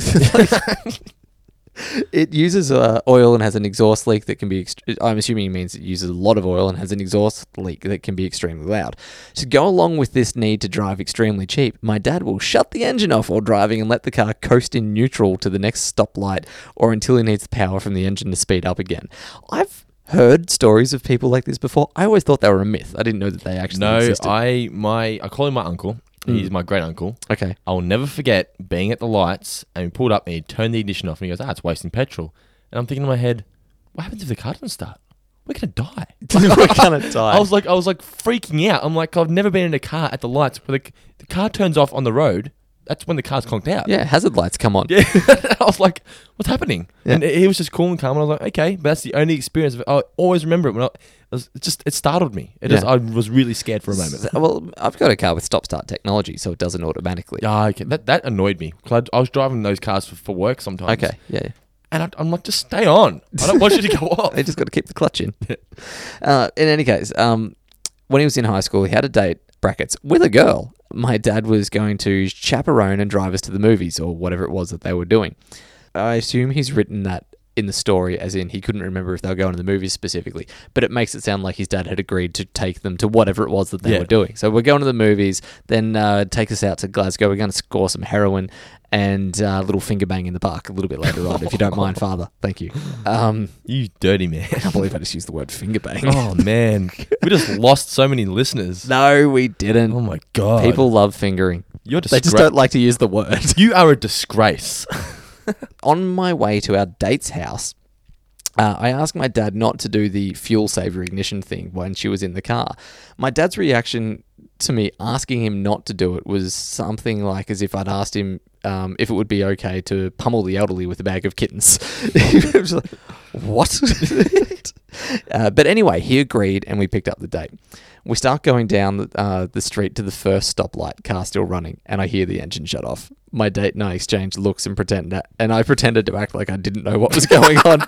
Speaker 6: it uses uh, oil and has an exhaust leak that can be. Ext- I'm assuming he means it uses a lot of oil and has an exhaust leak that can be extremely loud. To go along with this need to drive extremely cheap, my dad will shut the engine off while driving and let the car coast in neutral to the next stoplight or until he needs power from the engine to speed up again. I've heard stories of people like this before. I always thought they were a myth. I didn't know that they actually
Speaker 5: No,
Speaker 6: existed.
Speaker 5: I my I call him my uncle.
Speaker 6: Mm.
Speaker 5: He's my great uncle. *laughs*
Speaker 6: Okay. *laughs*
Speaker 5: I will never forget being at the lights and we pulled up and he turned the ignition off and he goes, "Ah, it's wasting petrol." And I'm thinking in my head, "What happens if the car doesn't start? We're gonna die.
Speaker 6: *laughs* We're gonna die.
Speaker 5: I was like, I was like freaking out. I'm like, I've never been in a car at the lights where the, the car turns off on the road. That's when the car's conked out. *laughs*
Speaker 6: Yeah, hazard lights come on.
Speaker 5: Yeah. I was like, what's happening?
Speaker 6: Yeah.
Speaker 5: And he was just cool and calm. And I was like, okay, but that's the only experience. Of it. I always remember it when I it was it just it startled me. It just,
Speaker 6: Yeah.
Speaker 5: I was really scared for a moment.
Speaker 6: So- well, I've got a car with stop start technology, so it does it automatically.
Speaker 5: Ah, okay. That that annoyed me. 'Cause I, I was driving those cars for, for work sometimes.
Speaker 6: Okay, yeah, yeah.
Speaker 5: And I, I'm like, just stay on. I don't want you *laughs* to go off.
Speaker 6: They just got to keep the
Speaker 5: *laughs*
Speaker 6: clutch in. uh, in any case, um, when he was in high school, he had a date brackets with a girl. My dad was going to chaperone and drive us to the movies or whatever it was that they were doing. I assume he's written that in the story, as in he couldn't remember if they were going to the movies specifically, but it makes it sound like his dad had agreed to take them to whatever it was that they
Speaker 5: Yeah.
Speaker 6: were doing. So we're going to the movies, then uh, take us out to Glasgow. We're going to score some heroin and uh, a little finger bang in the park a little bit later on, if you
Speaker 5: *laughs*
Speaker 6: don't mind, Father. Thank you. Um,
Speaker 5: you dirty man. I
Speaker 6: can't believe I just used the word finger bang.
Speaker 5: *laughs* Oh man, we just lost so many listeners.
Speaker 6: *laughs* No, we didn't.
Speaker 5: Oh my god,
Speaker 6: People love fingering.
Speaker 5: You're
Speaker 6: They just
Speaker 5: disgra-
Speaker 6: don't like to use the word.
Speaker 5: You are a disgrace.
Speaker 6: *laughs* on my way to our date's house, uh, I asked my dad not to do the fuel saver ignition thing when she was in the car. My dad's reaction to me asking him not to do it was something like as if I'd asked him um, if it would be okay to pummel the elderly with a bag of kittens. *laughs* He was like, what? *laughs* uh, but anyway, he agreed and we picked up the date. We start going down the, uh, the street to the first stoplight, car still running, and I hear the engine shut off. My date and I exchange looks and pretend that, and I pretended to act like I didn't know what was *laughs* going on.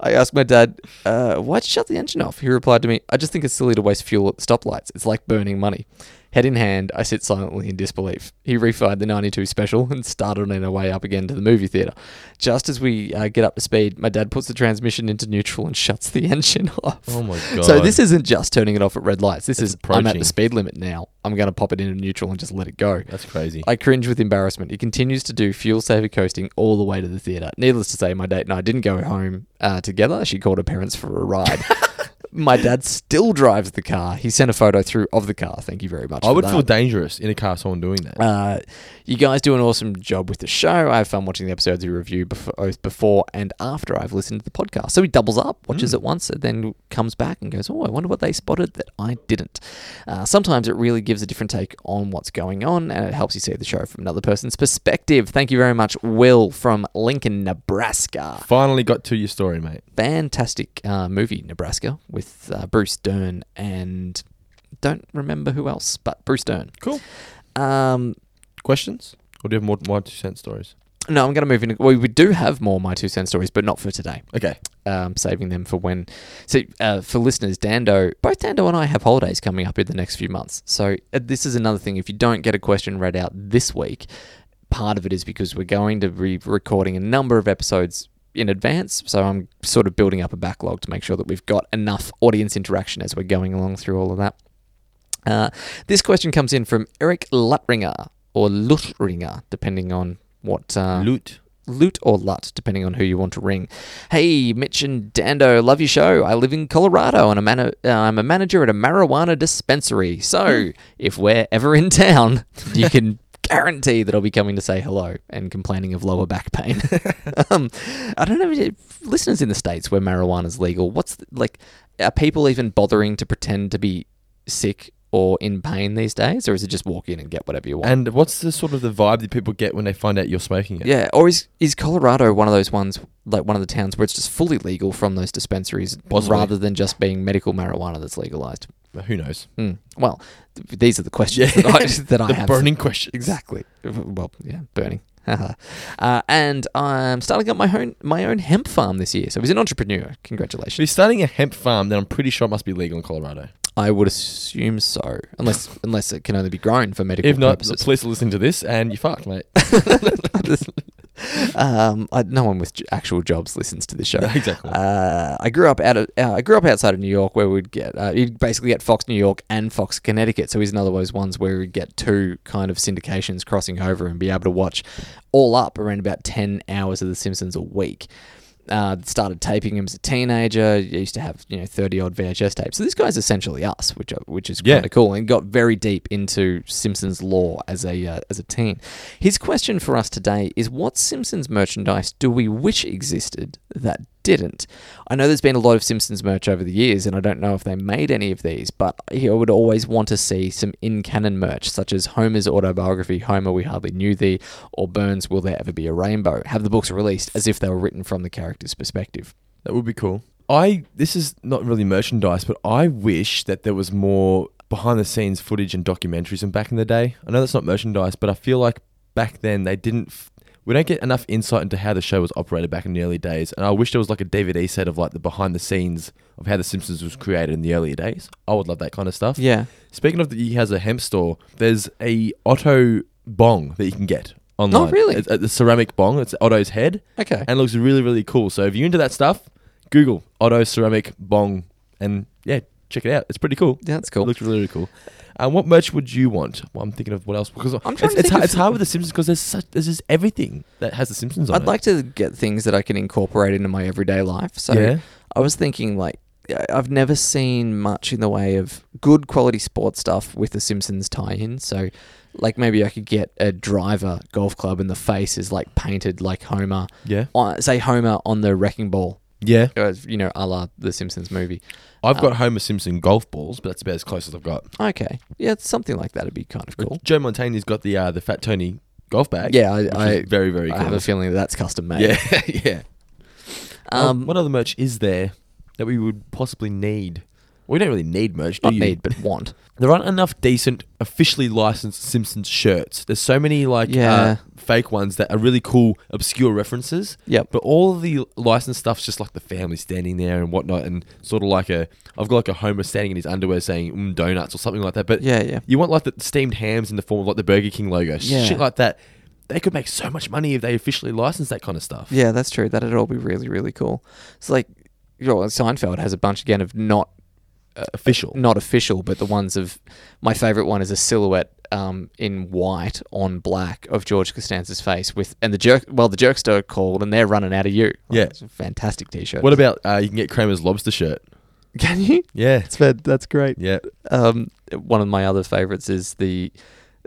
Speaker 6: I asked my dad, uh, why'd you shut the engine off? He replied to me, I just think it's silly to waste fuel at the stoplights. It's like burning money. Head in hand, I sit silently in disbelief. He refired the 92 special and started on our way up again to the movie theatre. Just as we uh, get up to speed, my dad puts the transmission into neutral and shuts the *laughs* engine off.
Speaker 5: Oh my
Speaker 6: So
Speaker 5: God.
Speaker 6: this isn't just turning it off at red lights. This
Speaker 5: It's
Speaker 6: is, I'm at
Speaker 5: approaching.
Speaker 6: the speed limit now. I'm going to pop it into neutral and just let it go.
Speaker 5: *laughs* That's crazy.
Speaker 6: I cringe with embarrassment. He continues to do fuel saver coasting all the way to the theatre. Needless to say, my date and I didn't go home uh, together. She called her parents for
Speaker 5: *laughs*
Speaker 6: a ride. my dad still drives the car. He sent a photo through of the car. Thank you very much.
Speaker 5: I
Speaker 6: for
Speaker 5: would
Speaker 6: that.
Speaker 5: feel dangerous in a car. Someone doing that.
Speaker 6: Uh, you guys do an awesome job with the show. I have fun watching the episodes we review before, both before and after I've listened to the podcast. So he doubles up, watches it once, and then comes back and goes, Oh, I wonder what they spotted that I didn't. Uh, sometimes it really gives a different take on what's going on and it helps you see the show from another person's perspective. Thank you very much, Will from Lincoln, Nebraska.
Speaker 5: Finally got to your story, mate.
Speaker 6: Fantastic uh, movie, Nebraska, with uh, Bruce Dern and don't remember who else, but Bruce Dern.
Speaker 5: Cool.
Speaker 6: Um,
Speaker 5: Questions? Or do you have more, more two cent stories?
Speaker 6: No, I'm going to move into. Well, we do have more my two cent stories, but not for today.
Speaker 5: Okay.
Speaker 6: Um, saving them for when. So, uh, for listeners, Dando, both Dando and I have holidays coming up in the next few months. So, uh, this is another thing. If you don't get a question read out this week, part of it is because we're going to be recording a number of episodes in advance. So, I'm sort of building up a backlog to make sure that we've got enough audience interaction as we're going along through all of that. Uh, this question comes in from Eric Lutringer or Lutringer, depending on what uh,
Speaker 5: loot.
Speaker 6: Loot or Lut, depending on who you want to ring. Hey, Mitch and Dando, love your show. I live in Colorado and I'm, mana- uh, I'm a manager at a marijuana dispensary. So if we're ever in town, you can guarantee that I'll be coming to say hello and complaining of lower back pain. *laughs* um, I don't know if listeners in the States where marijuana's legal, what's the, like, are people even bothering to pretend to be sick or in pain these days? Or is it just walk in and get whatever you want?
Speaker 5: And what's the sort of the vibe that people get when they find out you're smoking it?
Speaker 6: Yeah, or is is Colorado one of those ones like one of the towns where it's just fully legal from those dispensaries
Speaker 5: Possibly.
Speaker 6: rather than just being medical marijuana that's legalized?
Speaker 5: Who knows?
Speaker 6: Hmm. Well, th- these are the questions
Speaker 5: Yeah.
Speaker 6: that I, *laughs* that I
Speaker 5: The
Speaker 6: have.
Speaker 5: burning questions.
Speaker 6: Exactly. Well, yeah, burning. *laughs* uh, and I'm starting up my own my own hemp farm this year. So he's an entrepreneur. Congratulations.
Speaker 5: He's starting a hemp farm that I'm pretty sure must be legal in Colorado.
Speaker 6: I would assume so, unless unless it can only be grown for medical
Speaker 5: If not, the
Speaker 6: purposes.
Speaker 5: police are listening to this and you fucked, mate.
Speaker 6: *laughs* um, I, no one with j- actual jobs listens
Speaker 5: *laughs*
Speaker 6: to this show.
Speaker 5: No, exactly.
Speaker 6: Uh, I grew up out of uh, I grew up outside of New York, where we'd get uh, you'd basically get Fox New York and Fox Connecticut. So he's another one of those ones where we'd get two kind of syndications crossing over and be able to watch all up around about ten hours of The Simpsons a week. Uh, started taping him as a teenager. He used to have you know thirty odd VHS tapes. So this guy's essentially us, which are- which is
Speaker 5: Yeah.
Speaker 6: kind of cool, and got very deep into Simpsons lore as a uh, as a teen. His question for us today is: What Simpsons merchandise do we wish existed that didn't? I know there's been a lot of Simpsons merch over the years, and I don't know if they made any of these, but I would always want to see some in canon merch, such as Homer's autobiography, Homer, We Hardly Knew Thee, or Burns, Will There Ever Be a Rainbow? Have the books released as if they were written from the character's perspective.
Speaker 5: That would be cool. I this is not really merchandise, but I wish that there was more behind the scenes footage and documentaries from back in the day. I know that's not merchandise, but I feel like back then they didn't. F- we don't get enough insight into how the show was operated back in the early days, and I wish there was like a DVD set of like the behind the scenes of how The Simpsons was created in the earlier days. I would love that kind of stuff.
Speaker 6: Yeah.
Speaker 5: Speaking of that, he has a hemp store. There's a Otto bong that you can get online.
Speaker 6: Oh, really?
Speaker 5: It's a, a uh, ceramic bong. It's Otto's head.
Speaker 6: Okay.
Speaker 5: And it looks really, really cool. So if you're into that stuff, Google Otto ceramic bong and yeah, check it out. It's pretty cool.
Speaker 6: Yeah, that's cool.
Speaker 5: It looks really, really cool. And what merch would you want? Well, I'm thinking of what else because I'm
Speaker 6: trying
Speaker 5: it's,
Speaker 6: to
Speaker 5: it's,
Speaker 6: think
Speaker 5: hard,
Speaker 6: of-
Speaker 5: it's hard with the Simpsons because there's such there's just everything that has the Simpsons on
Speaker 6: I'd
Speaker 5: it.
Speaker 6: like to get things that I can incorporate into my everyday life. So
Speaker 5: Yeah.
Speaker 6: I was thinking, like, I- I've never seen much in the way of good quality sports stuff with the Simpsons tie in. So, like, maybe I could get a driver golf club and the face is like painted like Homer.
Speaker 5: Yeah.
Speaker 6: On, say Homer on the wrecking ball.
Speaker 5: Yeah.
Speaker 6: Uh, You know, a la the Simpsons movie.
Speaker 5: I've
Speaker 6: Uh,
Speaker 5: got Homer Simpson golf balls, but that's about as close as I've got.
Speaker 6: Okay. Yeah, it's something like that would be kind of cool.
Speaker 5: Joe Montaigne's got the uh, the Fat Tony golf bag.
Speaker 6: Yeah, I,
Speaker 5: which is
Speaker 6: I
Speaker 5: very very.
Speaker 6: I
Speaker 5: Cool.
Speaker 6: have a feeling that that's custom made. *laughs*
Speaker 5: Yeah, yeah. Um,
Speaker 6: Um,
Speaker 5: what other merch is there that we would possibly need? We don't really need merch, do
Speaker 6: Not
Speaker 5: you?
Speaker 6: need, but want.
Speaker 5: There aren't enough decent, officially licensed Simpsons shirts. There's so many like
Speaker 6: Yeah.
Speaker 5: uh, fake ones that are really cool, obscure references.
Speaker 6: Yep.
Speaker 5: But all of the licensed stuff's just like the family standing there and whatnot, and sort of like a I've got like a Homer standing in his underwear saying mm, donuts or something like that. But
Speaker 6: Yeah, yeah.
Speaker 5: you want like the steamed hams in the form of like the Burger King logo,
Speaker 6: Yeah.
Speaker 5: shit like that. They could make so much money if they officially licensed that kind of stuff.
Speaker 6: Yeah, that's true. That'd all be really, really cool. It's like you know, Seinfeld has a bunch again of not uh,
Speaker 5: official,
Speaker 6: not official, but the ones of my favorite one is a silhouette um, in white on black of George Costanza's face with and the jerk. Well, the jerkster called and they're running out of you.
Speaker 5: Yeah.
Speaker 6: it's a fantastic T-shirt.
Speaker 5: What about uh, you can get Kramer's lobster shirt?
Speaker 6: Can you?
Speaker 5: Yeah.
Speaker 6: It's fed. That's great.
Speaker 5: Yeah.
Speaker 6: Um, one of my other favorites is the.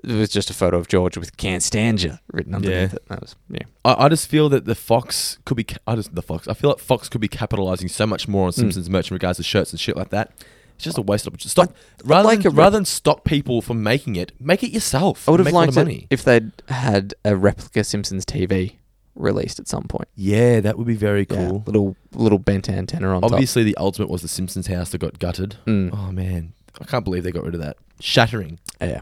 Speaker 6: It was just a photo of George with "Can't stand you" written underneath
Speaker 5: Yeah.
Speaker 6: it. That was yeah.
Speaker 5: I, I just feel that the Fox could be. ca- I just the Fox. I feel like Fox could be capitalizing so much more
Speaker 6: Hmm.
Speaker 5: on Simpsons merch in regards to shirts and shit like that. It's just a waste of stop. rather
Speaker 6: like
Speaker 5: than,
Speaker 6: a-
Speaker 5: rather than stop people from making it, make it yourself.
Speaker 6: I would have
Speaker 5: Make a lot of
Speaker 6: liked it
Speaker 5: money.
Speaker 6: if they'd had a replica Simpsons TV released at some point.
Speaker 5: Yeah, that would be very
Speaker 6: Yeah,
Speaker 5: cool.
Speaker 6: little little bent antenna on top.
Speaker 5: Obviously, the ultimate was the Simpsons house that got gutted.
Speaker 6: Mm.
Speaker 5: Oh man, I can't believe they got rid of that. Shattering.
Speaker 6: Yeah.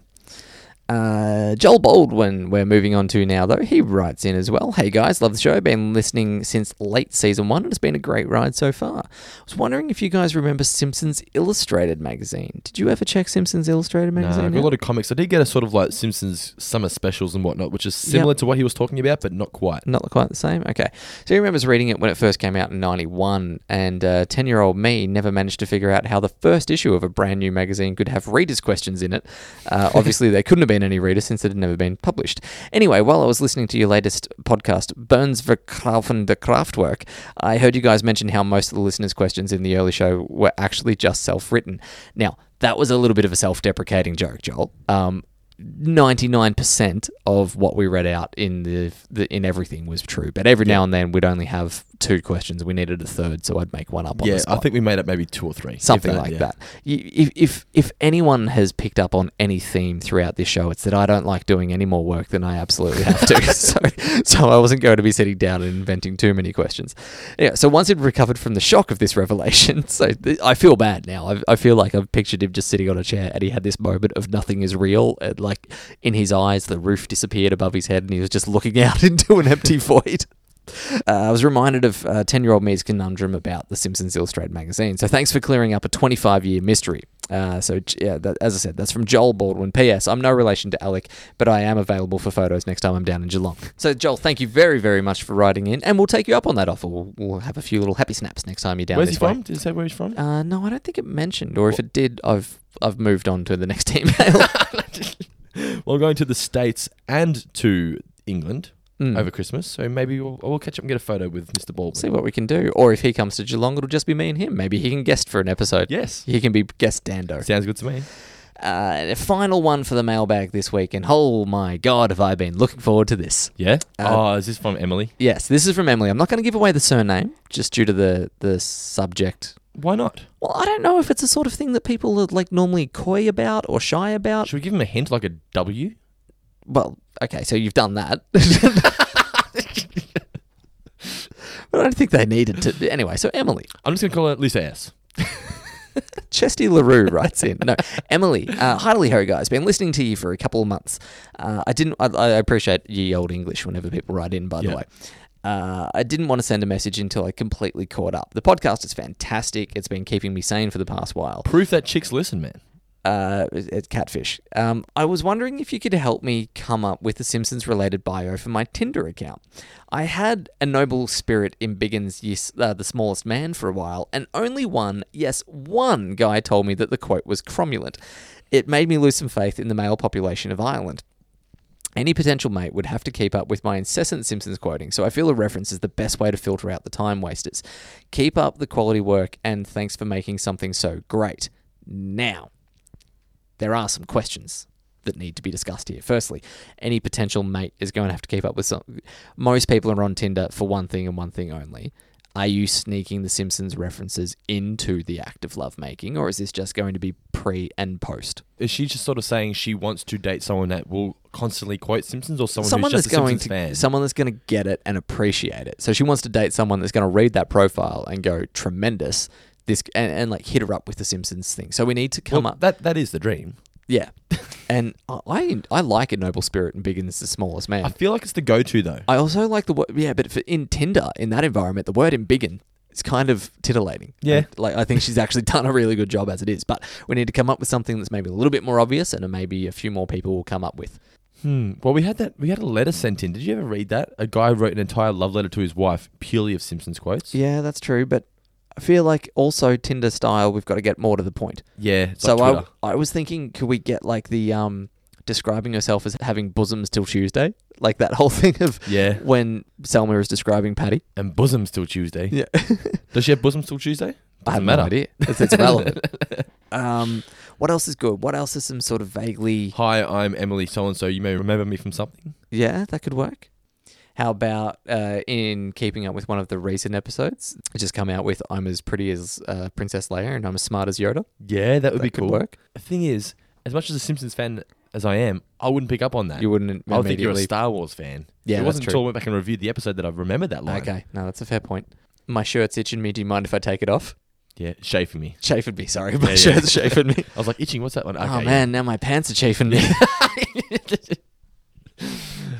Speaker 6: Uh, Joel Baldwin, we're moving on to now, though. He writes in as well. Hey guys, love the show. Been listening since late season one, and it's been a great ride so far. I was wondering if you guys remember Simpsons Illustrated magazine. Did you ever check Simpsons Illustrated
Speaker 5: Nah,
Speaker 6: magazine?
Speaker 5: I've got Uh, a
Speaker 6: out?
Speaker 5: lot of comics. I did get a sort of like Simpsons summer specials and whatnot, which is
Speaker 6: Yep.
Speaker 5: similar to what he was talking about, but not quite.
Speaker 6: Not quite the same. Okay. So he remembers reading it when it first came out in 91, and 10 year old me never managed to figure out how the first issue of a brand new magazine could have readers' questions in it. Uh, obviously, there couldn't have been any readers since it had never been published. Anyway, while I was listening to your latest podcast, Burns Verkaufen der Kraftwerk, I heard you guys mention how most of the listeners' questions in the early show were actually just self written. Now, that was a little bit of a self deprecating joke, Joel. Um, 99% of what we read out in the, the in everything was true but every now and then we'd only have two questions. We needed a third, so I'd make one up on
Speaker 5: yeah,
Speaker 6: the spot.
Speaker 5: I think we made up maybe two or three, if
Speaker 6: something like
Speaker 5: yeah.
Speaker 6: that. You, if, if if anyone has picked up on any theme throughout this show, it's that I don't like doing any more work than I absolutely have to. *laughs* so so I wasn't going to be sitting down and inventing too many questions. Yeah. So once he'd recovered from the shock of this revelation, *laughs* so th- I feel bad now. I, I feel like I've pictured him just sitting on a chair and he had this moment of nothing is real, and like in his eyes, the roof disappeared above his head, and he was just looking *laughs* out into an empty void. Uh, I was reminded of 10 year old me's conundrum about the Simpsons Illustrated magazine. So thanks for clearing up a 25 year mystery. Uh, so, j- yeah, that, as I said, that's from Joel Baldwin. P.S. I'm no relation to Alec, but I am available for photos next time I'm down in Geelong. So, Joel, thank you very, very much for writing in, and we'll take you up on that offer. We'll, we'll have a few little happy snaps next time you're down
Speaker 5: Where's he
Speaker 6: this way.
Speaker 5: from? Did he say where he's from?
Speaker 6: Uh, no, I don't think it mentioned, or if it did, I've I've moved on to the
Speaker 5: *laughs*
Speaker 6: next *laughs* email.
Speaker 5: Well, I'm going to the States and to England
Speaker 6: Mm.
Speaker 5: over Christmas, so maybe we'll, we'll catch up and get a photo with Mr. Baldwin.
Speaker 6: See what we can do. Or if he comes to Geelong, it'll just be me and him. Maybe he can guest for an episode.
Speaker 5: Yes.
Speaker 6: He can be guest Dando.
Speaker 5: Sounds good to me.
Speaker 6: Uh, and a final one for the mailbag this week, and oh my god, have I been looking forward to this?
Speaker 5: Yeah.
Speaker 6: Uh,
Speaker 5: oh, is this from Emily?
Speaker 6: Yes, this is from Emily. I'm not going to give away the surname just due to the the subject.
Speaker 5: Why not?
Speaker 6: Well, I don't know if it's the sort of thing that people are like normally coy about or shy about.
Speaker 5: Should we give him a hint, like a W?
Speaker 6: Well, okay, so you've done that. *laughs* but I don't think they needed to. Anyway, so Emily.
Speaker 5: I'm just going to call it Lisa S.
Speaker 6: Chesty LaRue writes in. No, Emily, uh, heartily ho, guys. Been listening to you for a couple of months. Uh, I didn't. I, I appreciate ye old English whenever people write in. By the
Speaker 5: Yeah.
Speaker 6: way. Uh, I didn't want to send a message until I completely caught up. The podcast is fantastic. It's been keeping me sane for the past while.
Speaker 5: Proof that chicks listen, man.
Speaker 6: Uh, it- it's catfish. Um, I was wondering if you could help me come up with a Simpsons related bio for my Tinder account. I had a noble spirit in Biggins, yes, uh, the smallest man, for a while, and only one, yes, one guy told me that the quote was cromulent. It made me lose some faith in the male population of Ireland. Any potential mate would have to keep up with my incessant Simpsons quoting, so I feel a reference is the best way to filter out the time wasters. Keep up the quality work, and thanks for making something so great. Now, there are some questions that need to be discussed here. Firstly, any potential mate is going to have to keep up with some. Most people are on Tinder for one thing and one thing only. Are you sneaking The Simpsons references into the act of lovemaking, or is this just going to be pre and post?
Speaker 5: Is she just sort of saying she wants to date someone that will constantly quote Simpsons or someone,
Speaker 6: someone
Speaker 5: who's
Speaker 6: that's
Speaker 5: just a
Speaker 6: going
Speaker 5: Simpsons
Speaker 6: to
Speaker 5: fan?
Speaker 6: someone that's going to get it and appreciate it. So she wants to date someone that's going to read that profile and go tremendous. This and, and like hit her up with the Simpsons thing. So we need to come
Speaker 5: Well,
Speaker 6: up.
Speaker 5: That, that is the dream.
Speaker 6: Yeah, *laughs* and I- I I like a noble spirit and Biggins the smallest man.
Speaker 5: I feel like it's the go to, though.
Speaker 6: I also like the word, yeah, but for, in Tinder, in that environment, the word embiggen is kind of titillating.
Speaker 5: Yeah.
Speaker 6: And, like, I think she's actually *laughs* done a really good job as it is, but we need to come up with something that's maybe a little bit more obvious and maybe a few more people will come up with.
Speaker 5: Hmm. Well, we had that. We had a letter sent in. Did you ever read that? A guy wrote an entire love letter to his wife purely of Simpsons quotes.
Speaker 6: Yeah, that's true, but I feel like also Tinder style, we've got to get more to the point.
Speaker 5: Yeah. It's
Speaker 6: so uh,
Speaker 5: like
Speaker 6: I,
Speaker 5: Twitter.
Speaker 6: I was thinking, could we get like the um describing herself as having bosoms till Tuesday, like that whole *laughs* thing of
Speaker 5: Yeah.
Speaker 6: when Selma is describing Patty.
Speaker 5: and bosoms till Tuesday.
Speaker 6: *laughs* Yeah.
Speaker 5: Does she have bosoms till Tuesday?
Speaker 6: I
Speaker 5: Doesn't
Speaker 6: have
Speaker 5: matter.
Speaker 6: no idea. *laughs* It's,
Speaker 5: *laughs*
Speaker 6: it's relevant. um, what else is good? What else is some sort of vaguely?
Speaker 5: Hi, I'm Emily so and so. You may remember me from something.
Speaker 6: Yeah, that could work. How about uh, in keeping up with one of the recent episodes? It just come out with I'm as pretty as uh, Princess Leia and I'm as smart as Yoda.
Speaker 5: Yeah, that would be
Speaker 6: could
Speaker 5: cool.
Speaker 6: work.
Speaker 5: The thing is, as much as a Simpsons fan as I am, I wouldn't pick up on that.
Speaker 6: You wouldn't
Speaker 5: I would think you're a
Speaker 6: immediately-
Speaker 5: Star Wars fan.
Speaker 6: Yeah,
Speaker 5: It
Speaker 6: that's
Speaker 5: wasn't
Speaker 6: true.
Speaker 5: until I went back and reviewed the episode that I remembered that line.
Speaker 6: Okay, no, that's a fair point. My shirt's itching me. Do you mind if I take it off? *laughs*
Speaker 5: Yeah, chafing me.
Speaker 6: Chafing me. Sorry,
Speaker 5: Yeah,
Speaker 6: my
Speaker 5: yeah.
Speaker 6: shirt's chafing me.
Speaker 5: I was like itching. What's that one? Okay,
Speaker 6: oh
Speaker 5: yeah.
Speaker 6: man, now my pants are chafing me.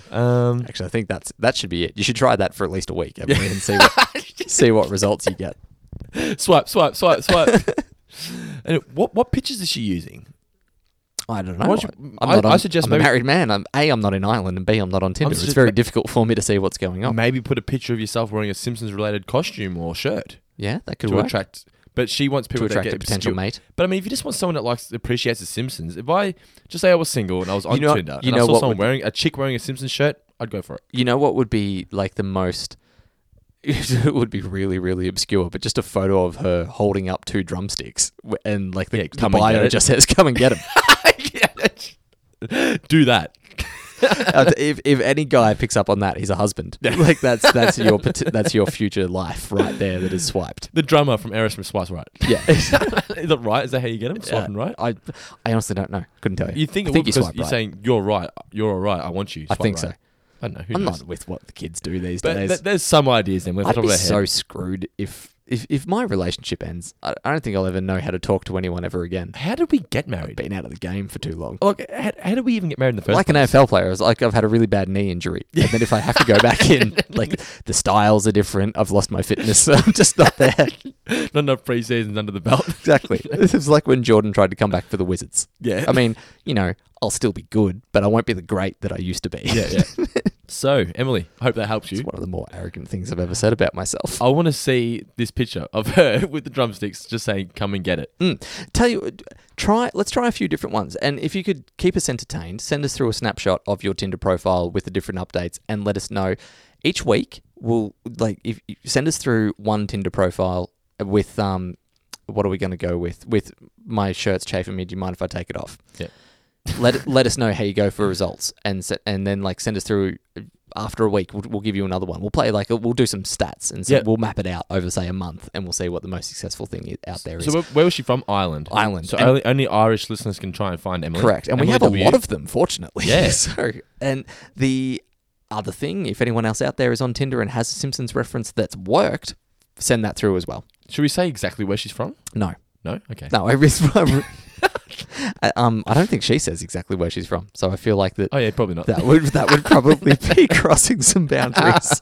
Speaker 5: Um,
Speaker 6: Actually, I think that's that should be it. You should try that for at least a week Emily, and see what, *laughs* see what results you get.
Speaker 5: swipe, swipe, swipe, swipe.
Speaker 6: *laughs*
Speaker 5: and it- what what pictures is she using?
Speaker 6: I don't know.
Speaker 5: Why don't you- I- I suggest
Speaker 6: I'm a
Speaker 5: maybe-
Speaker 6: married man. I'm A, I'm not in Ireland, and B, I'm not on Tinder. It's
Speaker 5: suggest-
Speaker 6: very difficult for me to see what's going on.
Speaker 5: Maybe put a picture of yourself wearing a Simpsons related costume or shirt
Speaker 6: Yeah, that could
Speaker 5: to
Speaker 6: work.
Speaker 5: attract. But she wants people
Speaker 6: To attract
Speaker 5: that get
Speaker 6: a potential
Speaker 5: obscure-
Speaker 6: mate.
Speaker 5: But I mean, if you just want someone that likes appreciates the Simpsons, if I just say I was single and I was on
Speaker 6: You know-
Speaker 5: Tinder
Speaker 6: you
Speaker 5: and
Speaker 6: know
Speaker 5: I saw
Speaker 6: what
Speaker 5: someone
Speaker 6: would-
Speaker 5: wearing a chick wearing a Simpsons shirt, I'd go for it.
Speaker 6: You know what would be like the most? *laughs* it would be really, really obscure, but just a photo of her holding up two drumsticks, w- and like the, the
Speaker 5: come and get
Speaker 6: *laughs* bio
Speaker 5: it. *laughs*
Speaker 6: just says, "Come and get them."
Speaker 5: Do that.
Speaker 6: Uh, if, if any guy picks up on that, he's a husband. Like that's that's
Speaker 5: *laughs*
Speaker 6: your pati- that's your future life right there that is swiped.
Speaker 5: The drummer from Aerosmith swipes right. *laughs*
Speaker 6: Yeah,
Speaker 5: is that right? Is that how you get him? Swiping right?
Speaker 6: I I honestly don't know. Couldn't tell you.
Speaker 5: You think
Speaker 6: I
Speaker 5: it
Speaker 6: think
Speaker 5: would
Speaker 6: you
Speaker 5: because
Speaker 6: swipe
Speaker 5: you're
Speaker 6: right.
Speaker 5: saying you're right, you're all right. I want you.
Speaker 6: I
Speaker 5: Swipe
Speaker 6: think so.
Speaker 5: right. I don't know. Who
Speaker 6: I'm
Speaker 5: knows?
Speaker 6: not with what the kids do these
Speaker 5: But
Speaker 6: days.
Speaker 5: th- there's some ideas then. We're
Speaker 6: I'd
Speaker 5: top of
Speaker 6: be
Speaker 5: our
Speaker 6: so
Speaker 5: head.
Speaker 6: screwed if, if if my relationship ends. I, I don't think I'll ever know how to talk to anyone ever again.
Speaker 5: How did we get married?
Speaker 6: Been out of the game for too long.
Speaker 5: Like, how, how do we even get married in the first?
Speaker 6: like an
Speaker 5: place?
Speaker 6: AFL player, it's like I've had a really bad knee injury, and then if I have to
Speaker 5: *laughs*
Speaker 6: go back in, like the styles are different. I've lost my fitness. *laughs* So I'm just
Speaker 5: *laughs*
Speaker 6: not there.
Speaker 5: not enough pre seasons under the belt. *laughs*
Speaker 6: exactly. It was like when Jordan tried to come back for the Wizards.
Speaker 5: Yeah.
Speaker 6: I mean, you know, I'll still be good, but I won't be the great that I used to be.
Speaker 5: Yeah, yeah. so, Emily, I hope that helps you.
Speaker 6: *laughs* One of the more arrogant things I've ever said about myself.
Speaker 5: I want to see this picture of *laughs* her with the drumsticks, just saying, "Come and get it."
Speaker 6: Mm. Tell you, try. Let's try a few different ones, and if you could keep us entertained, send us through a snapshot of your Tinder profile with the different updates, and let us know each week. We'll like if you send us through one Tinder profile with um, what are we going to go with? With my shirt's chafing me. Do you mind if I take it off?
Speaker 5: Yeah.
Speaker 6: let let us know how you go for results, and se- and then like send us through. After a week, we'll, we'll give you another one. We'll play like we'll do some stats and so
Speaker 5: Yeah.
Speaker 6: we'll map it out over say a month, and we'll see what the most successful thing i- out there is.
Speaker 5: So, where, where was she from? Ireland.
Speaker 6: Ireland.
Speaker 5: So
Speaker 6: And-
Speaker 5: only, only Irish listeners can try and find Emily.
Speaker 6: Correct. And we
Speaker 5: Emily
Speaker 6: have a
Speaker 5: W.
Speaker 6: lot of them, fortunately.
Speaker 5: Yeah.
Speaker 6: *laughs* so, and the other thing, if anyone else out there is on Tinder and has a Simpsons reference that's worked, send that through as well.
Speaker 5: Should we say exactly where she's from?
Speaker 6: No.
Speaker 5: No. Okay.
Speaker 6: No, I, re- *laughs* I- um, I don't think she says exactly where she's from. So I feel like that.
Speaker 5: Oh yeah, probably not.
Speaker 6: That would that
Speaker 5: *laughs*
Speaker 6: would probably be crossing some boundaries.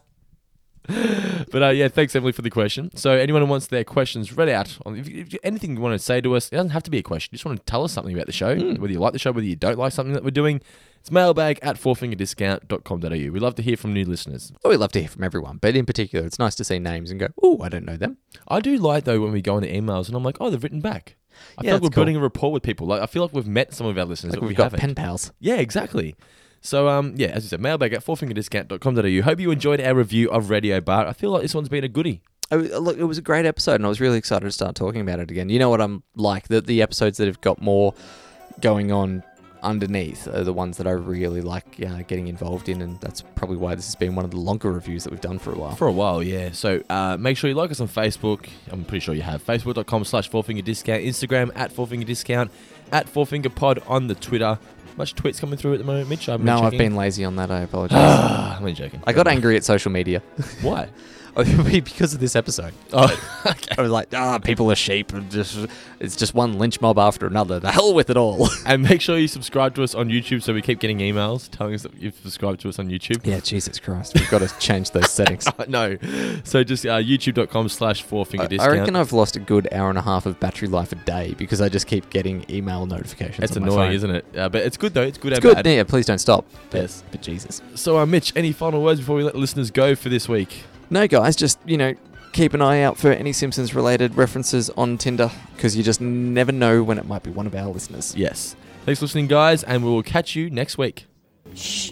Speaker 5: But uh, yeah, thanks Emily for the question. So anyone who wants their questions read out, on, if, you- if you- anything you want to say to us, it doesn't have to be a question. You just want to tell us something about the show,
Speaker 6: Hmm.
Speaker 5: whether you like the show, whether you don't like something that we're doing. It's mailbag at fourfingerdiscount.com.au. We love to hear from new listeners.
Speaker 6: Oh, we love to hear from everyone, but in particular, it's nice to see names and go, "Oh, I don't know them."
Speaker 5: I do like though when we go into emails and I'm like, oh, they've written back. I feel
Speaker 6: Yeah,
Speaker 5: like we're
Speaker 6: that's cool.
Speaker 5: building a rapport with people. Like I feel like we've met some of our listeners.
Speaker 6: Like
Speaker 5: that
Speaker 6: we've
Speaker 5: we
Speaker 6: got
Speaker 5: haven't.
Speaker 6: pen pals.
Speaker 5: Yeah, exactly. So, um, yeah, as you said, mailbag at fourfingerdiscount.com.au. Hope you enjoyed our review of Radio Bar. I feel like this one's been a goodie.
Speaker 6: I, look, it was a great episode, and I was really excited to start talking about it again. You know what I'm like the the episodes that have got more going on underneath are the ones that I really like uh, getting involved in, and that's probably why this has been one of the longer reviews that we've done for a while.
Speaker 5: For a while, yeah. So uh, make sure you like us on Facebook. I'm pretty sure you have. Facebook.com slash fourfingerdiscount. Instagram at fourfingerdiscount. At fourfingerpod on the Twitter. Much tweets coming through at the moment, Mitch. I've
Speaker 6: No, I've
Speaker 5: checking. Ah,
Speaker 6: been lazy on that. I *gasps* apologize.
Speaker 5: I'm only joking.
Speaker 6: I got angry at social media. *laughs* Oh,
Speaker 5: Why?
Speaker 6: because of this episode.
Speaker 5: Oh, *laughs* okay.
Speaker 6: I was like, ah, people are sheep. And just, it's just one lynch mob after another. The hell with it all.
Speaker 5: And make sure you subscribe to us on YouTube so we keep getting emails telling us that you've subscribed to us on YouTube.
Speaker 6: yeah, Jesus Christ. *laughs* We've got to change those *laughs* settings.
Speaker 5: no. So just uh, youtube.com slash
Speaker 6: I,
Speaker 5: fourfingerdiscount.
Speaker 6: I reckon I've lost a good hour and a half of battery life a day because I just keep getting email notifications.
Speaker 5: That's
Speaker 6: on my
Speaker 5: annoying,
Speaker 6: phone.
Speaker 5: isn't it? Uh, but it's good though. It's good.
Speaker 6: It's
Speaker 5: and
Speaker 6: good.
Speaker 5: bad.
Speaker 6: Yeah, please don't stop. But,
Speaker 5: Yes.
Speaker 6: but Jesus.
Speaker 5: So, uh, Mitch, any final words before we let listeners go for this week?
Speaker 6: No, guys, just you know, keep an eye out for any Simpsons-related references on Tinder because you just never know when it might be one of our listeners.
Speaker 5: Yes. Thanks for listening, guys, and we will catch you next week.
Speaker 4: Shh.